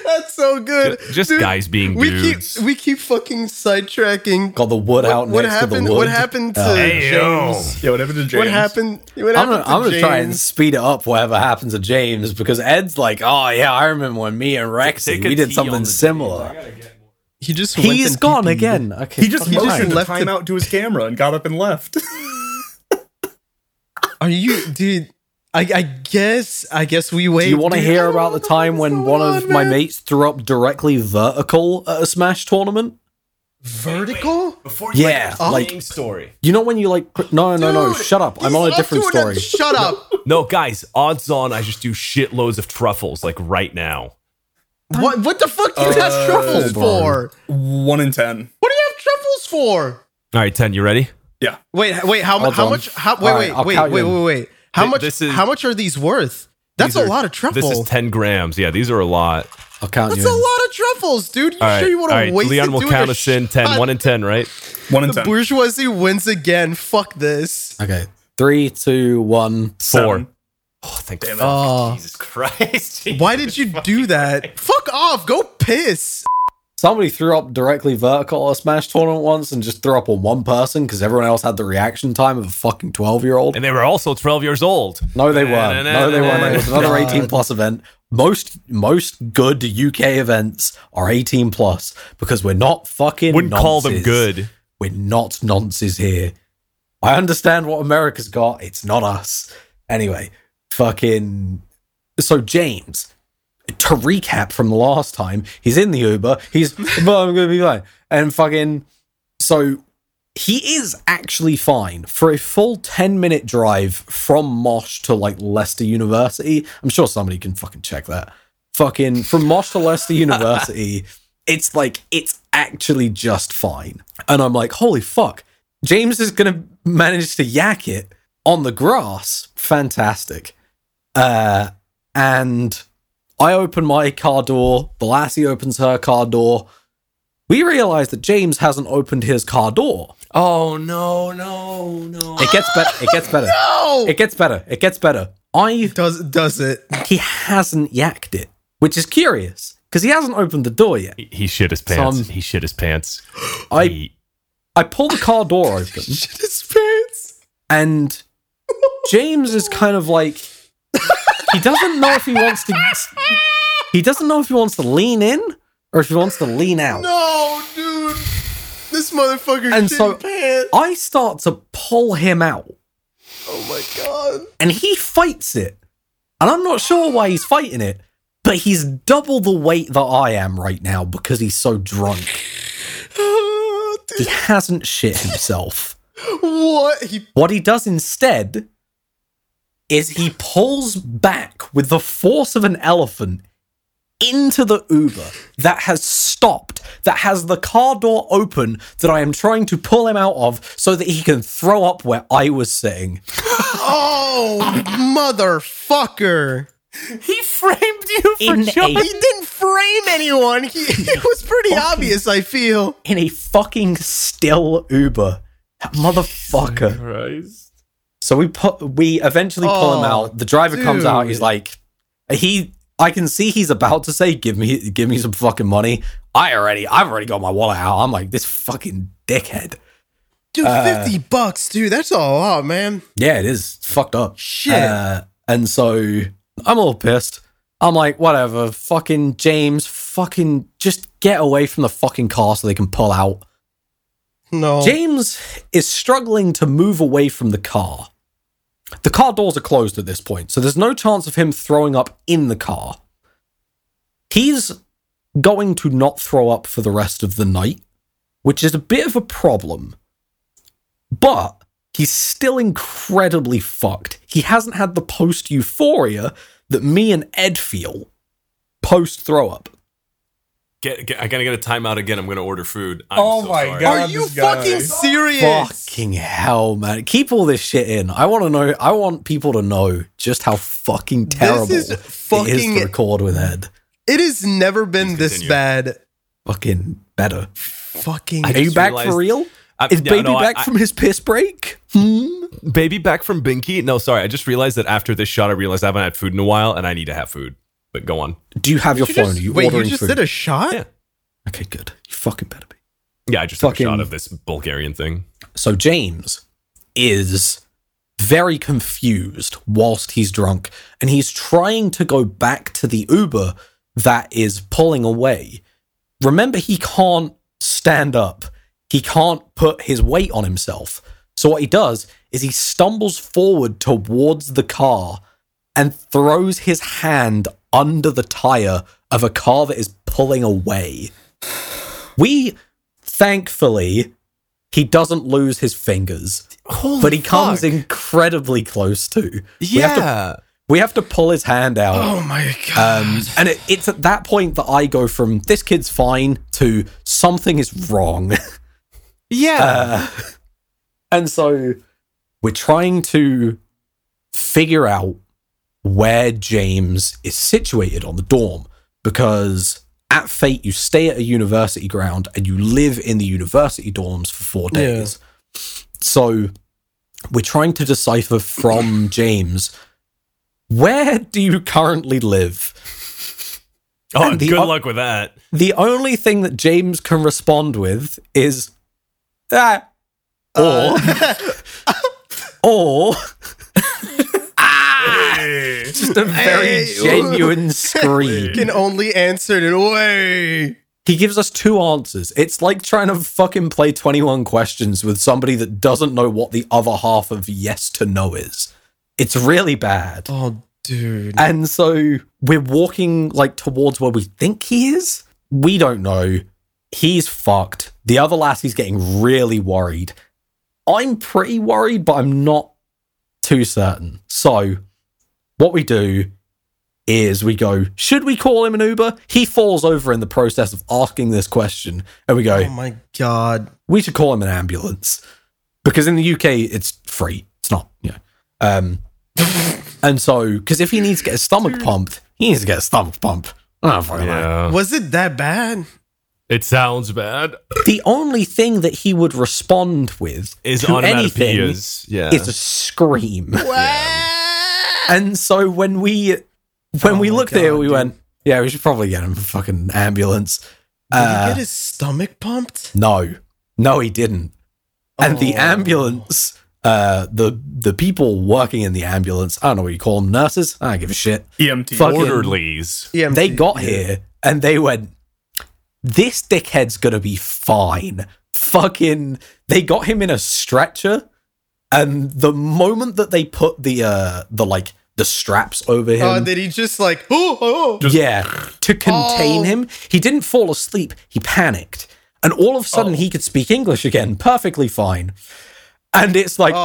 [SPEAKER 1] that's so good.
[SPEAKER 3] Just
[SPEAKER 1] Dude,
[SPEAKER 3] guys being
[SPEAKER 1] We
[SPEAKER 3] dudes.
[SPEAKER 1] keep we keep fucking sidetracking.
[SPEAKER 4] Got the wood out
[SPEAKER 1] What, what
[SPEAKER 4] next to
[SPEAKER 1] happened?
[SPEAKER 4] the wood.
[SPEAKER 1] What happened to
[SPEAKER 4] Uh,
[SPEAKER 3] Ayo.
[SPEAKER 1] James?
[SPEAKER 2] Yeah, what happened to James?
[SPEAKER 1] What happened? What
[SPEAKER 4] I'm
[SPEAKER 1] happened
[SPEAKER 4] gonna,
[SPEAKER 1] to
[SPEAKER 4] I'm gonna try and
[SPEAKER 1] James?
[SPEAKER 4] speed it up. Whatever happens to James, because Ed's like, oh yeah, I remember when me and Rexy
[SPEAKER 3] Take a
[SPEAKER 4] we did
[SPEAKER 3] tea
[SPEAKER 4] something
[SPEAKER 3] on the
[SPEAKER 4] similar.
[SPEAKER 1] He just went
[SPEAKER 4] He's
[SPEAKER 1] and
[SPEAKER 4] gone
[SPEAKER 1] pee-peed.
[SPEAKER 4] again. Okay,
[SPEAKER 2] He just
[SPEAKER 1] He
[SPEAKER 2] he
[SPEAKER 1] just
[SPEAKER 2] motioned
[SPEAKER 1] left
[SPEAKER 2] a
[SPEAKER 1] it-
[SPEAKER 2] timeout to his camera and got up and left. (laughs)
[SPEAKER 1] Are you, dude? I, I guess I guess we wait.
[SPEAKER 4] Do you want to
[SPEAKER 1] dude.
[SPEAKER 4] hear
[SPEAKER 1] I don't
[SPEAKER 4] about
[SPEAKER 1] know
[SPEAKER 4] the time
[SPEAKER 1] what's
[SPEAKER 4] when
[SPEAKER 1] going
[SPEAKER 4] one of
[SPEAKER 1] on,
[SPEAKER 4] my
[SPEAKER 1] man.
[SPEAKER 4] mates threw up directly vertical at a Smash tournament?
[SPEAKER 1] vertical?
[SPEAKER 3] Before
[SPEAKER 4] you Yeah, tell like-
[SPEAKER 3] like story.
[SPEAKER 4] You know when you like, cl- no, no, no,
[SPEAKER 1] Dude,
[SPEAKER 4] shut up! I'm
[SPEAKER 1] he's
[SPEAKER 4] on a
[SPEAKER 1] up
[SPEAKER 4] different
[SPEAKER 1] to an-
[SPEAKER 4] story.
[SPEAKER 1] Shut up!
[SPEAKER 3] No, guys, odds on I just do shitloads of truffles like right now.
[SPEAKER 1] what what the fuck do you have
[SPEAKER 2] Uh,
[SPEAKER 1] truffles
[SPEAKER 4] bro.
[SPEAKER 1] for?
[SPEAKER 2] One in ten.
[SPEAKER 1] What do you have truffles for?
[SPEAKER 3] All right, ten, you ready?
[SPEAKER 1] Wait, wait, how, mu-
[SPEAKER 4] Hold
[SPEAKER 1] how
[SPEAKER 4] on.
[SPEAKER 1] much? How, wait,
[SPEAKER 4] All
[SPEAKER 1] wait,
[SPEAKER 4] right, I'll
[SPEAKER 1] wait,
[SPEAKER 4] count
[SPEAKER 1] wait,
[SPEAKER 4] you.
[SPEAKER 1] wait, wait. How
[SPEAKER 3] Th-
[SPEAKER 1] much?
[SPEAKER 3] this is-
[SPEAKER 1] how much are these worth? That's
[SPEAKER 3] These
[SPEAKER 1] a
[SPEAKER 3] are-
[SPEAKER 1] lot of truffles.
[SPEAKER 3] This is ten grams. Yeah, these are a lot.
[SPEAKER 4] I'll count
[SPEAKER 1] That's
[SPEAKER 4] you.
[SPEAKER 1] a
[SPEAKER 4] in.
[SPEAKER 1] lot of truffles, dude. You
[SPEAKER 3] All right,
[SPEAKER 1] sure you want
[SPEAKER 3] all
[SPEAKER 1] to
[SPEAKER 3] right.
[SPEAKER 1] waste
[SPEAKER 3] Leon
[SPEAKER 1] it
[SPEAKER 3] will
[SPEAKER 1] doing
[SPEAKER 3] count
[SPEAKER 1] a
[SPEAKER 3] us in 10,
[SPEAKER 1] shot?
[SPEAKER 3] 1 in ten, right?
[SPEAKER 2] One in
[SPEAKER 1] The
[SPEAKER 2] ten.
[SPEAKER 1] bourgeoisie wins again. Fuck
[SPEAKER 3] (laughs)
[SPEAKER 1] this.
[SPEAKER 4] Okay, three, two, one.
[SPEAKER 3] Four.
[SPEAKER 2] Seven.
[SPEAKER 3] Oh, thank
[SPEAKER 2] Damn it.
[SPEAKER 1] Oh.
[SPEAKER 3] Jesus Christ.
[SPEAKER 1] Why did you do that? Fuck off. Go piss.
[SPEAKER 4] Somebody threw up directly vertical at a Smash tournament once and just threw up on one person because everyone else had the reaction time of a fucking 12 year old.
[SPEAKER 3] And they were also 12 years old.
[SPEAKER 4] No, they weren't. No, they weren't. It was another
[SPEAKER 1] God.
[SPEAKER 4] 18 plus event. Most most good UK events are 18 plus because we're not fucking.
[SPEAKER 3] Wouldn't call them
[SPEAKER 4] nonces.
[SPEAKER 3] good.
[SPEAKER 4] We're not nonces here. I understand what America's got. It's not us. Anyway, fucking. So James, to recap from the last time, he's in the Uber. He's (laughs) but I'm gonna be fine. And fucking. So he is actually fine for a full 10 minute drive from Mosh to like Leicester University. I'm sure somebody can fucking check that. Fucking from Mosh to Leicester University, it's like it's actually just fine. And I'm like, holy fuck, James is gonna manage to yak it on the grass. Fantastic. Uh, and I open my car door, the lassie opens her car door. We realize that James hasn't opened his car door.
[SPEAKER 3] Oh, no, no, no.
[SPEAKER 4] It gets better. It gets
[SPEAKER 3] (gasps)
[SPEAKER 4] better.
[SPEAKER 1] No.
[SPEAKER 4] It gets better. It gets better. I
[SPEAKER 1] does does it? (laughs)
[SPEAKER 4] he hasn't yacked it, which is curious because he hasn't opened the door yet.
[SPEAKER 3] He, he shit his pants.
[SPEAKER 4] Some-
[SPEAKER 3] he shit his pants.
[SPEAKER 4] I
[SPEAKER 3] He-
[SPEAKER 4] I pull the car door open
[SPEAKER 1] Shit his pants.
[SPEAKER 4] and James is kind of like he doesn't know if he wants to he doesn't know if he wants to lean in or if he wants to lean out.
[SPEAKER 1] No, Oh, dude. This this motherfucker
[SPEAKER 4] And
[SPEAKER 1] shit
[SPEAKER 4] so-
[SPEAKER 1] pants.
[SPEAKER 4] I start to pull him out,
[SPEAKER 1] Oh my god. (sighs)
[SPEAKER 4] and he fights it. And I'm not sure why he's fighting it, but he's double the weight that I am right now because he's so drunk.
[SPEAKER 1] Ah,
[SPEAKER 4] He
[SPEAKER 1] dude,
[SPEAKER 4] hasn't shit himself.
[SPEAKER 1] what? He
[SPEAKER 4] What he does instead is he pulls back with the force of an elephant into the Uber that has stopped, that has the car door open that I am trying to pull him out of so that he can throw up where I was sitting.
[SPEAKER 1] Oh motherfucker.
[SPEAKER 6] He framed you for
[SPEAKER 4] In
[SPEAKER 6] jumping.
[SPEAKER 1] He didn't frame anyone. He, (laughs) it was pretty obvious, I feel.
[SPEAKER 4] In a fucking still Uber. That motherfucker.
[SPEAKER 2] Christ.
[SPEAKER 4] So we put we eventually pull him
[SPEAKER 1] Oh,
[SPEAKER 4] out. The driver comes out, he's
[SPEAKER 1] dude.
[SPEAKER 4] like he I can see he's about to say, give me give me some fucking money. I already I've already got my wallet out. I'm like, this fucking dickhead.
[SPEAKER 1] Dude,
[SPEAKER 4] Uh,
[SPEAKER 1] 50 bucks, dude. That's a lot, man.
[SPEAKER 4] Yeah, it is. It's fucked up.
[SPEAKER 1] Shit.
[SPEAKER 4] Uh, and so I'm all pissed. I'm like, whatever, fucking James, fucking just get away from the fucking car so they can pull out.
[SPEAKER 1] No.
[SPEAKER 4] James is struggling to move away from the car. The car doors are closed at this point, so there's no chance of him throwing up in the car. He's going to not throw up for the rest of the night, which is a bit of a problem. But he's still incredibly fucked. He hasn't had the post euphoria that me and Ed feel post throw up.
[SPEAKER 3] Get, get, I gotta get a timeout again. I'm gonna order food. I'm
[SPEAKER 2] Oh
[SPEAKER 3] so
[SPEAKER 2] my
[SPEAKER 3] sorry.
[SPEAKER 2] God.
[SPEAKER 1] Are you
[SPEAKER 2] this guy.
[SPEAKER 1] fucking serious?
[SPEAKER 4] Fucking hell, man. Keep all this shit in. I want to know. I want people to know just how fucking terrible
[SPEAKER 1] is
[SPEAKER 4] it is
[SPEAKER 1] fucking-
[SPEAKER 4] to record with Ed.
[SPEAKER 1] It has never been
[SPEAKER 3] Please
[SPEAKER 1] this
[SPEAKER 3] continue.
[SPEAKER 1] bad.
[SPEAKER 4] Fucking better.
[SPEAKER 1] Fucking
[SPEAKER 4] Are you
[SPEAKER 3] just
[SPEAKER 4] back for
[SPEAKER 3] realized-
[SPEAKER 4] real?
[SPEAKER 3] I-
[SPEAKER 4] Is
[SPEAKER 3] no,
[SPEAKER 4] baby
[SPEAKER 3] no, I-
[SPEAKER 4] back
[SPEAKER 3] I-
[SPEAKER 4] from his piss break? Hmm?
[SPEAKER 3] baby back from Binky. No, sorry. I just realized that after this shot, I realized I haven't had food in a while, and I need to have food. But go on.
[SPEAKER 4] Do you have your
[SPEAKER 1] You
[SPEAKER 4] phone?
[SPEAKER 1] just-
[SPEAKER 4] Are you
[SPEAKER 1] wait,
[SPEAKER 4] ordering
[SPEAKER 1] you just
[SPEAKER 4] food?
[SPEAKER 1] did a shot?
[SPEAKER 3] Yeah.
[SPEAKER 4] okay, good. You fucking better be.
[SPEAKER 3] Yeah, I just
[SPEAKER 4] Fucking-
[SPEAKER 3] took a shot of this Bulgarian thing.
[SPEAKER 4] So James is very confused whilst he's drunk and he's trying to go back to the Uber that is pulling away. Remember, he can't stand up, he can't put his weight on himself. So, what he does is he stumbles forward towards the car and throws his hand under the tire of a car that is pulling away. We thankfully he doesn't lose his fingers, but he
[SPEAKER 1] Oh,
[SPEAKER 4] comes incredibly close to. We have to, we have to pull his hand out.
[SPEAKER 1] Oh my god.
[SPEAKER 4] Um, and it, it's at that point that I go from this kid's fine to something is wrong.
[SPEAKER 3] yeah.
[SPEAKER 4] (laughs) Uh, and so we're trying to figure out where James is situated on the dorm because at Fate, you stay at a university ground and you live in the university dorms for four
[SPEAKER 1] Yeah.
[SPEAKER 4] days. So we're trying to decipher from James where do you currently live?
[SPEAKER 3] oh,
[SPEAKER 4] and the
[SPEAKER 3] good
[SPEAKER 4] o-
[SPEAKER 3] luck with that.
[SPEAKER 4] The only thing that James can respond with is, ah, or, or
[SPEAKER 2] Hey.
[SPEAKER 4] just a very
[SPEAKER 1] Hey.
[SPEAKER 4] genuine scream.
[SPEAKER 1] can only answer it away.
[SPEAKER 4] He gives us two answers. It's like trying to fucking play 21 questions with somebody that doesn't know what the other half of yes to no is. It's really bad.
[SPEAKER 1] Oh, dude.
[SPEAKER 4] And so we're walking like towards where we think he is. We don't know. He's fucked. The other lassie's getting really worried. I'm pretty worried, but I'm not too certain. So what we do is we go, should we call him an Uber? He falls over in the process of asking this question. And we go,
[SPEAKER 1] Oh my god.
[SPEAKER 4] we should call him an ambulance because in the UK it's free. It's not, you know. Um, and so, because if he needs to get his stomach pumped, he needs to get a stomach pump. I don't fucking know.
[SPEAKER 3] Yeah.
[SPEAKER 1] Was it that bad?
[SPEAKER 3] It sounds bad.
[SPEAKER 4] The only thing that he would respond with
[SPEAKER 3] Is
[SPEAKER 4] to anything
[SPEAKER 3] onomatopoeias. Yeah.
[SPEAKER 4] is a scream.
[SPEAKER 1] Wow.
[SPEAKER 4] And so when we when
[SPEAKER 1] Oh
[SPEAKER 4] we
[SPEAKER 1] my
[SPEAKER 4] looked at it,
[SPEAKER 1] God,
[SPEAKER 4] we
[SPEAKER 1] dude.
[SPEAKER 4] went, yeah, we should probably get him a fucking ambulance.
[SPEAKER 1] Did
[SPEAKER 4] Uh,
[SPEAKER 1] he get his stomach pumped?
[SPEAKER 4] No, no, he didn't. And the
[SPEAKER 1] Oh.
[SPEAKER 4] ambulance, uh, the the people working in the ambulance, I don't know what you call them, nurses. I don't give a shit.
[SPEAKER 2] EMT.
[SPEAKER 4] Fuck.
[SPEAKER 3] Orderlies.
[SPEAKER 1] Yeah,
[SPEAKER 4] They got here and they went, "This dickhead's gonna be fine. fucking they got him in a stretcher and the moment that they put the uh the like the straps over him
[SPEAKER 1] Oh, did he just like, oh, oh.
[SPEAKER 2] Just-
[SPEAKER 4] yeah to contain
[SPEAKER 1] Oh.
[SPEAKER 4] him he didn't fall asleep he panicked and all of a sudden he could speak english again perfectly fine and it's like no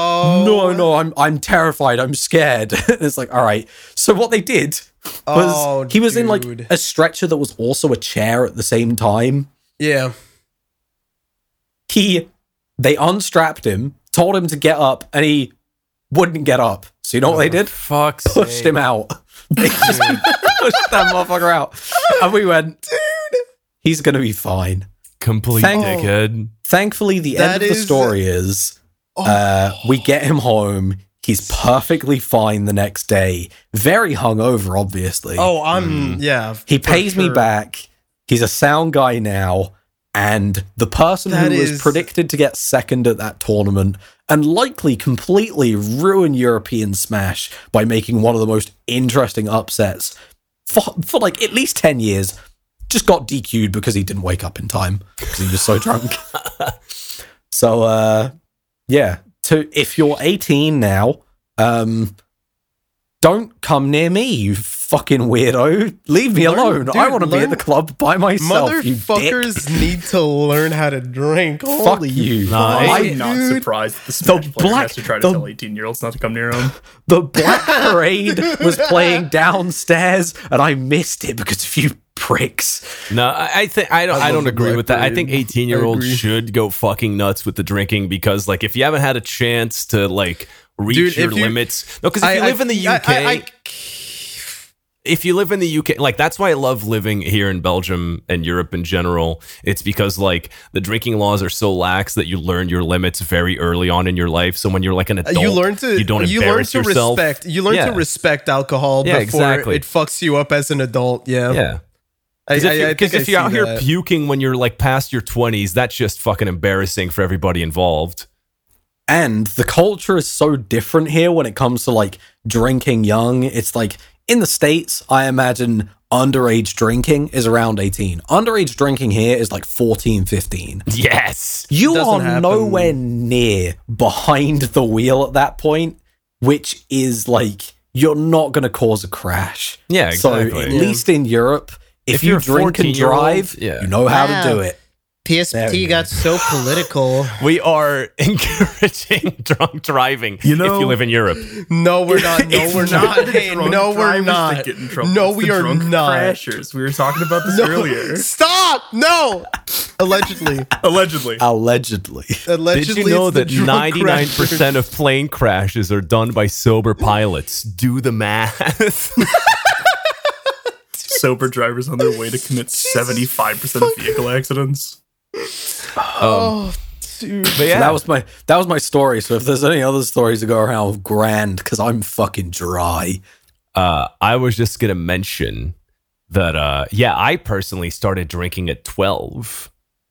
[SPEAKER 1] Oh.
[SPEAKER 4] no i'm i'm terrified i'm scared (laughs) and it's like all right so what they did was
[SPEAKER 1] Oh,
[SPEAKER 4] he was in like
[SPEAKER 1] dude.
[SPEAKER 4] a stretcher that was also a chair at the same time
[SPEAKER 1] yeah.
[SPEAKER 4] he they unstrapped him told him to get up and he wouldn't get up so you know what they did
[SPEAKER 3] Fuck.
[SPEAKER 4] pushed him out (laughs) they just pushed that motherfucker out and we went dude he's gonna be fine
[SPEAKER 3] Complete
[SPEAKER 4] Thank-
[SPEAKER 3] dickhead.
[SPEAKER 4] thankfully the
[SPEAKER 1] That
[SPEAKER 4] end of the
[SPEAKER 1] is- Oh.
[SPEAKER 4] story is uh, we get him home he's perfectly fine the next day very hungover obviously
[SPEAKER 1] Oh, I'm, yeah.
[SPEAKER 4] he
[SPEAKER 1] for
[SPEAKER 4] pays me
[SPEAKER 1] sure.
[SPEAKER 4] back. He's a sound guy now. And the person
[SPEAKER 1] That
[SPEAKER 4] who was
[SPEAKER 1] is-
[SPEAKER 4] predicted to get second at that tournament and likely completely ruin European Smash by making one of the most interesting upsets for, for like at least 10 years just got DQ'd because he didn't wake up in time because he was so (laughs) drunk. so, uh, yeah. To, if you're 18 now, um, don't come near me, you fucking weirdo. Leave me
[SPEAKER 1] Learn-
[SPEAKER 4] alone.
[SPEAKER 1] dude,
[SPEAKER 4] I want to be
[SPEAKER 1] learn-
[SPEAKER 4] at the club by myself. you dick.
[SPEAKER 1] Motherfuckers need to learn how to drink.
[SPEAKER 4] Fuck
[SPEAKER 1] Holy
[SPEAKER 4] you.
[SPEAKER 3] Nah,
[SPEAKER 1] Why,
[SPEAKER 2] I'm not
[SPEAKER 1] dude?
[SPEAKER 2] surprised that the Smash player
[SPEAKER 4] black-
[SPEAKER 2] has to try to
[SPEAKER 4] the-
[SPEAKER 2] tell 18 year olds not to come near him.
[SPEAKER 4] The Black Parade was
[SPEAKER 1] (laughs)
[SPEAKER 4] playing downstairs, and I missed it because of you pricks.
[SPEAKER 3] No, I I think I don't. I,
[SPEAKER 1] love
[SPEAKER 3] don't
[SPEAKER 1] the
[SPEAKER 3] agree
[SPEAKER 1] Black
[SPEAKER 3] with that. I
[SPEAKER 1] (laughs)
[SPEAKER 3] think
[SPEAKER 1] Parade.
[SPEAKER 3] eighteen year olds
[SPEAKER 1] agree.
[SPEAKER 3] should go fucking nuts with the drinking because, like, if you haven't had a chance to like reach
[SPEAKER 1] Dude, if
[SPEAKER 3] your
[SPEAKER 1] you-
[SPEAKER 3] limits, no, because if you live in the UK,
[SPEAKER 1] I- I- I-
[SPEAKER 3] if you live in the UK, like that's why I love living here in Belgium and Europe in general. It's because like the drinking laws are so lax that you learn your limits very early on in your life. So when you're like an adult,
[SPEAKER 1] Uh, you learn to
[SPEAKER 3] you don't
[SPEAKER 1] you learn
[SPEAKER 3] embarrass
[SPEAKER 1] to
[SPEAKER 3] yourself.
[SPEAKER 1] respect you learn
[SPEAKER 3] Yeah.
[SPEAKER 1] to respect alcohol
[SPEAKER 3] Yeah,
[SPEAKER 1] before
[SPEAKER 3] exactly.
[SPEAKER 1] it fucks you up as an adult. Yeah,
[SPEAKER 3] Yeah,
[SPEAKER 1] I,
[SPEAKER 3] because
[SPEAKER 1] I- I
[SPEAKER 3] if,
[SPEAKER 1] think I
[SPEAKER 3] you, are out
[SPEAKER 1] see
[SPEAKER 3] here
[SPEAKER 1] that.
[SPEAKER 3] puking when you're like past your twenties, that's just fucking embarrassing for everybody involved.
[SPEAKER 4] And the culture is so different here when it comes to like drinking young. It's like in the States, I imagine underage drinking is around 18. Underage drinking here is like 14, 15.
[SPEAKER 3] Yes.
[SPEAKER 4] You
[SPEAKER 1] Doesn't
[SPEAKER 4] are
[SPEAKER 1] happen.
[SPEAKER 4] nowhere near behind the wheel at that point, which is like you're not going to cause a crash.
[SPEAKER 3] Yeah,
[SPEAKER 4] So
[SPEAKER 3] exactly.
[SPEAKER 4] at
[SPEAKER 3] Yeah.
[SPEAKER 4] least in Europe, if,
[SPEAKER 3] If you're
[SPEAKER 4] you
[SPEAKER 3] a
[SPEAKER 4] drink and
[SPEAKER 3] 14-year-old,
[SPEAKER 4] drive,
[SPEAKER 3] yeah.
[SPEAKER 4] you know how to
[SPEAKER 1] Wow.
[SPEAKER 4] do it. There we
[SPEAKER 1] PSP
[SPEAKER 4] go.
[SPEAKER 1] got so political.
[SPEAKER 3] We are (laughs) encouraging drunk driving
[SPEAKER 2] You know-
[SPEAKER 3] if you live in Europe.
[SPEAKER 1] No, we're not. No,
[SPEAKER 2] It's
[SPEAKER 1] (laughs) we're not.
[SPEAKER 2] (laughs) the
[SPEAKER 1] Hey,
[SPEAKER 2] drunk
[SPEAKER 1] no, we're
[SPEAKER 2] drivers that
[SPEAKER 1] not.
[SPEAKER 2] get in trouble.
[SPEAKER 1] No,
[SPEAKER 2] It's
[SPEAKER 1] we
[SPEAKER 2] the
[SPEAKER 1] are
[SPEAKER 2] drunk
[SPEAKER 1] not.
[SPEAKER 2] Crashers. We were talking about
[SPEAKER 1] (laughs)
[SPEAKER 2] this earlier.
[SPEAKER 1] Stop! No, allegedly,
[SPEAKER 2] Allegedly.
[SPEAKER 4] Allegedly. (laughs)
[SPEAKER 1] allegedly.
[SPEAKER 3] Did you know
[SPEAKER 1] it's the
[SPEAKER 3] that
[SPEAKER 1] drunk
[SPEAKER 3] ninety nine
[SPEAKER 1] crashers.
[SPEAKER 3] percent of plane crashes are done by sober pilots? Do the math.
[SPEAKER 2] (laughs)
[SPEAKER 3] (laughs)
[SPEAKER 2] Sober drivers on their way to
[SPEAKER 1] (laughs)
[SPEAKER 2] commit 75% of vehicle accidents.
[SPEAKER 1] Oh, dude.
[SPEAKER 3] But yeah,
[SPEAKER 4] That was my that was my story. So if there's any other stories to go around, grand, because I'm fucking dry.
[SPEAKER 3] uh, I was just gonna mention that. Uh, yeah, I personally started drinking at twelve.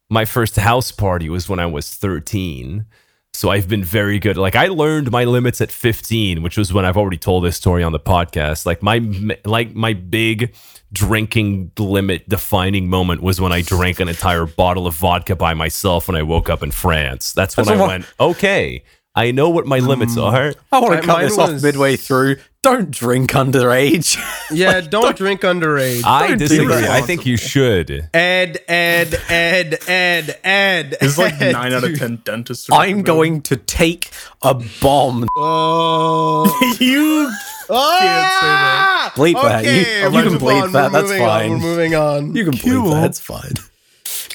[SPEAKER 3] My first house party was when I was thirteen. So I've been very good. Like I learned my limits at 15, which was when I've already told this story on the podcast. Like my like my big drinking limit defining moment was when I drank an entire bottle of vodka by myself when I woke up in France. That's when
[SPEAKER 4] That's
[SPEAKER 3] I
[SPEAKER 4] what- Mm.
[SPEAKER 3] went, "Okay, I know what my limits are."
[SPEAKER 4] I want
[SPEAKER 1] My-
[SPEAKER 4] to cut
[SPEAKER 1] mine
[SPEAKER 4] this off
[SPEAKER 1] was-
[SPEAKER 4] midway through. Don't drink
[SPEAKER 1] (laughs)
[SPEAKER 4] underage. (laughs)
[SPEAKER 1] Yeah, don't drink underage.
[SPEAKER 3] (laughs) I
[SPEAKER 4] Oh, Don't do
[SPEAKER 3] disagree.
[SPEAKER 4] that.
[SPEAKER 3] I think you should.
[SPEAKER 1] Ed, Ed, Ed, Ed, Ed.
[SPEAKER 2] This
[SPEAKER 1] (laughs)
[SPEAKER 2] is like
[SPEAKER 1] Ed,
[SPEAKER 2] 9 out of
[SPEAKER 1] dude.
[SPEAKER 2] 10 dentists.
[SPEAKER 4] I'm going to take a bomb.
[SPEAKER 1] Oh. (laughs)
[SPEAKER 2] You
[SPEAKER 1] Ah!
[SPEAKER 4] Bleep that. You-
[SPEAKER 1] Okay,
[SPEAKER 4] you
[SPEAKER 1] we're
[SPEAKER 4] can
[SPEAKER 1] moving
[SPEAKER 4] bleep
[SPEAKER 1] on,
[SPEAKER 4] that,
[SPEAKER 1] we're
[SPEAKER 4] that's
[SPEAKER 1] moving on,
[SPEAKER 4] fine.
[SPEAKER 1] We're moving on.
[SPEAKER 4] You can believe that. It's fine.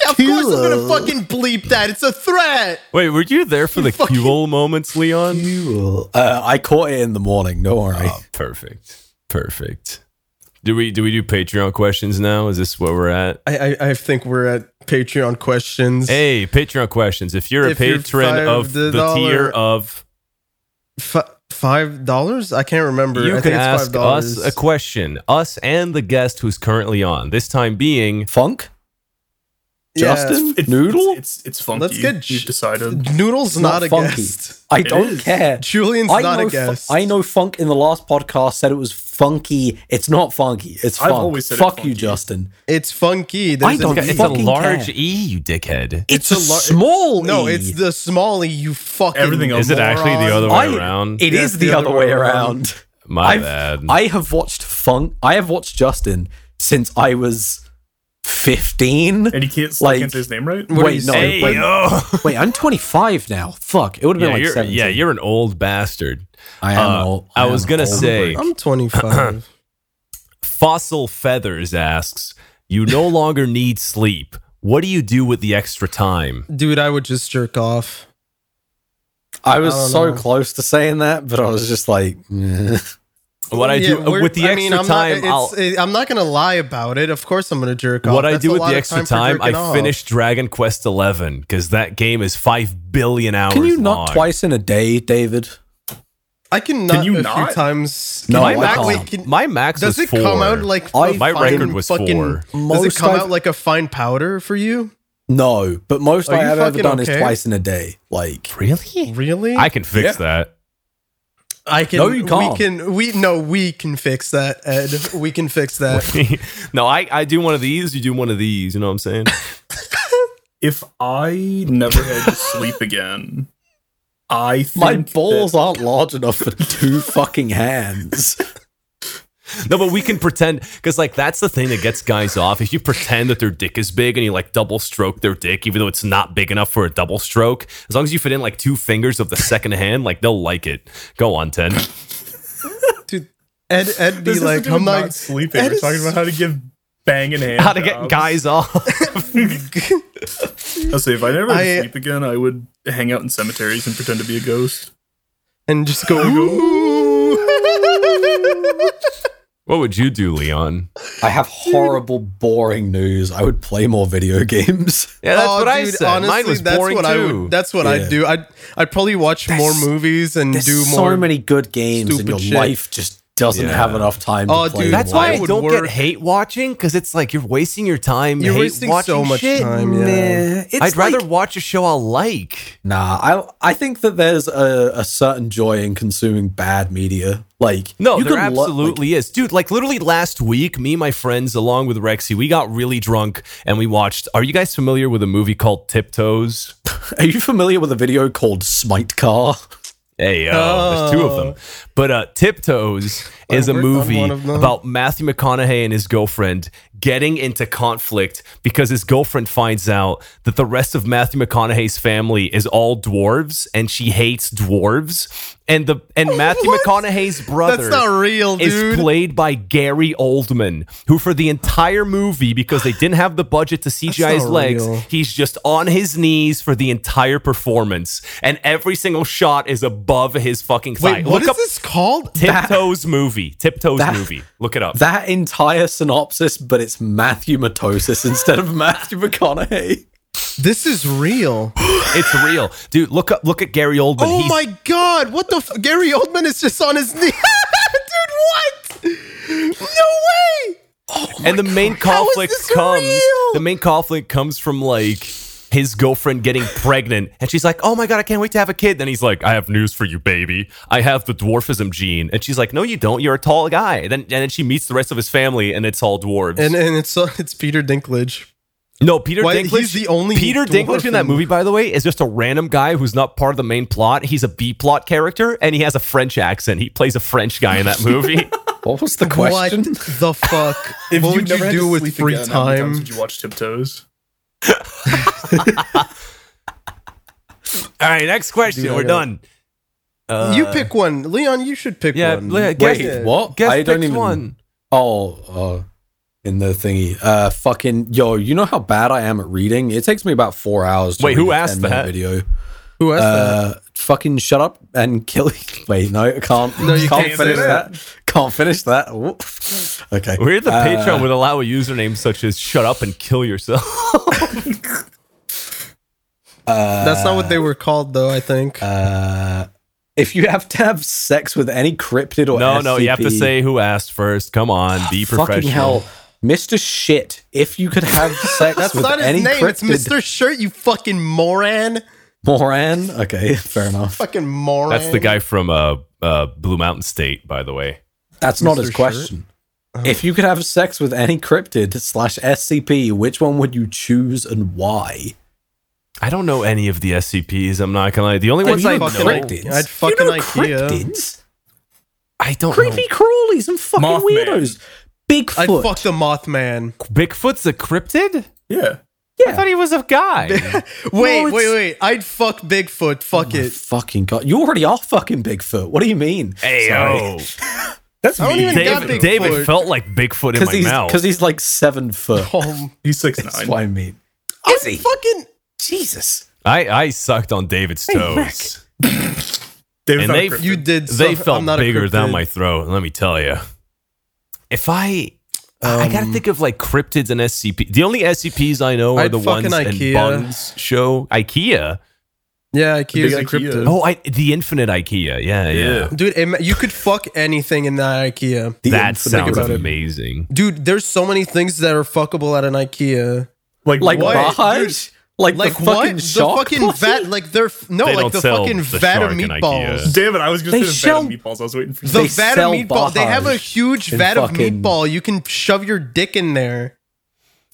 [SPEAKER 1] of course, I'm gonna fucking bleep that. It's a threat.
[SPEAKER 3] Wait, were you there for the
[SPEAKER 1] fucking-
[SPEAKER 3] Kuel moments, Leon?
[SPEAKER 4] Uh, I caught it in the morning. Don't worry.
[SPEAKER 1] Oh.
[SPEAKER 3] Perfect. Perfect. Do we do we do Patreon questions now? Is this where we're at?
[SPEAKER 1] I, I, I think we're at Patreon questions.
[SPEAKER 3] Hey, Patreon questions. If you're a
[SPEAKER 1] If you're
[SPEAKER 3] patron of the
[SPEAKER 1] $5
[SPEAKER 3] tier of
[SPEAKER 1] F- five dollars? I can't remember.
[SPEAKER 3] you
[SPEAKER 1] I
[SPEAKER 3] can
[SPEAKER 1] think it's
[SPEAKER 3] ask
[SPEAKER 1] five dollars.
[SPEAKER 3] us a question. Us and the guest who's currently on. This time being
[SPEAKER 4] Funk.
[SPEAKER 1] Yeah,
[SPEAKER 4] Justin?
[SPEAKER 2] It's-
[SPEAKER 4] Noodle?
[SPEAKER 2] It's it's, it's funky.
[SPEAKER 1] Let's get
[SPEAKER 2] You've
[SPEAKER 1] sh- (laughs)
[SPEAKER 2] decided.
[SPEAKER 1] Noodle's
[SPEAKER 4] It's
[SPEAKER 1] not, a
[SPEAKER 4] funky.
[SPEAKER 1] guest.
[SPEAKER 4] I don't
[SPEAKER 2] is.
[SPEAKER 4] care.
[SPEAKER 1] Julian's
[SPEAKER 4] I
[SPEAKER 1] not
[SPEAKER 4] know
[SPEAKER 1] a guest.
[SPEAKER 4] Fu- I know Funk in the last podcast said it was funky. It's not funky. It's
[SPEAKER 2] I've
[SPEAKER 4] funk.
[SPEAKER 2] always said it
[SPEAKER 4] Fuck you,
[SPEAKER 2] funky.
[SPEAKER 4] Justin.
[SPEAKER 1] It's funky.
[SPEAKER 4] I
[SPEAKER 1] There's
[SPEAKER 4] don't
[SPEAKER 1] a-
[SPEAKER 4] fucking
[SPEAKER 7] It's a large
[SPEAKER 4] care.
[SPEAKER 7] E, you dickhead.
[SPEAKER 1] It's
[SPEAKER 4] It's, a,
[SPEAKER 1] a lar-
[SPEAKER 4] small.
[SPEAKER 1] No,
[SPEAKER 4] E.
[SPEAKER 1] it's the small e, you fucking.
[SPEAKER 2] Everything else-
[SPEAKER 3] Is it actually the other way
[SPEAKER 4] I-
[SPEAKER 3] around?
[SPEAKER 4] It
[SPEAKER 2] Yes,
[SPEAKER 4] is the, other, way around.
[SPEAKER 3] My
[SPEAKER 4] I've-
[SPEAKER 3] bad.
[SPEAKER 4] I have watched Funk. I have watched Justin since I was fifteen.
[SPEAKER 2] And he can't, still
[SPEAKER 4] Like-
[SPEAKER 2] can't say his name right.
[SPEAKER 1] What are you
[SPEAKER 4] Wait, no.
[SPEAKER 1] saying? (laughs)
[SPEAKER 4] wait, wait, I'm 25 now. Fuck, it would have been
[SPEAKER 3] yeah,
[SPEAKER 4] like
[SPEAKER 3] you're,
[SPEAKER 4] 17.
[SPEAKER 3] yeah, you're an old bastard.
[SPEAKER 4] I am
[SPEAKER 3] Uh,
[SPEAKER 4] old.
[SPEAKER 3] I
[SPEAKER 4] am
[SPEAKER 3] was gonna
[SPEAKER 4] old.
[SPEAKER 3] say
[SPEAKER 1] I'm
[SPEAKER 4] (clears throat)
[SPEAKER 1] 25.
[SPEAKER 3] Fossil Feathers asks, "You no (laughs) longer need sleep. What do you do with the extra time?"
[SPEAKER 1] Dude, I would just jerk off.
[SPEAKER 4] I was
[SPEAKER 1] I don't
[SPEAKER 4] so
[SPEAKER 1] know.
[SPEAKER 4] close to saying that, but I was just like, eh.
[SPEAKER 3] What I
[SPEAKER 1] Yeah,
[SPEAKER 3] do
[SPEAKER 1] we're-
[SPEAKER 3] with the
[SPEAKER 1] I
[SPEAKER 3] extra
[SPEAKER 1] mean, I'm not-
[SPEAKER 3] time,
[SPEAKER 1] it's-
[SPEAKER 3] I'll,
[SPEAKER 1] it- I'm not gonna lie about it. Of course, I'm gonna jerk off.
[SPEAKER 3] what I
[SPEAKER 1] That's
[SPEAKER 3] do
[SPEAKER 1] a
[SPEAKER 3] with
[SPEAKER 1] lot
[SPEAKER 3] the
[SPEAKER 1] of
[SPEAKER 3] extra
[SPEAKER 1] for
[SPEAKER 3] time,
[SPEAKER 1] jerking
[SPEAKER 3] I
[SPEAKER 1] off.
[SPEAKER 3] finished Dragon Quest Eleven because that game is five billion hours.
[SPEAKER 4] can you not
[SPEAKER 3] long.
[SPEAKER 4] twice in a day, David?
[SPEAKER 1] I can knock
[SPEAKER 2] you
[SPEAKER 1] a
[SPEAKER 2] not?
[SPEAKER 1] few times.
[SPEAKER 4] No,
[SPEAKER 1] Can
[SPEAKER 4] I
[SPEAKER 1] you knock-
[SPEAKER 4] can't.
[SPEAKER 1] wait, can-
[SPEAKER 3] My max
[SPEAKER 1] does
[SPEAKER 3] was
[SPEAKER 1] it come
[SPEAKER 3] four.
[SPEAKER 1] out like
[SPEAKER 4] I-
[SPEAKER 1] a
[SPEAKER 4] My
[SPEAKER 1] fine
[SPEAKER 3] record was
[SPEAKER 1] fucking,
[SPEAKER 3] four.
[SPEAKER 1] Does it
[SPEAKER 4] Most
[SPEAKER 1] come
[SPEAKER 4] I've-
[SPEAKER 1] out like a fine powder for you?
[SPEAKER 4] No, but most
[SPEAKER 1] Are
[SPEAKER 4] I
[SPEAKER 1] you
[SPEAKER 4] have ever
[SPEAKER 1] fucking
[SPEAKER 4] done is
[SPEAKER 1] okay?
[SPEAKER 4] twice in a day. Like,
[SPEAKER 7] Really?
[SPEAKER 1] Really?
[SPEAKER 3] I can fix that.
[SPEAKER 1] I can.
[SPEAKER 4] No, you can't.
[SPEAKER 1] We can. We no. We can fix that, Ed. We can fix that.
[SPEAKER 3] (laughs) no, I, I do one of these. You do one of these. You know what I'm saying?
[SPEAKER 2] If I never had to sleep again,
[SPEAKER 1] (laughs)
[SPEAKER 2] I think
[SPEAKER 4] my balls
[SPEAKER 2] that-
[SPEAKER 4] aren't large enough for two (laughs) fucking hands.
[SPEAKER 3] (laughs) No, but we can pretend because like that's the thing that gets guys off. If you pretend that their dick is big and you like double stroke their dick, even though it's not big enough for a double stroke, as long as you fit in like two fingers of the second hand, like they'll like it. Go on, Ted. (laughs)
[SPEAKER 1] Dude, Ed. Ed be
[SPEAKER 2] This has to
[SPEAKER 1] like,
[SPEAKER 2] do
[SPEAKER 1] I'm
[SPEAKER 2] with
[SPEAKER 1] not.
[SPEAKER 2] not sleeping.
[SPEAKER 1] That
[SPEAKER 2] We're
[SPEAKER 1] is-
[SPEAKER 2] talking about how to give
[SPEAKER 1] (laughs)
[SPEAKER 2] bang and hand.
[SPEAKER 3] How to get
[SPEAKER 2] jobs.
[SPEAKER 3] guys off? (laughs)
[SPEAKER 2] I'll say if I never had to
[SPEAKER 1] I-
[SPEAKER 2] sleep again, I would hang out in cemeteries and pretend to be a ghost.
[SPEAKER 1] and just go. "Ooh."
[SPEAKER 3] what would you do, Leon?
[SPEAKER 4] I have horrible, boring news. I would play more video (laughs) games.
[SPEAKER 3] Yeah, (gasps) that's
[SPEAKER 1] Oh,
[SPEAKER 3] what I
[SPEAKER 1] dude,
[SPEAKER 3] said. Mine was
[SPEAKER 1] that's
[SPEAKER 3] boring
[SPEAKER 1] what I
[SPEAKER 3] too.
[SPEAKER 1] would, that's what
[SPEAKER 4] Yeah.
[SPEAKER 1] I'd do. I'd I'd probably watch more movies and
[SPEAKER 4] There's
[SPEAKER 1] do
[SPEAKER 4] so
[SPEAKER 1] more.
[SPEAKER 4] many good games, and
[SPEAKER 1] stupid
[SPEAKER 4] your
[SPEAKER 1] shit.
[SPEAKER 4] life just doesn't
[SPEAKER 3] Yeah.
[SPEAKER 4] have enough time.
[SPEAKER 1] Oh,
[SPEAKER 4] to play
[SPEAKER 1] dude,
[SPEAKER 4] them
[SPEAKER 1] That's why
[SPEAKER 4] all.
[SPEAKER 1] I would work-
[SPEAKER 3] hate watching because it's like you're wasting your time.
[SPEAKER 1] You're
[SPEAKER 3] hate
[SPEAKER 1] wasting
[SPEAKER 3] watching
[SPEAKER 1] so much
[SPEAKER 3] shit.
[SPEAKER 1] time. Yeah.
[SPEAKER 4] Meh. It's
[SPEAKER 3] I'd rather
[SPEAKER 4] like-
[SPEAKER 3] watch a show I like.
[SPEAKER 4] Nah, I I think that there's a, a certain joy in consuming bad media. Like
[SPEAKER 3] No, there
[SPEAKER 4] can lo-
[SPEAKER 3] absolutely is. Dude, like literally last week, me and my friends, along with Rexy, we got really drunk and we watched. Are you guys familiar with a movie called Tiptoes?
[SPEAKER 4] like- are you familiar with a video called Smite Car?
[SPEAKER 3] Hey, yo, there's two of them. But uh, Tiptoes is a
[SPEAKER 1] worked on
[SPEAKER 3] movie
[SPEAKER 1] one Oh. of them.
[SPEAKER 3] about Matthew McConaughey and his girlfriend getting into conflict because his girlfriend finds out that the rest of Matthew McConaughey's family is all dwarves and she hates dwarves. And the
[SPEAKER 1] (laughs)
[SPEAKER 3] and Matthew McConaughey's brother
[SPEAKER 1] That's not real,
[SPEAKER 3] is
[SPEAKER 1] dude.
[SPEAKER 3] played by Gary Oldman, who for the entire movie, because they didn't have the budget to CGI his
[SPEAKER 1] not
[SPEAKER 3] legs,
[SPEAKER 1] real.
[SPEAKER 3] he's just on his knees for the entire performance, and every single shot is above his fucking thigh.
[SPEAKER 1] Wait, what
[SPEAKER 3] Look
[SPEAKER 1] is
[SPEAKER 3] up
[SPEAKER 1] this called?
[SPEAKER 3] Tiptoes movie. Tiptoes
[SPEAKER 4] that-
[SPEAKER 3] movie. Look it up.
[SPEAKER 4] That entire synopsis, but it's Matthew Matosis instead of Matthew McConaughey.
[SPEAKER 1] This is real.
[SPEAKER 3] it's real, dude. Look up. Look at Gary Oldman.
[SPEAKER 1] Oh
[SPEAKER 3] He's-
[SPEAKER 1] my god! What the? F- Gary Oldman is just on his (laughs) knee. dude, what? No way!
[SPEAKER 3] and the main
[SPEAKER 1] How is
[SPEAKER 3] conflict
[SPEAKER 1] this
[SPEAKER 3] comes
[SPEAKER 1] real?
[SPEAKER 3] the main conflict comes from like his
[SPEAKER 1] (laughs)
[SPEAKER 3] girlfriend getting pregnant and she's like oh my god i can't wait to have a kid then he's like i have news for you baby i have the dwarfism gene and she's like no you don't you're a tall guy then and then she meets the rest of his family and it's all dwarves
[SPEAKER 1] And and it's uh, it's Peter Dinklage.
[SPEAKER 3] no peter
[SPEAKER 1] Why,
[SPEAKER 3] dinklage
[SPEAKER 1] he's the only
[SPEAKER 3] peter
[SPEAKER 1] dwarf
[SPEAKER 3] dinklage in that
[SPEAKER 1] in-
[SPEAKER 3] movie by the way is just a random guy who's not part of the main plot he's a b plot character and he has a french accent he plays a french guy in that
[SPEAKER 1] (laughs)
[SPEAKER 3] movie
[SPEAKER 4] What was the
[SPEAKER 1] What (laughs)
[SPEAKER 4] question?
[SPEAKER 1] the (laughs) fuck?
[SPEAKER 2] If
[SPEAKER 1] what would you
[SPEAKER 2] never had
[SPEAKER 1] do
[SPEAKER 2] to
[SPEAKER 1] with
[SPEAKER 2] sleep
[SPEAKER 1] free
[SPEAKER 2] again, how many times
[SPEAKER 1] time?
[SPEAKER 2] Would you watch Tiptoes?
[SPEAKER 3] all right next question
[SPEAKER 1] Dude, I
[SPEAKER 3] we're
[SPEAKER 1] got-
[SPEAKER 3] done Uh,
[SPEAKER 1] you pick one, Leon. You should pick
[SPEAKER 3] yeah,
[SPEAKER 1] one.
[SPEAKER 3] Le- guess-
[SPEAKER 1] Wait,
[SPEAKER 4] What?
[SPEAKER 3] guess
[SPEAKER 4] I don't
[SPEAKER 3] picks
[SPEAKER 4] even.
[SPEAKER 3] one.
[SPEAKER 4] Oh, uh, in the thingy. Uh, fucking yo, you know how bad I am at reading. It takes me about four hours. To
[SPEAKER 3] Wait,
[SPEAKER 4] read
[SPEAKER 3] who
[SPEAKER 4] a
[SPEAKER 3] asked
[SPEAKER 4] 10-minute
[SPEAKER 3] that?
[SPEAKER 4] Video.
[SPEAKER 1] Who asked that?
[SPEAKER 4] Uh, fucking shut up and kill. (laughs) Wait, no, I can't. No,
[SPEAKER 1] you
[SPEAKER 4] can't,
[SPEAKER 1] can't
[SPEAKER 4] finish
[SPEAKER 2] say
[SPEAKER 4] that. Can't finish that. Ooh. Okay.
[SPEAKER 3] We're the
[SPEAKER 4] Uh,
[SPEAKER 3] Patreon would allow a username such as "Shut up and kill yourself."
[SPEAKER 4] (laughs) uh,
[SPEAKER 1] That's not what they were called, though. I think.
[SPEAKER 4] Uh, if you have to have sex with any cryptid or
[SPEAKER 3] no, no, you have to
[SPEAKER 4] SCP
[SPEAKER 3] say who asked first. Come on, be
[SPEAKER 4] Fucking
[SPEAKER 3] professional.
[SPEAKER 4] hell. Mr. Shit, if you
[SPEAKER 1] (laughs)
[SPEAKER 4] could have sex
[SPEAKER 1] That's
[SPEAKER 4] with
[SPEAKER 1] not his
[SPEAKER 4] any
[SPEAKER 1] name.
[SPEAKER 4] cryptid
[SPEAKER 1] It's Mr. Shirt, you fucking moron.
[SPEAKER 4] Moran, okay, (laughs) fair enough.
[SPEAKER 1] Fucking moron.
[SPEAKER 3] That's the guy from uh, uh, Blue Mountain State, by the way.
[SPEAKER 4] That's not
[SPEAKER 1] Mr.
[SPEAKER 4] his
[SPEAKER 1] Shirt? Oh.
[SPEAKER 4] question. If you could have sex with any cryptid slash SCP, which one would you choose and why?
[SPEAKER 3] I don't know any of the SCPs. I'm not gonna lie. The only ones
[SPEAKER 4] you
[SPEAKER 3] I know,
[SPEAKER 4] know
[SPEAKER 1] fucking
[SPEAKER 4] cryptids.
[SPEAKER 1] I'd fucking
[SPEAKER 4] you know
[SPEAKER 1] Ikea. Oh.
[SPEAKER 4] cryptids,
[SPEAKER 3] I don't
[SPEAKER 4] creepy crawlies, and fucking
[SPEAKER 2] Mothman.
[SPEAKER 4] weirdos.
[SPEAKER 1] I
[SPEAKER 4] Bigfoot.
[SPEAKER 1] fucked the Mothman.
[SPEAKER 3] know. Bigfoot's a cryptid.
[SPEAKER 2] Yeah.
[SPEAKER 3] I thought he was a (laughs)
[SPEAKER 4] (laughs)
[SPEAKER 3] guy.
[SPEAKER 1] Wait,
[SPEAKER 4] it's-
[SPEAKER 1] wait, wait. I'd fuck Bigfoot. Fuck it.
[SPEAKER 4] Oh Fucking god, you already are fucking Bigfoot. What do you mean?
[SPEAKER 3] Ayo,
[SPEAKER 2] That's
[SPEAKER 1] I don't
[SPEAKER 2] me.
[SPEAKER 1] even got
[SPEAKER 3] David,
[SPEAKER 1] Bigfoot.
[SPEAKER 3] David felt like
[SPEAKER 4] (laughs)
[SPEAKER 3] Bigfoot in
[SPEAKER 4] Because
[SPEAKER 3] my
[SPEAKER 4] he's
[SPEAKER 3] mouth.
[SPEAKER 4] because he's like seven foot.
[SPEAKER 1] Um,
[SPEAKER 2] He's six
[SPEAKER 4] That's
[SPEAKER 2] nine.
[SPEAKER 4] what I mean.
[SPEAKER 5] Is he?
[SPEAKER 1] Oh, fucking
[SPEAKER 5] Jesus.
[SPEAKER 3] I, I sucked on David's toes.
[SPEAKER 2] David's
[SPEAKER 3] And
[SPEAKER 2] not a
[SPEAKER 3] they-
[SPEAKER 2] cryptid.
[SPEAKER 1] you did. So,
[SPEAKER 3] they
[SPEAKER 1] I'm
[SPEAKER 3] felt
[SPEAKER 1] not a
[SPEAKER 3] bigger down
[SPEAKER 1] cryptid.
[SPEAKER 3] my throat. Let me tell you. If I, I gotta
[SPEAKER 1] Um,
[SPEAKER 3] think of like cryptids and SCP. The only SCPs I know are
[SPEAKER 1] I'd
[SPEAKER 3] the ones
[SPEAKER 1] fucking
[SPEAKER 3] in
[SPEAKER 1] Ikea. Uh,
[SPEAKER 3] Buns show IKEA.
[SPEAKER 1] Yeah, Ikea's
[SPEAKER 2] Big
[SPEAKER 1] a
[SPEAKER 2] Ikea.
[SPEAKER 1] cryptid.
[SPEAKER 3] Oh, I the infinite IKEA. Yeah, yeah.
[SPEAKER 2] Yeah.
[SPEAKER 1] Dude, ima- you could fuck anything in that IKEA.
[SPEAKER 4] The
[SPEAKER 3] That
[SPEAKER 4] infinite-
[SPEAKER 3] sounds
[SPEAKER 1] about it.
[SPEAKER 3] amazing.
[SPEAKER 1] Dude, there's so many things that are fuckable at an IKEA.
[SPEAKER 2] like,
[SPEAKER 4] like
[SPEAKER 1] what?
[SPEAKER 4] Bahaj? Like,
[SPEAKER 1] Like
[SPEAKER 4] the
[SPEAKER 1] what?
[SPEAKER 4] fucking
[SPEAKER 1] The
[SPEAKER 4] shark
[SPEAKER 1] fucking
[SPEAKER 4] pussy?
[SPEAKER 1] vat, like they're f- no,
[SPEAKER 3] They
[SPEAKER 1] like
[SPEAKER 3] don't
[SPEAKER 1] the
[SPEAKER 3] sell
[SPEAKER 1] fucking
[SPEAKER 3] the
[SPEAKER 1] vat of
[SPEAKER 3] shark in
[SPEAKER 1] meatballs.
[SPEAKER 3] IKEA.
[SPEAKER 2] Damn it! I was just
[SPEAKER 4] They
[SPEAKER 2] in a
[SPEAKER 4] shall-
[SPEAKER 2] vat of meatballs. I was waiting for you.
[SPEAKER 1] The
[SPEAKER 4] They
[SPEAKER 1] vat
[SPEAKER 4] sell
[SPEAKER 1] of meatball. They have a
[SPEAKER 4] Bahaj
[SPEAKER 1] huge
[SPEAKER 4] in
[SPEAKER 1] vat of
[SPEAKER 4] fucking-
[SPEAKER 1] meatball. You can shove your dick in there.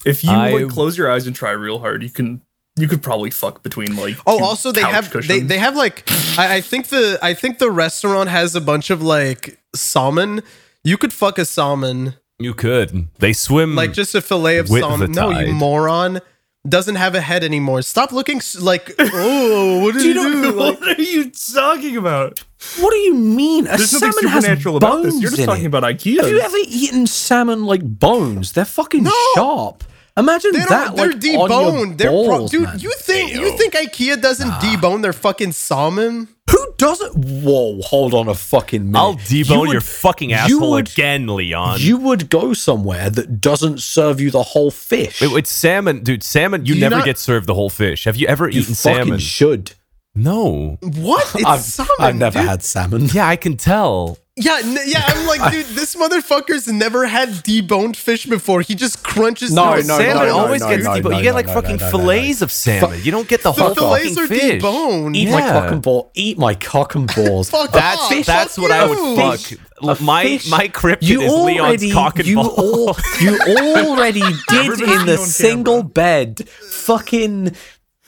[SPEAKER 2] if you
[SPEAKER 3] I-
[SPEAKER 2] like, close your eyes and try real hard, you can. You could probably fuck between like.
[SPEAKER 1] Oh,
[SPEAKER 2] two
[SPEAKER 1] also they
[SPEAKER 2] couch
[SPEAKER 1] have they,
[SPEAKER 2] cushions.
[SPEAKER 1] they have like I, I think the I think the restaurant has a bunch of like salmon. You could fuck a salmon,
[SPEAKER 3] You could. They swim
[SPEAKER 1] like just a fillet of
[SPEAKER 3] With
[SPEAKER 1] salmon.
[SPEAKER 3] the
[SPEAKER 1] No, you
[SPEAKER 3] tide.
[SPEAKER 1] moron. Doesn't have a head anymore. Stop looking s- like (laughs) oh, what did you, do? Like,
[SPEAKER 2] (laughs) what are you talking about?
[SPEAKER 4] What do you mean? A
[SPEAKER 2] There's
[SPEAKER 4] salmon
[SPEAKER 2] nothing supernatural
[SPEAKER 4] has bones
[SPEAKER 2] about this. You're just
[SPEAKER 4] in
[SPEAKER 2] talking
[SPEAKER 4] it.
[SPEAKER 2] about IKEA.
[SPEAKER 4] Have you ever eaten salmon like bones? They're fucking sharp. Imagine
[SPEAKER 1] they
[SPEAKER 4] that.
[SPEAKER 1] don't, they're
[SPEAKER 4] like, On your
[SPEAKER 1] deboned. They're pro-
[SPEAKER 4] balls,
[SPEAKER 1] dude.
[SPEAKER 4] man.
[SPEAKER 1] You think you think IKEA doesn't debone their fucking salmon?
[SPEAKER 4] Who doesn't? Whoa, hold on a fucking minute.
[SPEAKER 3] I'll
[SPEAKER 4] You
[SPEAKER 3] debone
[SPEAKER 4] would-
[SPEAKER 3] your fucking
[SPEAKER 4] you
[SPEAKER 3] asshole
[SPEAKER 4] would-
[SPEAKER 3] again, Leon.
[SPEAKER 4] You would go somewhere that doesn't serve you the whole fish.
[SPEAKER 3] It- it's salmon, dude. Salmon. You
[SPEAKER 1] Do you
[SPEAKER 3] never
[SPEAKER 1] not-
[SPEAKER 3] get served the whole fish. Have you ever
[SPEAKER 4] you
[SPEAKER 3] eaten
[SPEAKER 4] fucking
[SPEAKER 3] salmon?
[SPEAKER 4] should.
[SPEAKER 1] (laughs)
[SPEAKER 3] no.
[SPEAKER 1] What? It's
[SPEAKER 4] I've,
[SPEAKER 1] salmon.
[SPEAKER 4] I've never
[SPEAKER 1] dude.
[SPEAKER 4] had salmon.
[SPEAKER 3] Yeah, I can tell.
[SPEAKER 1] Yeah, n- yeah.
[SPEAKER 3] (laughs)
[SPEAKER 1] I'm like, dude, this motherfucker's never had deboned fish before. He just crunches.
[SPEAKER 4] No,
[SPEAKER 1] through a
[SPEAKER 4] no, no,
[SPEAKER 1] salmon.
[SPEAKER 3] salmon
[SPEAKER 4] no,
[SPEAKER 3] always gets
[SPEAKER 4] no,
[SPEAKER 3] deboned.
[SPEAKER 4] no,
[SPEAKER 3] you get
[SPEAKER 4] no,
[SPEAKER 3] like
[SPEAKER 4] no,
[SPEAKER 3] fucking
[SPEAKER 4] no, no, no, no.
[SPEAKER 3] fillets of salmon. You don't get the
[SPEAKER 1] The
[SPEAKER 3] whole
[SPEAKER 1] fillets
[SPEAKER 3] fucking
[SPEAKER 1] are
[SPEAKER 3] fish.
[SPEAKER 1] deboned.
[SPEAKER 4] Eat my
[SPEAKER 3] Yeah.
[SPEAKER 4] cock and ball. Eat my cock and balls.
[SPEAKER 1] Fuck
[SPEAKER 3] That's
[SPEAKER 1] off.
[SPEAKER 3] that's
[SPEAKER 1] Fuck
[SPEAKER 3] what I
[SPEAKER 1] you.
[SPEAKER 3] would fuck.
[SPEAKER 4] A
[SPEAKER 3] my
[SPEAKER 4] fish.
[SPEAKER 3] my cryptid is Leon's cock and
[SPEAKER 4] you
[SPEAKER 3] ball.
[SPEAKER 4] al-
[SPEAKER 3] (laughs)
[SPEAKER 4] you already did
[SPEAKER 2] Everybody
[SPEAKER 4] in the
[SPEAKER 2] on
[SPEAKER 4] single bed fucking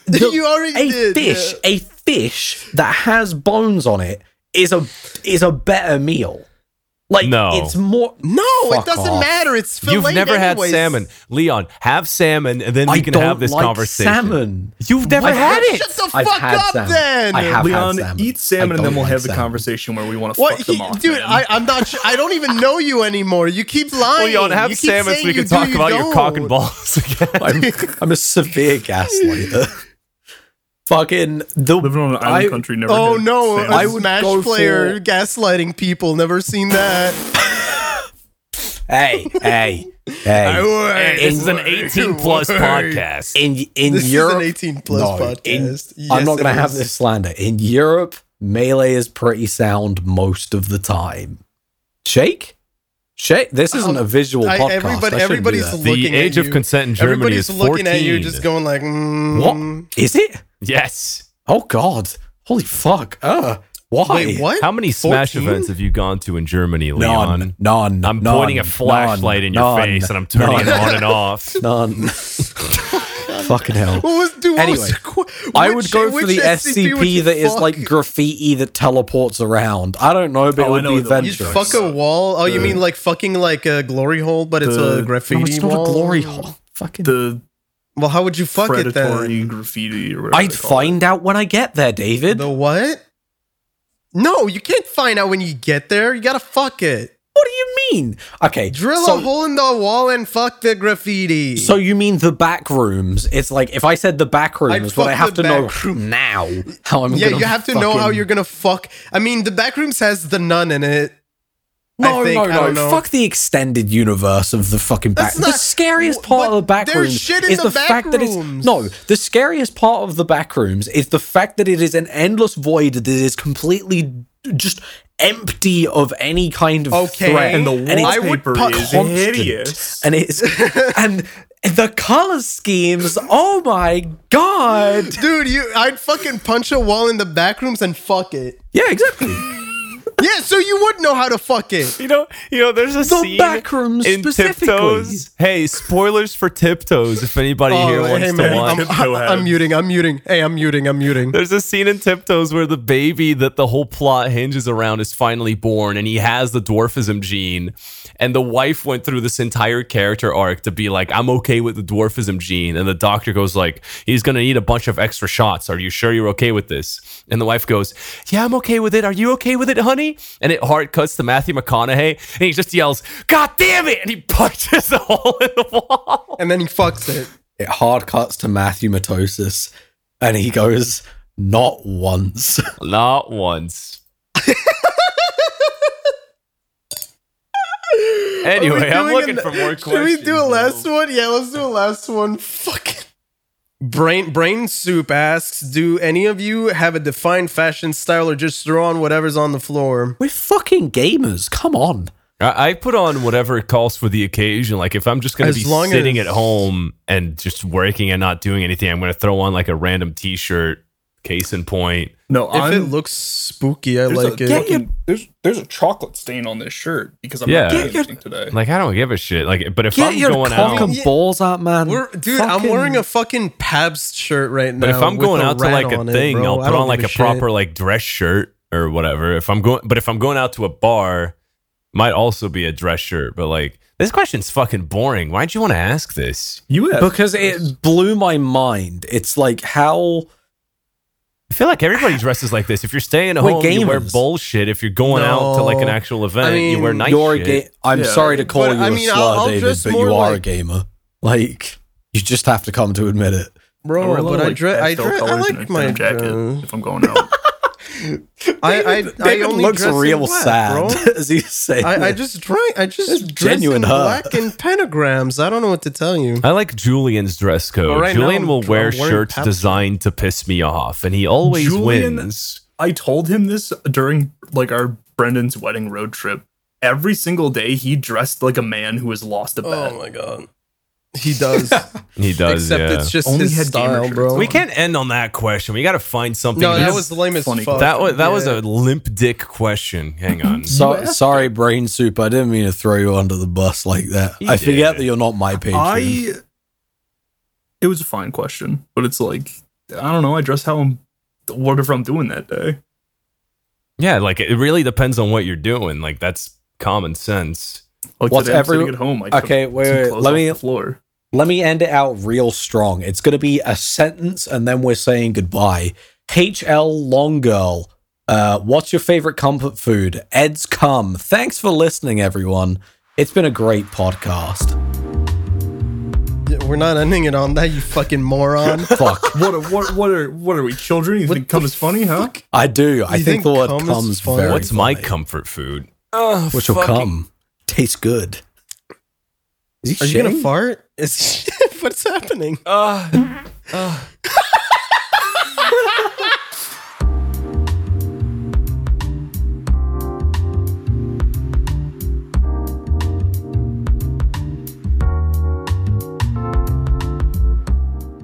[SPEAKER 4] the-
[SPEAKER 1] You already
[SPEAKER 4] a
[SPEAKER 1] did,
[SPEAKER 4] fish a fish that has bones on it is a is a better meal. Like
[SPEAKER 3] No.
[SPEAKER 4] it's more
[SPEAKER 1] No,
[SPEAKER 4] Fuck
[SPEAKER 1] it doesn't
[SPEAKER 4] off.
[SPEAKER 1] matter. It's fillet.
[SPEAKER 3] You've never
[SPEAKER 1] anyways.
[SPEAKER 3] had salmon, Leon. Have salmon, and then we
[SPEAKER 4] I
[SPEAKER 3] can
[SPEAKER 4] don't
[SPEAKER 3] have this
[SPEAKER 4] like
[SPEAKER 3] conversation.
[SPEAKER 4] Salmon.
[SPEAKER 3] You've never
[SPEAKER 4] I've
[SPEAKER 3] had
[SPEAKER 4] had-
[SPEAKER 3] it.
[SPEAKER 1] Shut the
[SPEAKER 4] I've
[SPEAKER 1] fuck
[SPEAKER 4] had
[SPEAKER 1] up,
[SPEAKER 4] salmon.
[SPEAKER 1] then.
[SPEAKER 4] I have- I've had
[SPEAKER 2] Leon,
[SPEAKER 4] salmon.
[SPEAKER 2] eat salmon,
[SPEAKER 4] I
[SPEAKER 2] and then
[SPEAKER 4] don't
[SPEAKER 2] we'll
[SPEAKER 4] like
[SPEAKER 2] have the
[SPEAKER 4] salmon.
[SPEAKER 2] conversation where we want to fuck
[SPEAKER 1] What,
[SPEAKER 2] them
[SPEAKER 1] he-
[SPEAKER 2] off.
[SPEAKER 1] dude?
[SPEAKER 2] man.
[SPEAKER 1] I, I'm not. Sure, I don't even know you anymore. You
[SPEAKER 3] (laughs)
[SPEAKER 1] keep lying.
[SPEAKER 3] Leon, have
[SPEAKER 1] you keep
[SPEAKER 3] salmon so
[SPEAKER 1] saying
[SPEAKER 3] we
[SPEAKER 1] you
[SPEAKER 3] can
[SPEAKER 1] do,
[SPEAKER 3] talk
[SPEAKER 1] you
[SPEAKER 3] about your cock and
[SPEAKER 1] don't.
[SPEAKER 3] balls again.
[SPEAKER 4] I'm, I'm a
[SPEAKER 3] (laughs)
[SPEAKER 4] severe gaslighter. fucking the
[SPEAKER 2] living on an island
[SPEAKER 4] I-
[SPEAKER 2] country never.
[SPEAKER 1] Oh
[SPEAKER 2] had
[SPEAKER 1] no,
[SPEAKER 2] salmon.
[SPEAKER 1] I
[SPEAKER 4] I
[SPEAKER 1] would
[SPEAKER 4] would
[SPEAKER 1] Smash
[SPEAKER 4] go
[SPEAKER 1] player
[SPEAKER 4] for-
[SPEAKER 1] gaslighting people. Never seen that.
[SPEAKER 4] hey hey hey
[SPEAKER 3] this
[SPEAKER 4] (laughs)
[SPEAKER 3] is an 18 plus podcast.
[SPEAKER 4] in in
[SPEAKER 1] This
[SPEAKER 4] Europe
[SPEAKER 1] is an 18 plus
[SPEAKER 4] No, in-
[SPEAKER 1] podcast.
[SPEAKER 4] I'm not
[SPEAKER 1] Yes,
[SPEAKER 4] going to
[SPEAKER 1] it
[SPEAKER 4] have
[SPEAKER 1] is.
[SPEAKER 4] this slander. In Europe, melee is pretty sound most of the time. Shake? Shake? This isn't a visual
[SPEAKER 1] Um, I-
[SPEAKER 4] podcast.
[SPEAKER 1] everybody-
[SPEAKER 4] I shouldn't do
[SPEAKER 1] everybody's
[SPEAKER 4] that.
[SPEAKER 3] The
[SPEAKER 1] looking at
[SPEAKER 3] age of
[SPEAKER 1] you.
[SPEAKER 3] consent in Germany
[SPEAKER 1] Everybody's
[SPEAKER 3] is
[SPEAKER 1] looking
[SPEAKER 3] 14.
[SPEAKER 1] at you, just going like, mm.
[SPEAKER 4] What? Is it?
[SPEAKER 3] yes.
[SPEAKER 4] Oh, God. Holy fuck. Uh, why?
[SPEAKER 1] Wait, what?
[SPEAKER 3] How many Smash
[SPEAKER 1] 14?
[SPEAKER 3] events have you gone to in Germany, Leon?
[SPEAKER 4] None. None.
[SPEAKER 3] I'm
[SPEAKER 4] none,
[SPEAKER 3] pointing a flashlight in your
[SPEAKER 4] none,
[SPEAKER 3] face and I'm turning
[SPEAKER 4] none,
[SPEAKER 3] it on
[SPEAKER 4] (laughs)
[SPEAKER 3] and off.
[SPEAKER 1] (laughs)
[SPEAKER 4] None. Fucking hell.
[SPEAKER 1] What was, dude, what
[SPEAKER 4] Anyway,
[SPEAKER 1] was, (laughs) qu-
[SPEAKER 4] I
[SPEAKER 1] which-
[SPEAKER 4] would go for
[SPEAKER 1] which
[SPEAKER 4] the
[SPEAKER 1] SCP would you
[SPEAKER 4] SCP that is
[SPEAKER 1] fuck?
[SPEAKER 4] like graffiti that teleports around. I don't know, but
[SPEAKER 2] Oh, I
[SPEAKER 4] it would
[SPEAKER 2] know
[SPEAKER 4] be
[SPEAKER 2] the one.
[SPEAKER 1] You'd
[SPEAKER 4] adventurous.
[SPEAKER 1] fuck a wall. Oh, you mean like fucking like a glory hole, but it's
[SPEAKER 2] the-
[SPEAKER 1] a graffiti
[SPEAKER 4] no, it's not
[SPEAKER 1] wall?
[SPEAKER 4] a glory hole. Fucking
[SPEAKER 2] the
[SPEAKER 1] Well, how would you fuck it then?
[SPEAKER 2] predatory graffiti or whatever.
[SPEAKER 4] I'd
[SPEAKER 2] they call it.
[SPEAKER 4] find out when I get there, David.
[SPEAKER 1] The what? No, you can't find out when you get there. You gotta fuck it.
[SPEAKER 4] What do you mean? Okay,
[SPEAKER 1] Drill
[SPEAKER 4] so,
[SPEAKER 1] a hole in the wall and fuck the graffiti.
[SPEAKER 4] So you mean the back rooms? It's like if I said the back
[SPEAKER 1] I'd
[SPEAKER 4] rooms, well, I
[SPEAKER 1] fuck
[SPEAKER 4] have
[SPEAKER 1] the
[SPEAKER 4] to know
[SPEAKER 1] back
[SPEAKER 4] now how I'm.
[SPEAKER 1] yeah,
[SPEAKER 4] gonna
[SPEAKER 1] you have to know
[SPEAKER 4] fucking-
[SPEAKER 1] how you're gonna fuck. I mean, the backrooms has the nun in it.
[SPEAKER 4] No,
[SPEAKER 1] I think, I
[SPEAKER 4] no,
[SPEAKER 1] don't
[SPEAKER 4] no!
[SPEAKER 1] know.
[SPEAKER 4] Fuck the extended universe of the fucking back.
[SPEAKER 1] That's
[SPEAKER 4] The
[SPEAKER 1] not-
[SPEAKER 4] scariest
[SPEAKER 1] Wh-
[SPEAKER 4] part
[SPEAKER 1] but
[SPEAKER 4] of the back
[SPEAKER 1] there's
[SPEAKER 4] rooms
[SPEAKER 1] shit in
[SPEAKER 4] is
[SPEAKER 1] the
[SPEAKER 4] the,
[SPEAKER 1] back
[SPEAKER 4] fact that it's
[SPEAKER 1] rooms.
[SPEAKER 4] no. The scariest part of the back rooms is the fact that it is an endless void that is completely just empty of any kind of
[SPEAKER 1] Okay.
[SPEAKER 4] threat.
[SPEAKER 2] And the
[SPEAKER 4] it's
[SPEAKER 2] wallpaper is
[SPEAKER 4] constant.
[SPEAKER 2] hideous.
[SPEAKER 4] And it's and the color schemes. Oh my god!
[SPEAKER 1] Dude, you I'd fucking punch a wall in the back rooms and fuck it.
[SPEAKER 4] Yeah, exactly.
[SPEAKER 1] Yeah, so you would know how to fuck it.
[SPEAKER 3] You know, you know. There's a
[SPEAKER 4] The
[SPEAKER 3] scene
[SPEAKER 4] back room
[SPEAKER 3] in
[SPEAKER 4] specifically.
[SPEAKER 3] Tiptoes. Oh, Hey, spoilers for Tiptoes. If anybody here wants
[SPEAKER 1] Oh, hey,
[SPEAKER 3] to
[SPEAKER 1] man,
[SPEAKER 3] watch,
[SPEAKER 1] (laughs) I'm,
[SPEAKER 2] Go ahead.
[SPEAKER 1] I'm muting. I'm muting. Hey, I'm muting. I'm muting.
[SPEAKER 3] (laughs) There's a scene in Tiptoes where the baby that the whole plot hinges around is finally born and he has the dwarfism gene. And the wife went through this entire character arc to be like, I'm okay with the dwarfism gene. And the doctor goes like, he's going to need a bunch of extra shots. Are you sure you're okay with this? And the wife goes, yeah, I'm okay with it. Are you okay with it, honey? And it hard cuts to Matthew McConaughey and he just yells, God damn it. And he (laughs) punches a hole in the wall.
[SPEAKER 1] And then he fucks it.
[SPEAKER 4] It hard cuts to Matthew Matosis, and he goes, "Not once."
[SPEAKER 1] (laughs)
[SPEAKER 3] Not once.
[SPEAKER 1] Are we
[SPEAKER 3] anyway, I'm
[SPEAKER 1] doing
[SPEAKER 3] looking
[SPEAKER 1] an-
[SPEAKER 3] for more questions.
[SPEAKER 1] Should we do a last one? Yeah, let's do a last one. Fucking brain brain soup asks, do any of you have a defined fashion style or just throw on whatever's on the floor?
[SPEAKER 4] We're fucking gamers. Come on.
[SPEAKER 3] I I put on whatever it calls for the occasion. Like if I'm just going
[SPEAKER 1] As
[SPEAKER 3] to be
[SPEAKER 1] long
[SPEAKER 3] sitting
[SPEAKER 1] as-
[SPEAKER 3] at home and just working and not doing anything, I'm going to throw on like a random T-shirt. Case in point,
[SPEAKER 2] No,
[SPEAKER 1] If
[SPEAKER 2] I'm,
[SPEAKER 1] it looks spooky, I
[SPEAKER 2] there's
[SPEAKER 1] like uh,
[SPEAKER 2] a,
[SPEAKER 1] it.
[SPEAKER 2] fucking- there's there's a chocolate stain on this shirt because I'm
[SPEAKER 3] Yeah.
[SPEAKER 2] not
[SPEAKER 4] Get
[SPEAKER 2] doing
[SPEAKER 4] your-
[SPEAKER 2] anything today.
[SPEAKER 3] like I don't give a shit. Like, but if
[SPEAKER 4] Get
[SPEAKER 3] I'm
[SPEAKER 4] your
[SPEAKER 3] going
[SPEAKER 4] cock
[SPEAKER 3] out,
[SPEAKER 4] and balls out, man.
[SPEAKER 1] We're, dude, I'm wearing a fucking Pabst shirt right now.
[SPEAKER 3] But if I'm
[SPEAKER 1] with
[SPEAKER 3] going
[SPEAKER 1] a
[SPEAKER 3] out to
[SPEAKER 1] rat
[SPEAKER 3] like a
[SPEAKER 1] on it,
[SPEAKER 3] thing,
[SPEAKER 1] bro.
[SPEAKER 3] I'll
[SPEAKER 1] I
[SPEAKER 3] put
[SPEAKER 1] don't
[SPEAKER 3] on like
[SPEAKER 1] give
[SPEAKER 3] a
[SPEAKER 1] shit.
[SPEAKER 3] proper like dress shirt or whatever. If I'm going, but if I'm going out to a bar, might also be a dress shirt. But like this question's fucking boring. Why'd you want to ask this?
[SPEAKER 2] you have
[SPEAKER 4] because it blew my mind. It's like how
[SPEAKER 3] I feel
[SPEAKER 1] (sighs)
[SPEAKER 3] like everybody dresses like this. If you're staying at
[SPEAKER 4] We're
[SPEAKER 3] home, you wear
[SPEAKER 4] gamers.
[SPEAKER 3] bullshit. If you're going out to like an
[SPEAKER 1] No.
[SPEAKER 3] actual event, you wear
[SPEAKER 1] mean,
[SPEAKER 3] nice
[SPEAKER 4] you're a
[SPEAKER 3] shit.
[SPEAKER 4] ga- I'm
[SPEAKER 2] Yeah.
[SPEAKER 4] sorry to call
[SPEAKER 1] But,
[SPEAKER 4] you
[SPEAKER 1] I
[SPEAKER 4] a
[SPEAKER 1] mean,
[SPEAKER 4] slur,
[SPEAKER 1] I'll- I'll
[SPEAKER 4] David,
[SPEAKER 1] dress
[SPEAKER 4] but
[SPEAKER 1] more
[SPEAKER 4] you are a
[SPEAKER 1] like-
[SPEAKER 4] gamer. Like you just have to come to admit it.
[SPEAKER 1] bro.
[SPEAKER 2] wear a lot
[SPEAKER 1] but
[SPEAKER 2] of,
[SPEAKER 1] I dress. I,
[SPEAKER 2] pastel
[SPEAKER 1] dre- I
[SPEAKER 2] colors and a
[SPEAKER 1] like my
[SPEAKER 2] denim jacket
[SPEAKER 3] (laughs)
[SPEAKER 1] jacket.
[SPEAKER 2] if I'm going out.
[SPEAKER 1] I I, I
[SPEAKER 4] David
[SPEAKER 1] only
[SPEAKER 4] looks
[SPEAKER 1] dress in
[SPEAKER 4] real
[SPEAKER 1] black,
[SPEAKER 4] sad
[SPEAKER 1] bro.
[SPEAKER 4] (laughs) as you say.
[SPEAKER 1] I, I just drank. I
[SPEAKER 4] It's
[SPEAKER 1] just dress
[SPEAKER 4] genuine
[SPEAKER 1] in
[SPEAKER 4] her.
[SPEAKER 1] black and pentagrams. I don't know what to tell you.
[SPEAKER 3] I like Julian's dress code.
[SPEAKER 1] But right now,
[SPEAKER 3] Julian
[SPEAKER 1] I'm
[SPEAKER 3] will
[SPEAKER 1] dr-
[SPEAKER 3] wear
[SPEAKER 1] I'm wearing
[SPEAKER 3] shirts
[SPEAKER 1] Pabst.
[SPEAKER 3] designed to piss me off, and he always
[SPEAKER 2] Julian-
[SPEAKER 3] wins.
[SPEAKER 2] I told him this during like our Brendan's wedding road trip. Every single day, he dressed like a man who has lost a bet.
[SPEAKER 1] god, he does.
[SPEAKER 3] He (laughs) does.
[SPEAKER 1] Except
[SPEAKER 3] yeah.
[SPEAKER 1] it's just
[SPEAKER 2] Only
[SPEAKER 1] his
[SPEAKER 2] had gamer
[SPEAKER 1] style,
[SPEAKER 2] shirts
[SPEAKER 1] bro.
[SPEAKER 2] on.
[SPEAKER 3] we can't end on that question. We got to find something.
[SPEAKER 1] No, that
[SPEAKER 3] that's-
[SPEAKER 1] was lame as
[SPEAKER 2] funny.
[SPEAKER 1] fuck.
[SPEAKER 3] That was that was
[SPEAKER 1] Yeah.
[SPEAKER 3] a limp dick question. Hang on.
[SPEAKER 4] so, sorry, brain soup. I didn't mean to throw you under the bus like that.
[SPEAKER 3] He
[SPEAKER 4] I forget
[SPEAKER 3] did.
[SPEAKER 4] that you're not my patron.
[SPEAKER 2] I. It was a fine question, but it's like I don't know. I dress how I'm, whatever I'm doing that day.
[SPEAKER 3] (laughs) yeah, like it really depends on what you're doing. Like that's common sense.
[SPEAKER 2] Like
[SPEAKER 4] What's
[SPEAKER 2] today,
[SPEAKER 4] every-
[SPEAKER 2] I'm sitting at home. I took
[SPEAKER 4] Okay, wait,
[SPEAKER 2] some
[SPEAKER 4] wait,
[SPEAKER 2] clothes
[SPEAKER 4] let
[SPEAKER 2] off
[SPEAKER 4] me-
[SPEAKER 2] the floor.
[SPEAKER 4] Let me end it out real strong. It's going to be a sentence, and then we're saying goodbye. HL Long Girl, uh, what's your favorite comfort food? Ed's come. Thanks for listening, everyone. It's been a great podcast.
[SPEAKER 1] (laughs) We're not ending it on that, you fucking (laughs) moron.
[SPEAKER 4] Fuck.
[SPEAKER 2] What? Are, what? What are? What are we? Children? You think cum is funny, huh?
[SPEAKER 4] I do. I
[SPEAKER 1] You think
[SPEAKER 4] think, the word
[SPEAKER 1] cum is
[SPEAKER 4] comes
[SPEAKER 1] funny?
[SPEAKER 4] very
[SPEAKER 1] Very
[SPEAKER 3] What's my
[SPEAKER 4] funny,
[SPEAKER 3] comfort food?
[SPEAKER 4] Which will come. Tastes good. Is he
[SPEAKER 1] Are you gonna
[SPEAKER 4] shitting?
[SPEAKER 1] fart? Is (laughs) what's happening?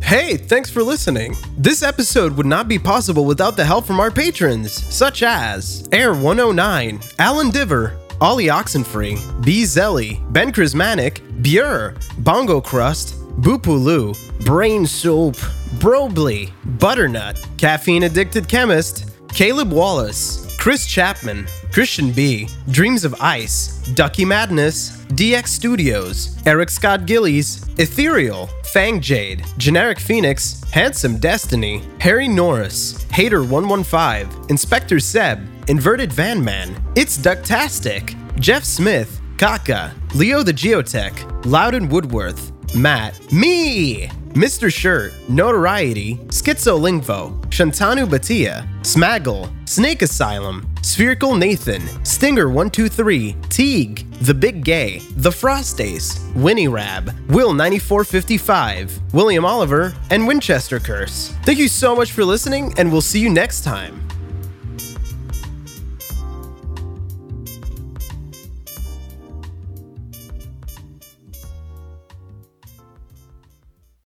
[SPEAKER 1] Hey, thanks for listening. This episode would not be possible without the help from our patrons, such as Air 109, Alan Diver, Ollie Oxenfree, B Zelly, Ben Chrismanic, Bure, Bongo Crust, Boopulu, Brain Soup, Brobly, Butternut, Caffeine Addicted Chemist, Caleb Wallace, Chris Chapman, Christian B, Dreams of Ice, Ducky Madness, DX Studios, Eric Scott Gillies, Ethereal, Fang Jade, Generic Phoenix, Handsome Destiny, Harry Norris, Hater115, Inspector Seb, Inverted Van Man, It's Ducktastic, Jeff Smith, Kaka, Leo the Geotech, Loudon Woodworth, Matt, me, Mr. Shirt, Notoriety, Schizolingvo, Shantanu Batia, Smaggle, Snake Asylum, Spherical Nathan, Stinger123, Teague, The Big Gay, The Frost Ace, Winnie Rab, Will9455, William Oliver, and Winchester Curse. Thank you so much for listening, and we'll see you next time.